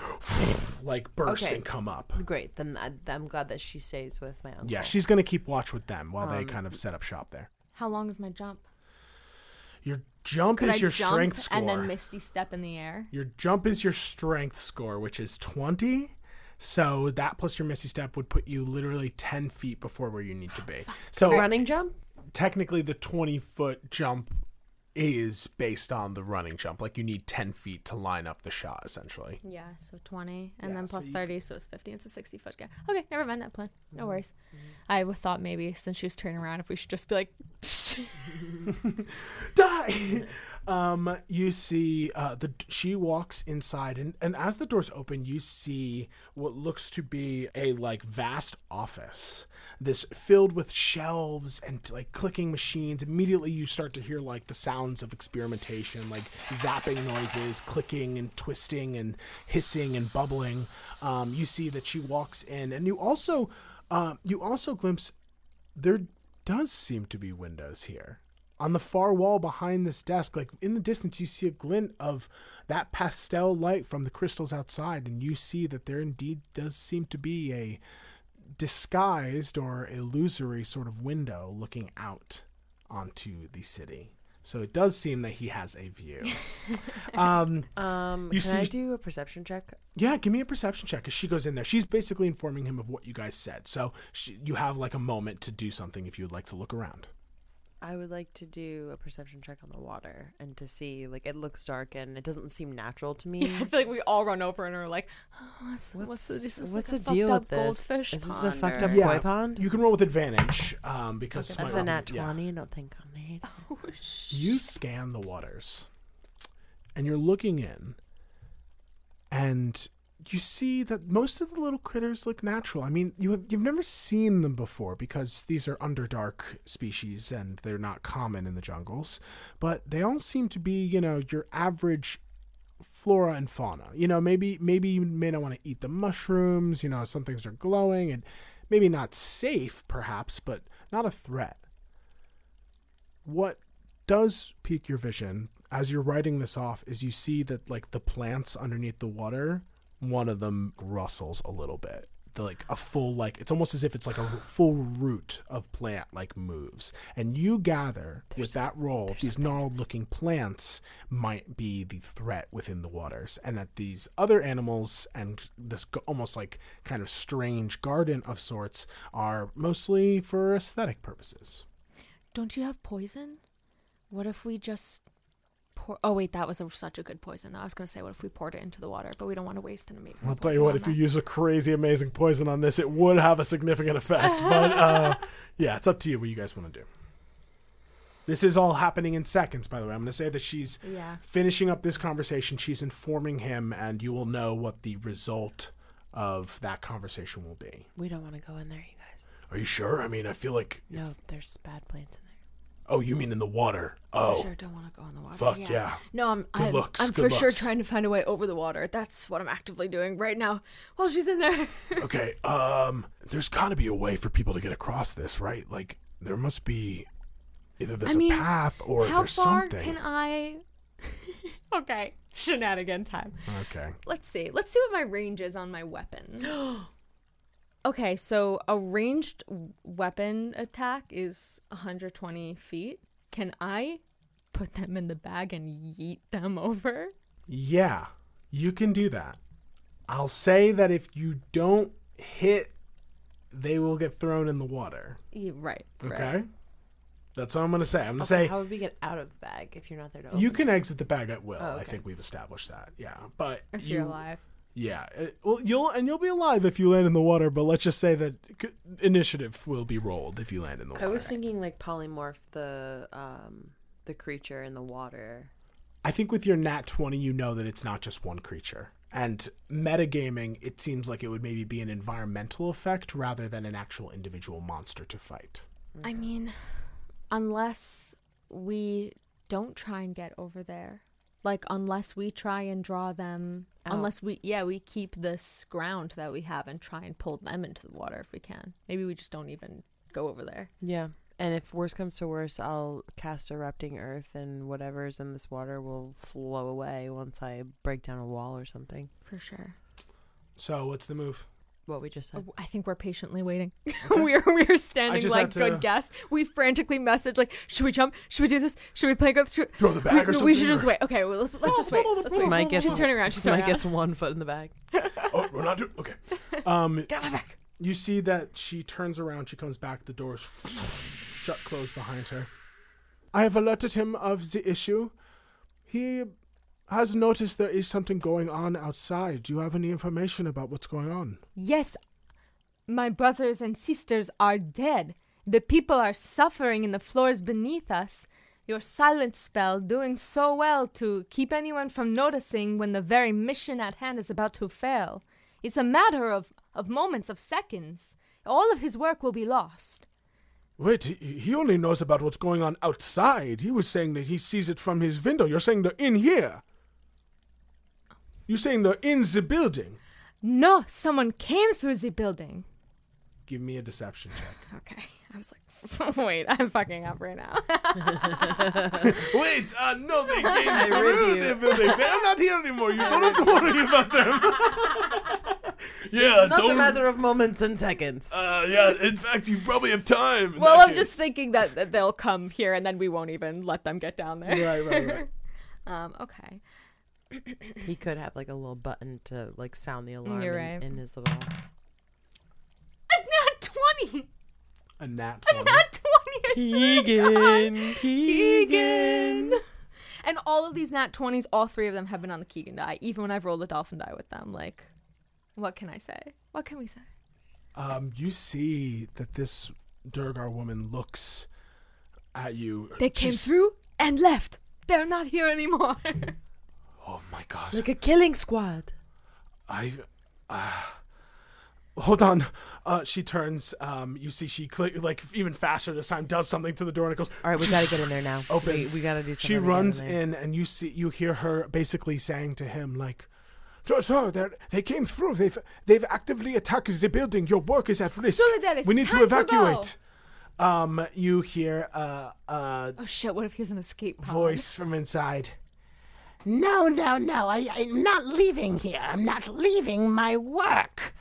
Speaker 1: like burst
Speaker 4: Okay.
Speaker 1: and come up.
Speaker 4: Great. Then I, I'm glad that she stays with my uncle.
Speaker 1: Yeah, she's gonna keep watch with them while
Speaker 3: Um,
Speaker 1: they kind of set up shop there.
Speaker 3: how long is my jump?
Speaker 1: Your jump
Speaker 3: Could
Speaker 1: is
Speaker 3: I
Speaker 1: your
Speaker 3: jump
Speaker 1: strength score.
Speaker 3: and then misty step in the air?
Speaker 1: Your jump is your strength score, which is 20. So that plus your missy step would put you literally 10 feet before where you need to be. So
Speaker 4: running jump.
Speaker 1: technically, the 20 foot jump is based on the running jump. Like you need 10 feet to line up the shot, essentially.
Speaker 3: Yeah, so 20 and
Speaker 1: Yeah,
Speaker 3: then
Speaker 1: so
Speaker 3: plus
Speaker 1: you
Speaker 3: 30, so it's 50. It's a 60 foot guy. Okay, never mind that plan. No
Speaker 4: Mm-hmm.
Speaker 3: worries. I would thought maybe since she was turning around, if we should just be like,
Speaker 4: Mm.
Speaker 1: Die! um, you see, uh, the she walks inside, and, and as the doors open, you see what looks to be a like vast office. This filled with shelves and like clicking machines. Immediately, you start to hear like the sounds of experimentation, like zapping noises, clicking and twisting and hissing and bubbling. Um, you see that she walks in, and you also, um, you also glimpse there does seem to be windows here. On the far wall behind this desk, like in the distance, you see a glint of that pastel light from the crystals outside, and you see that there indeed does seem to be a disguised or illusory sort of window looking out onto the city. So it does seem that he has a view. um,
Speaker 4: Um,
Speaker 1: You
Speaker 4: can I
Speaker 1: see-
Speaker 4: do a perception check?
Speaker 1: yeah, give me a perception check as she goes in there. She's basically informing him of what you guys said. So she, you have like a moment to do something if you would like to look around.
Speaker 4: I would like to do a perception check on the water and to see. Like it looks dark and it doesn't seem natural to me.
Speaker 3: I feel like we all run over and are like, oh, what's, what's, the, this is
Speaker 4: what's
Speaker 3: like
Speaker 4: the
Speaker 3: a
Speaker 4: deal
Speaker 3: fucked
Speaker 4: with
Speaker 3: up
Speaker 4: this?
Speaker 3: goldfish
Speaker 4: Is this a
Speaker 3: pond
Speaker 4: fucked
Speaker 3: or-
Speaker 4: up- koi pond?
Speaker 1: You can roll with advantage um, because
Speaker 4: That's
Speaker 1: my-
Speaker 4: a nat
Speaker 1: yeah.
Speaker 4: twenty. I don't think I need.
Speaker 1: You scan the waters, and you're looking in, and you see that most of the little critters look natural. I mean, you have, you've never seen them before because these are underdark species and they're not common in the jungles, but they all seem to be, you know, your average flora and fauna. You know, maybe maybe you may not want to eat the mushrooms. You know, some things are glowing and maybe not safe, perhaps, but not a threat. What does pique your vision as you're writing this off is you see that like the plants underneath the water, one of them rustles a little bit. The, like a full like it's almost as if it's like a full root of plant like moves and you gather with that roll these gnarled looking plants might be the threat within the waters and that these other animals and this g- almost like kind of strange garden of sorts are mostly for aesthetic purposes
Speaker 3: Don't you have poison? What if we just pour? Oh wait, that was a, such a good poison. though. I was gonna say, what if we poured it into the water? But we don't want to waste an amazing.
Speaker 1: I'll tell you
Speaker 3: poison
Speaker 1: what,
Speaker 3: on
Speaker 1: if you
Speaker 3: that.
Speaker 1: use a crazy amazing poison on this, it would have a significant effect. But uh, yeah, it's up to you what you guys want to do. This is all happening in seconds, by the way. I'm going to say that she's
Speaker 3: Yeah.
Speaker 1: finishing up this conversation. She's informing him, and you will know what the result of that conversation will be.
Speaker 4: We don't want to go in there, you guys.
Speaker 6: Are you sure? I mean, I feel like.
Speaker 4: No, there's bad plants in there.
Speaker 6: Oh, you mean in the water? Oh,
Speaker 3: Sure, don't want to go in the water.
Speaker 6: fuck yeah.
Speaker 3: No, I'm. I'm,
Speaker 6: looks,
Speaker 3: I'm for
Speaker 6: good
Speaker 3: sure
Speaker 6: looks.
Speaker 3: trying to find a way over the water. That's what I'm actively doing right now while she's in there.
Speaker 6: Okay, um, there's gotta be a way for people to get across this, right? Like, there must be either there's
Speaker 3: mean,
Speaker 6: a path or
Speaker 3: How
Speaker 6: there's
Speaker 3: far
Speaker 6: something.
Speaker 3: can I? okay, shenanigan time.
Speaker 1: Okay.
Speaker 3: Let's see. Let's see what my range is on my weapon. okay, so a ranged w- weapon attack is 120 feet. Can I put them in the bag and yeet them over?
Speaker 1: Yeah, you can do that. I'll say that if you don't hit, they will get thrown in the water.
Speaker 3: Yeah, right.
Speaker 1: Okay?
Speaker 3: Right.
Speaker 1: That's what I'm going to say. I'm going to
Speaker 4: Also,
Speaker 1: say.
Speaker 4: how would we get out of the bag if you're not there to open?
Speaker 1: You
Speaker 4: it?
Speaker 1: can exit the bag at will. I
Speaker 4: okay.
Speaker 1: think we've established that. Yeah, but
Speaker 3: Oh, If
Speaker 1: you,
Speaker 3: you're alive.
Speaker 1: yeah, it- well, you'll and you'll be alive if you land in the water. But let's just say that c- initiative will be rolled if you land in the water.
Speaker 4: I was thinking like polymorph the um the creature in the water.
Speaker 1: I think with your nat 20, you know that it's not just one creature. And metagaming, it seems like it would maybe be an environmental effect rather than an actual individual monster to fight.
Speaker 3: I mean, unless we don't try and get over there, like unless we try and draw them, unless we yeah we keep this ground that we have and try and pull them into the water if we can. Maybe we just don't even go over there.
Speaker 4: Yeah. And if worse comes to worse, I'll cast erupting earth, and whatever's in this water will flow away once I break down a wall or something.
Speaker 3: For sure.
Speaker 1: So, what's the move?
Speaker 4: What we just said.
Speaker 3: Oh, I think we're patiently waiting. we're we're standing
Speaker 1: just
Speaker 3: like
Speaker 1: have to-
Speaker 3: good guess. We frantically message like, should we jump? Should we do this? Should we play? Go? Should...
Speaker 6: Throw the bag
Speaker 3: we,
Speaker 6: or
Speaker 3: We
Speaker 6: something,
Speaker 3: should just
Speaker 6: or-
Speaker 3: wait. Okay, well, let's let's just wait. Let's wait.
Speaker 4: Smite gets
Speaker 3: she's turning around. She's
Speaker 4: Smite
Speaker 3: turning
Speaker 4: gets one foot in the back.
Speaker 6: Oh, we're not doing. Okay.
Speaker 1: Um, You see that she turns around, she comes back, the doors shut closed behind her. I have alerted him of the issue. He has noticed there is something going on outside. Do you have any information about what's going on?
Speaker 3: Yes, my brothers and sisters are dead. The people are suffering in the floors beneath us. Your silent spell doing so well to keep anyone from noticing when the very mission at hand is about to fail. It's a matter of, of moments, of seconds. All of his work will be lost.
Speaker 6: Wait, he, he only knows about what's going on outside. He was saying that he sees it from his window. You're saying they're in here. You're saying they're in the building.
Speaker 3: No, someone came through the building.
Speaker 1: Give me a deception check.
Speaker 3: Okay, I was like, wait, I'm fucking up right now.
Speaker 6: Wait, uh, no, they came through the building. They are not here anymore. You don't have to worry about them. yeah,
Speaker 4: Not a
Speaker 6: don't.
Speaker 4: matter of moments and seconds.
Speaker 6: Uh, yeah, in fact, you probably have time. in
Speaker 3: well,
Speaker 6: that
Speaker 3: I'm just
Speaker 6: case.
Speaker 3: thinking that, that they'll come here and then we won't even let them get down there.
Speaker 1: right, right, right.
Speaker 3: Um, okay.
Speaker 4: he could have like a little button to like sound the alarm
Speaker 3: You're
Speaker 4: in,
Speaker 3: right.
Speaker 4: in his little.
Speaker 2: Oh
Speaker 3: I'm not 20.
Speaker 1: A nat
Speaker 3: I'm
Speaker 1: one.
Speaker 3: not 20. I swear to God. Keegan. And all of these nat 20s, all three of them have been on the Keegan die, even when I've rolled a dolphin die with them. Like, what can I say? What can we say?
Speaker 1: Um, you see that this Durgar woman looks at you.
Speaker 3: They came
Speaker 1: She's-
Speaker 3: through and left. They're not here anymore.
Speaker 1: Oh my god.
Speaker 4: Like a killing squad.
Speaker 1: I. Uh, hold on. Uh, she turns. Um, you see, she cl- like even faster this time. Does something to the door and it goes.
Speaker 4: All right, we gotta get in there now.
Speaker 1: Opens.
Speaker 4: We, we gotta do something.
Speaker 1: She
Speaker 4: to get
Speaker 1: runs
Speaker 4: in, there.
Speaker 1: in, and you see, you hear her basically saying to him like. "Sir, Sir, they're- they came through. They've they've actively attacked the building. Your work is at risk.
Speaker 3: Solidaris,
Speaker 1: we need to
Speaker 3: time to go."
Speaker 1: evacuate. um, you hear uh, a
Speaker 3: oh shit, what if he has an escape pod?
Speaker 1: voice from inside.
Speaker 9: No, no, no. I, I'm not leaving here. I'm not leaving my work.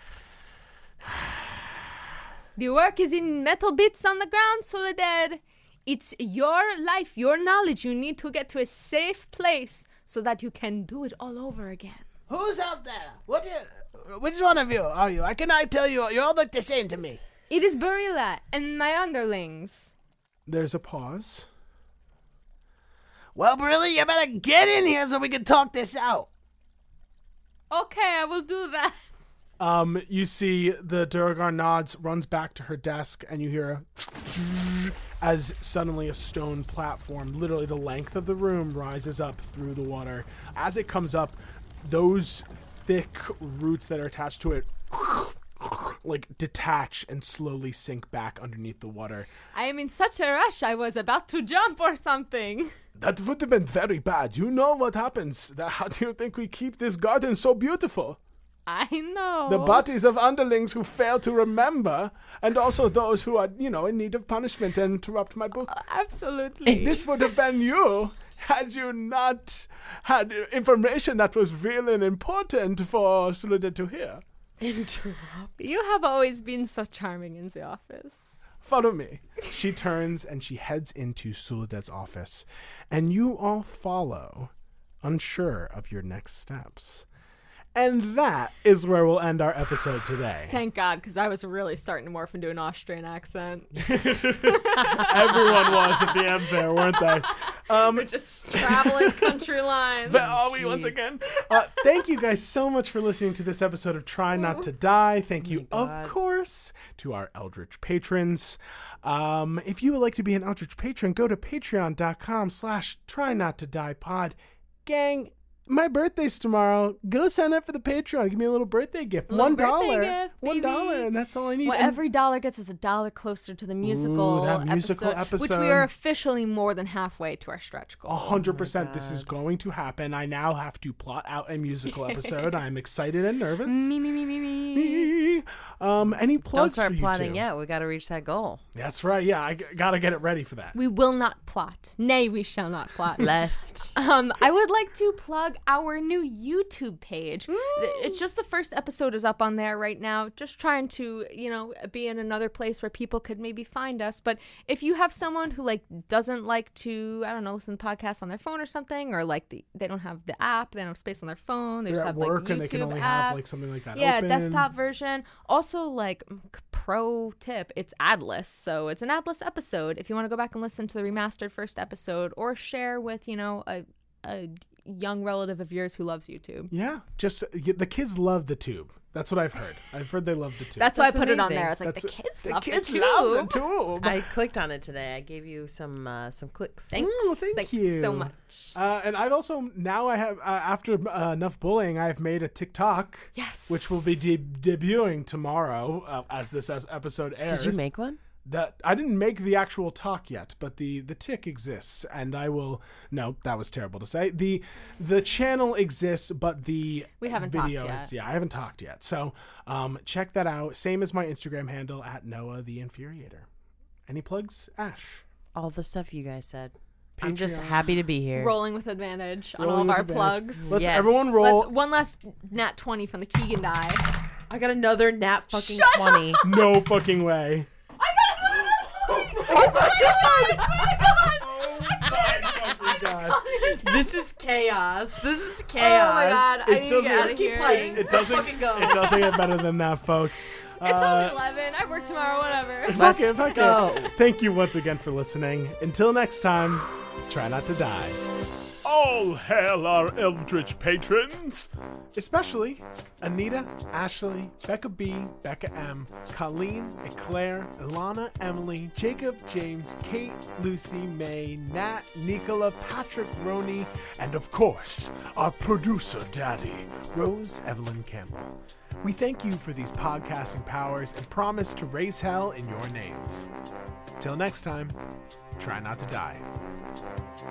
Speaker 3: The work is in metal bits on the ground, Soledad. It's your life, your knowledge. You need to get to a safe place so that you can do it all over again.
Speaker 9: Who's out there? What? i- Which one of you are you? I cannot tell you. You all look the same to me.
Speaker 3: It is Barilla and my underlings.
Speaker 1: There's a pause.
Speaker 9: Well, really, you better get in here so we can talk this out.
Speaker 3: Okay, I will do that.
Speaker 1: Um, you see the Durgar nods, runs back to her desk, and you hear a as suddenly a stone platform, literally the length of the room, rises up through the water. As it comes up, those thick roots that are attached to it like detach and slowly sink back underneath the water.
Speaker 3: I am in such a rush, I was about to jump or something.
Speaker 6: That would have been very bad. You know what happens. That- How do you think we keep this garden so beautiful?
Speaker 3: I know.
Speaker 6: The bodies of underlings who fail to remember, and also those who are, you know, in need of punishment and interrupt my book.
Speaker 3: Uh, Absolutely.
Speaker 6: This would have been you had you not had information that was real and important for Sulida to hear.
Speaker 3: you have always been so charming in the office.
Speaker 6: Follow me.
Speaker 1: She turns and she heads into Suladet's office, and you all follow, unsure of your next steps. And that is where we'll end our episode today.
Speaker 3: Thank God, because I was really starting to morph into an Austrian accent.
Speaker 14: Everyone was at the end there, weren't they?
Speaker 1: Um,
Speaker 3: We're just traveling country lines.
Speaker 6: Where are we once again?
Speaker 1: Oh, Uh, thank you guys so much for listening to this episode of Try Not to Die. Thank you, of course, to our Eldritch patrons. Um, if you would like to be an Eldritch patron, go to patreon.com slash try not to die pod. gang, my birthday's tomorrow. Go sign up for the Patreon. Give me a little birthday gift. one
Speaker 3: birthday
Speaker 1: dollar.
Speaker 3: gift,
Speaker 1: one
Speaker 3: baby.
Speaker 1: dollar, and that's all I need.
Speaker 3: Well,
Speaker 1: And-
Speaker 3: every dollar gets us a dollar closer to the musical,
Speaker 1: that musical
Speaker 3: which we
Speaker 1: episode.
Speaker 3: are officially more than halfway to our stretch
Speaker 1: A
Speaker 3: goal.
Speaker 1: hundred percent. This is going to happen. I now have to plot out a musical episode. I'm excited and nervous.
Speaker 3: Me, me, me, me, me.
Speaker 1: Um, any plugs
Speaker 2: Don't
Speaker 1: for
Speaker 2: start
Speaker 1: you
Speaker 2: plotting
Speaker 1: two?
Speaker 2: yet. We got to reach that goal.
Speaker 1: That's right. Yeah, I g- gotta get it ready for that.
Speaker 3: We will not plot. Nay, we shall not plot.
Speaker 2: Lest.
Speaker 3: Um, I would like to plug our new YouTube page. Th- It's just the first episode is up on there right now. Just trying to, you know, be in another place where people could maybe find us. But if you have someone who like doesn't like to, I don't know, listen to podcasts on their phone or something, or like the, they don't have the app, they don't have space on their phone, they
Speaker 1: They're
Speaker 3: just
Speaker 1: at
Speaker 3: have
Speaker 1: work
Speaker 3: like YouTube
Speaker 1: and they can only
Speaker 3: app.
Speaker 1: have like something like that.
Speaker 3: yeah,
Speaker 1: open.
Speaker 3: desktop version. Also, like m- c- pro tip, it's adless, so it's an adless episode. If you want to go back and listen to the remastered first episode, or share with you know a a young relative of yours who loves YouTube.
Speaker 1: Yeah, just y- the kids love the tube. That's what I've heard. I've heard they love the tube.
Speaker 3: That's, why I put it on there. I was like,
Speaker 1: That's
Speaker 3: the
Speaker 1: it.
Speaker 3: kids
Speaker 1: the
Speaker 3: love
Speaker 1: kids
Speaker 3: the
Speaker 1: love
Speaker 3: tube.
Speaker 1: the tube.
Speaker 2: I clicked on it today. I gave you some uh, some clicks.
Speaker 3: Thanks,
Speaker 1: Oh, thank
Speaker 3: thanks
Speaker 1: you.
Speaker 3: so much.
Speaker 1: Uh, and I've also now I have uh, after uh, enough bullying, I've made a TikTok.
Speaker 3: Yes.
Speaker 1: Which will be de- debuting tomorrow uh, as this as episode airs.
Speaker 2: Did you make one?
Speaker 1: that? I didn't make the actual talk yet, but the the tick exists, and I will. No, that was terrible to say. the The channel exists, but the
Speaker 3: We haven't talked
Speaker 1: video
Speaker 3: yet.
Speaker 1: Is, yeah, I haven't talked yet. So um, check that out. Same as my Instagram handle at Noah the Infuriator. Any plugs, Ash?
Speaker 2: All the stuff you guys said. I'm just happy to be here.
Speaker 3: Rolling with advantage on all
Speaker 1: Rolling
Speaker 3: of
Speaker 1: with
Speaker 3: our
Speaker 1: advantage.
Speaker 3: plugs.
Speaker 1: Let's
Speaker 2: Yes.
Speaker 1: everyone roll.
Speaker 3: Let's one last nat twenty from the Keegan die.
Speaker 2: I got another nap fucking
Speaker 3: Shut
Speaker 2: 20.
Speaker 1: no fucking way. Oh
Speaker 2: This is chaos. This is chaos.
Speaker 3: Oh my god! I
Speaker 1: It
Speaker 3: need to
Speaker 1: doesn't-
Speaker 3: get out
Speaker 1: Let's
Speaker 3: of
Speaker 1: keep
Speaker 3: here.
Speaker 2: playing.
Speaker 1: It doesn't.
Speaker 2: fucking go.
Speaker 1: It doesn't get better than that, folks.
Speaker 3: It's
Speaker 1: Uh,
Speaker 3: only 11. I work tomorrow, whatever.
Speaker 1: Fuck it, fuck it. Thank you once again for listening. Until next time, try not to die.
Speaker 6: All hail our eldritch patrons!
Speaker 1: Especially Anita, Ashley, Becca B, Becca M, Colleen, Eclair, Ilana, Emily, Jacob, James, Kate, Lucy, May, Nat, Nicola, Patrick, Roni,
Speaker 6: And of course, our producer daddy.
Speaker 1: Rose Evelyn Campbell. We thank you for these podcasting powers and promise to raise hell in your names. Till next time, try not to die.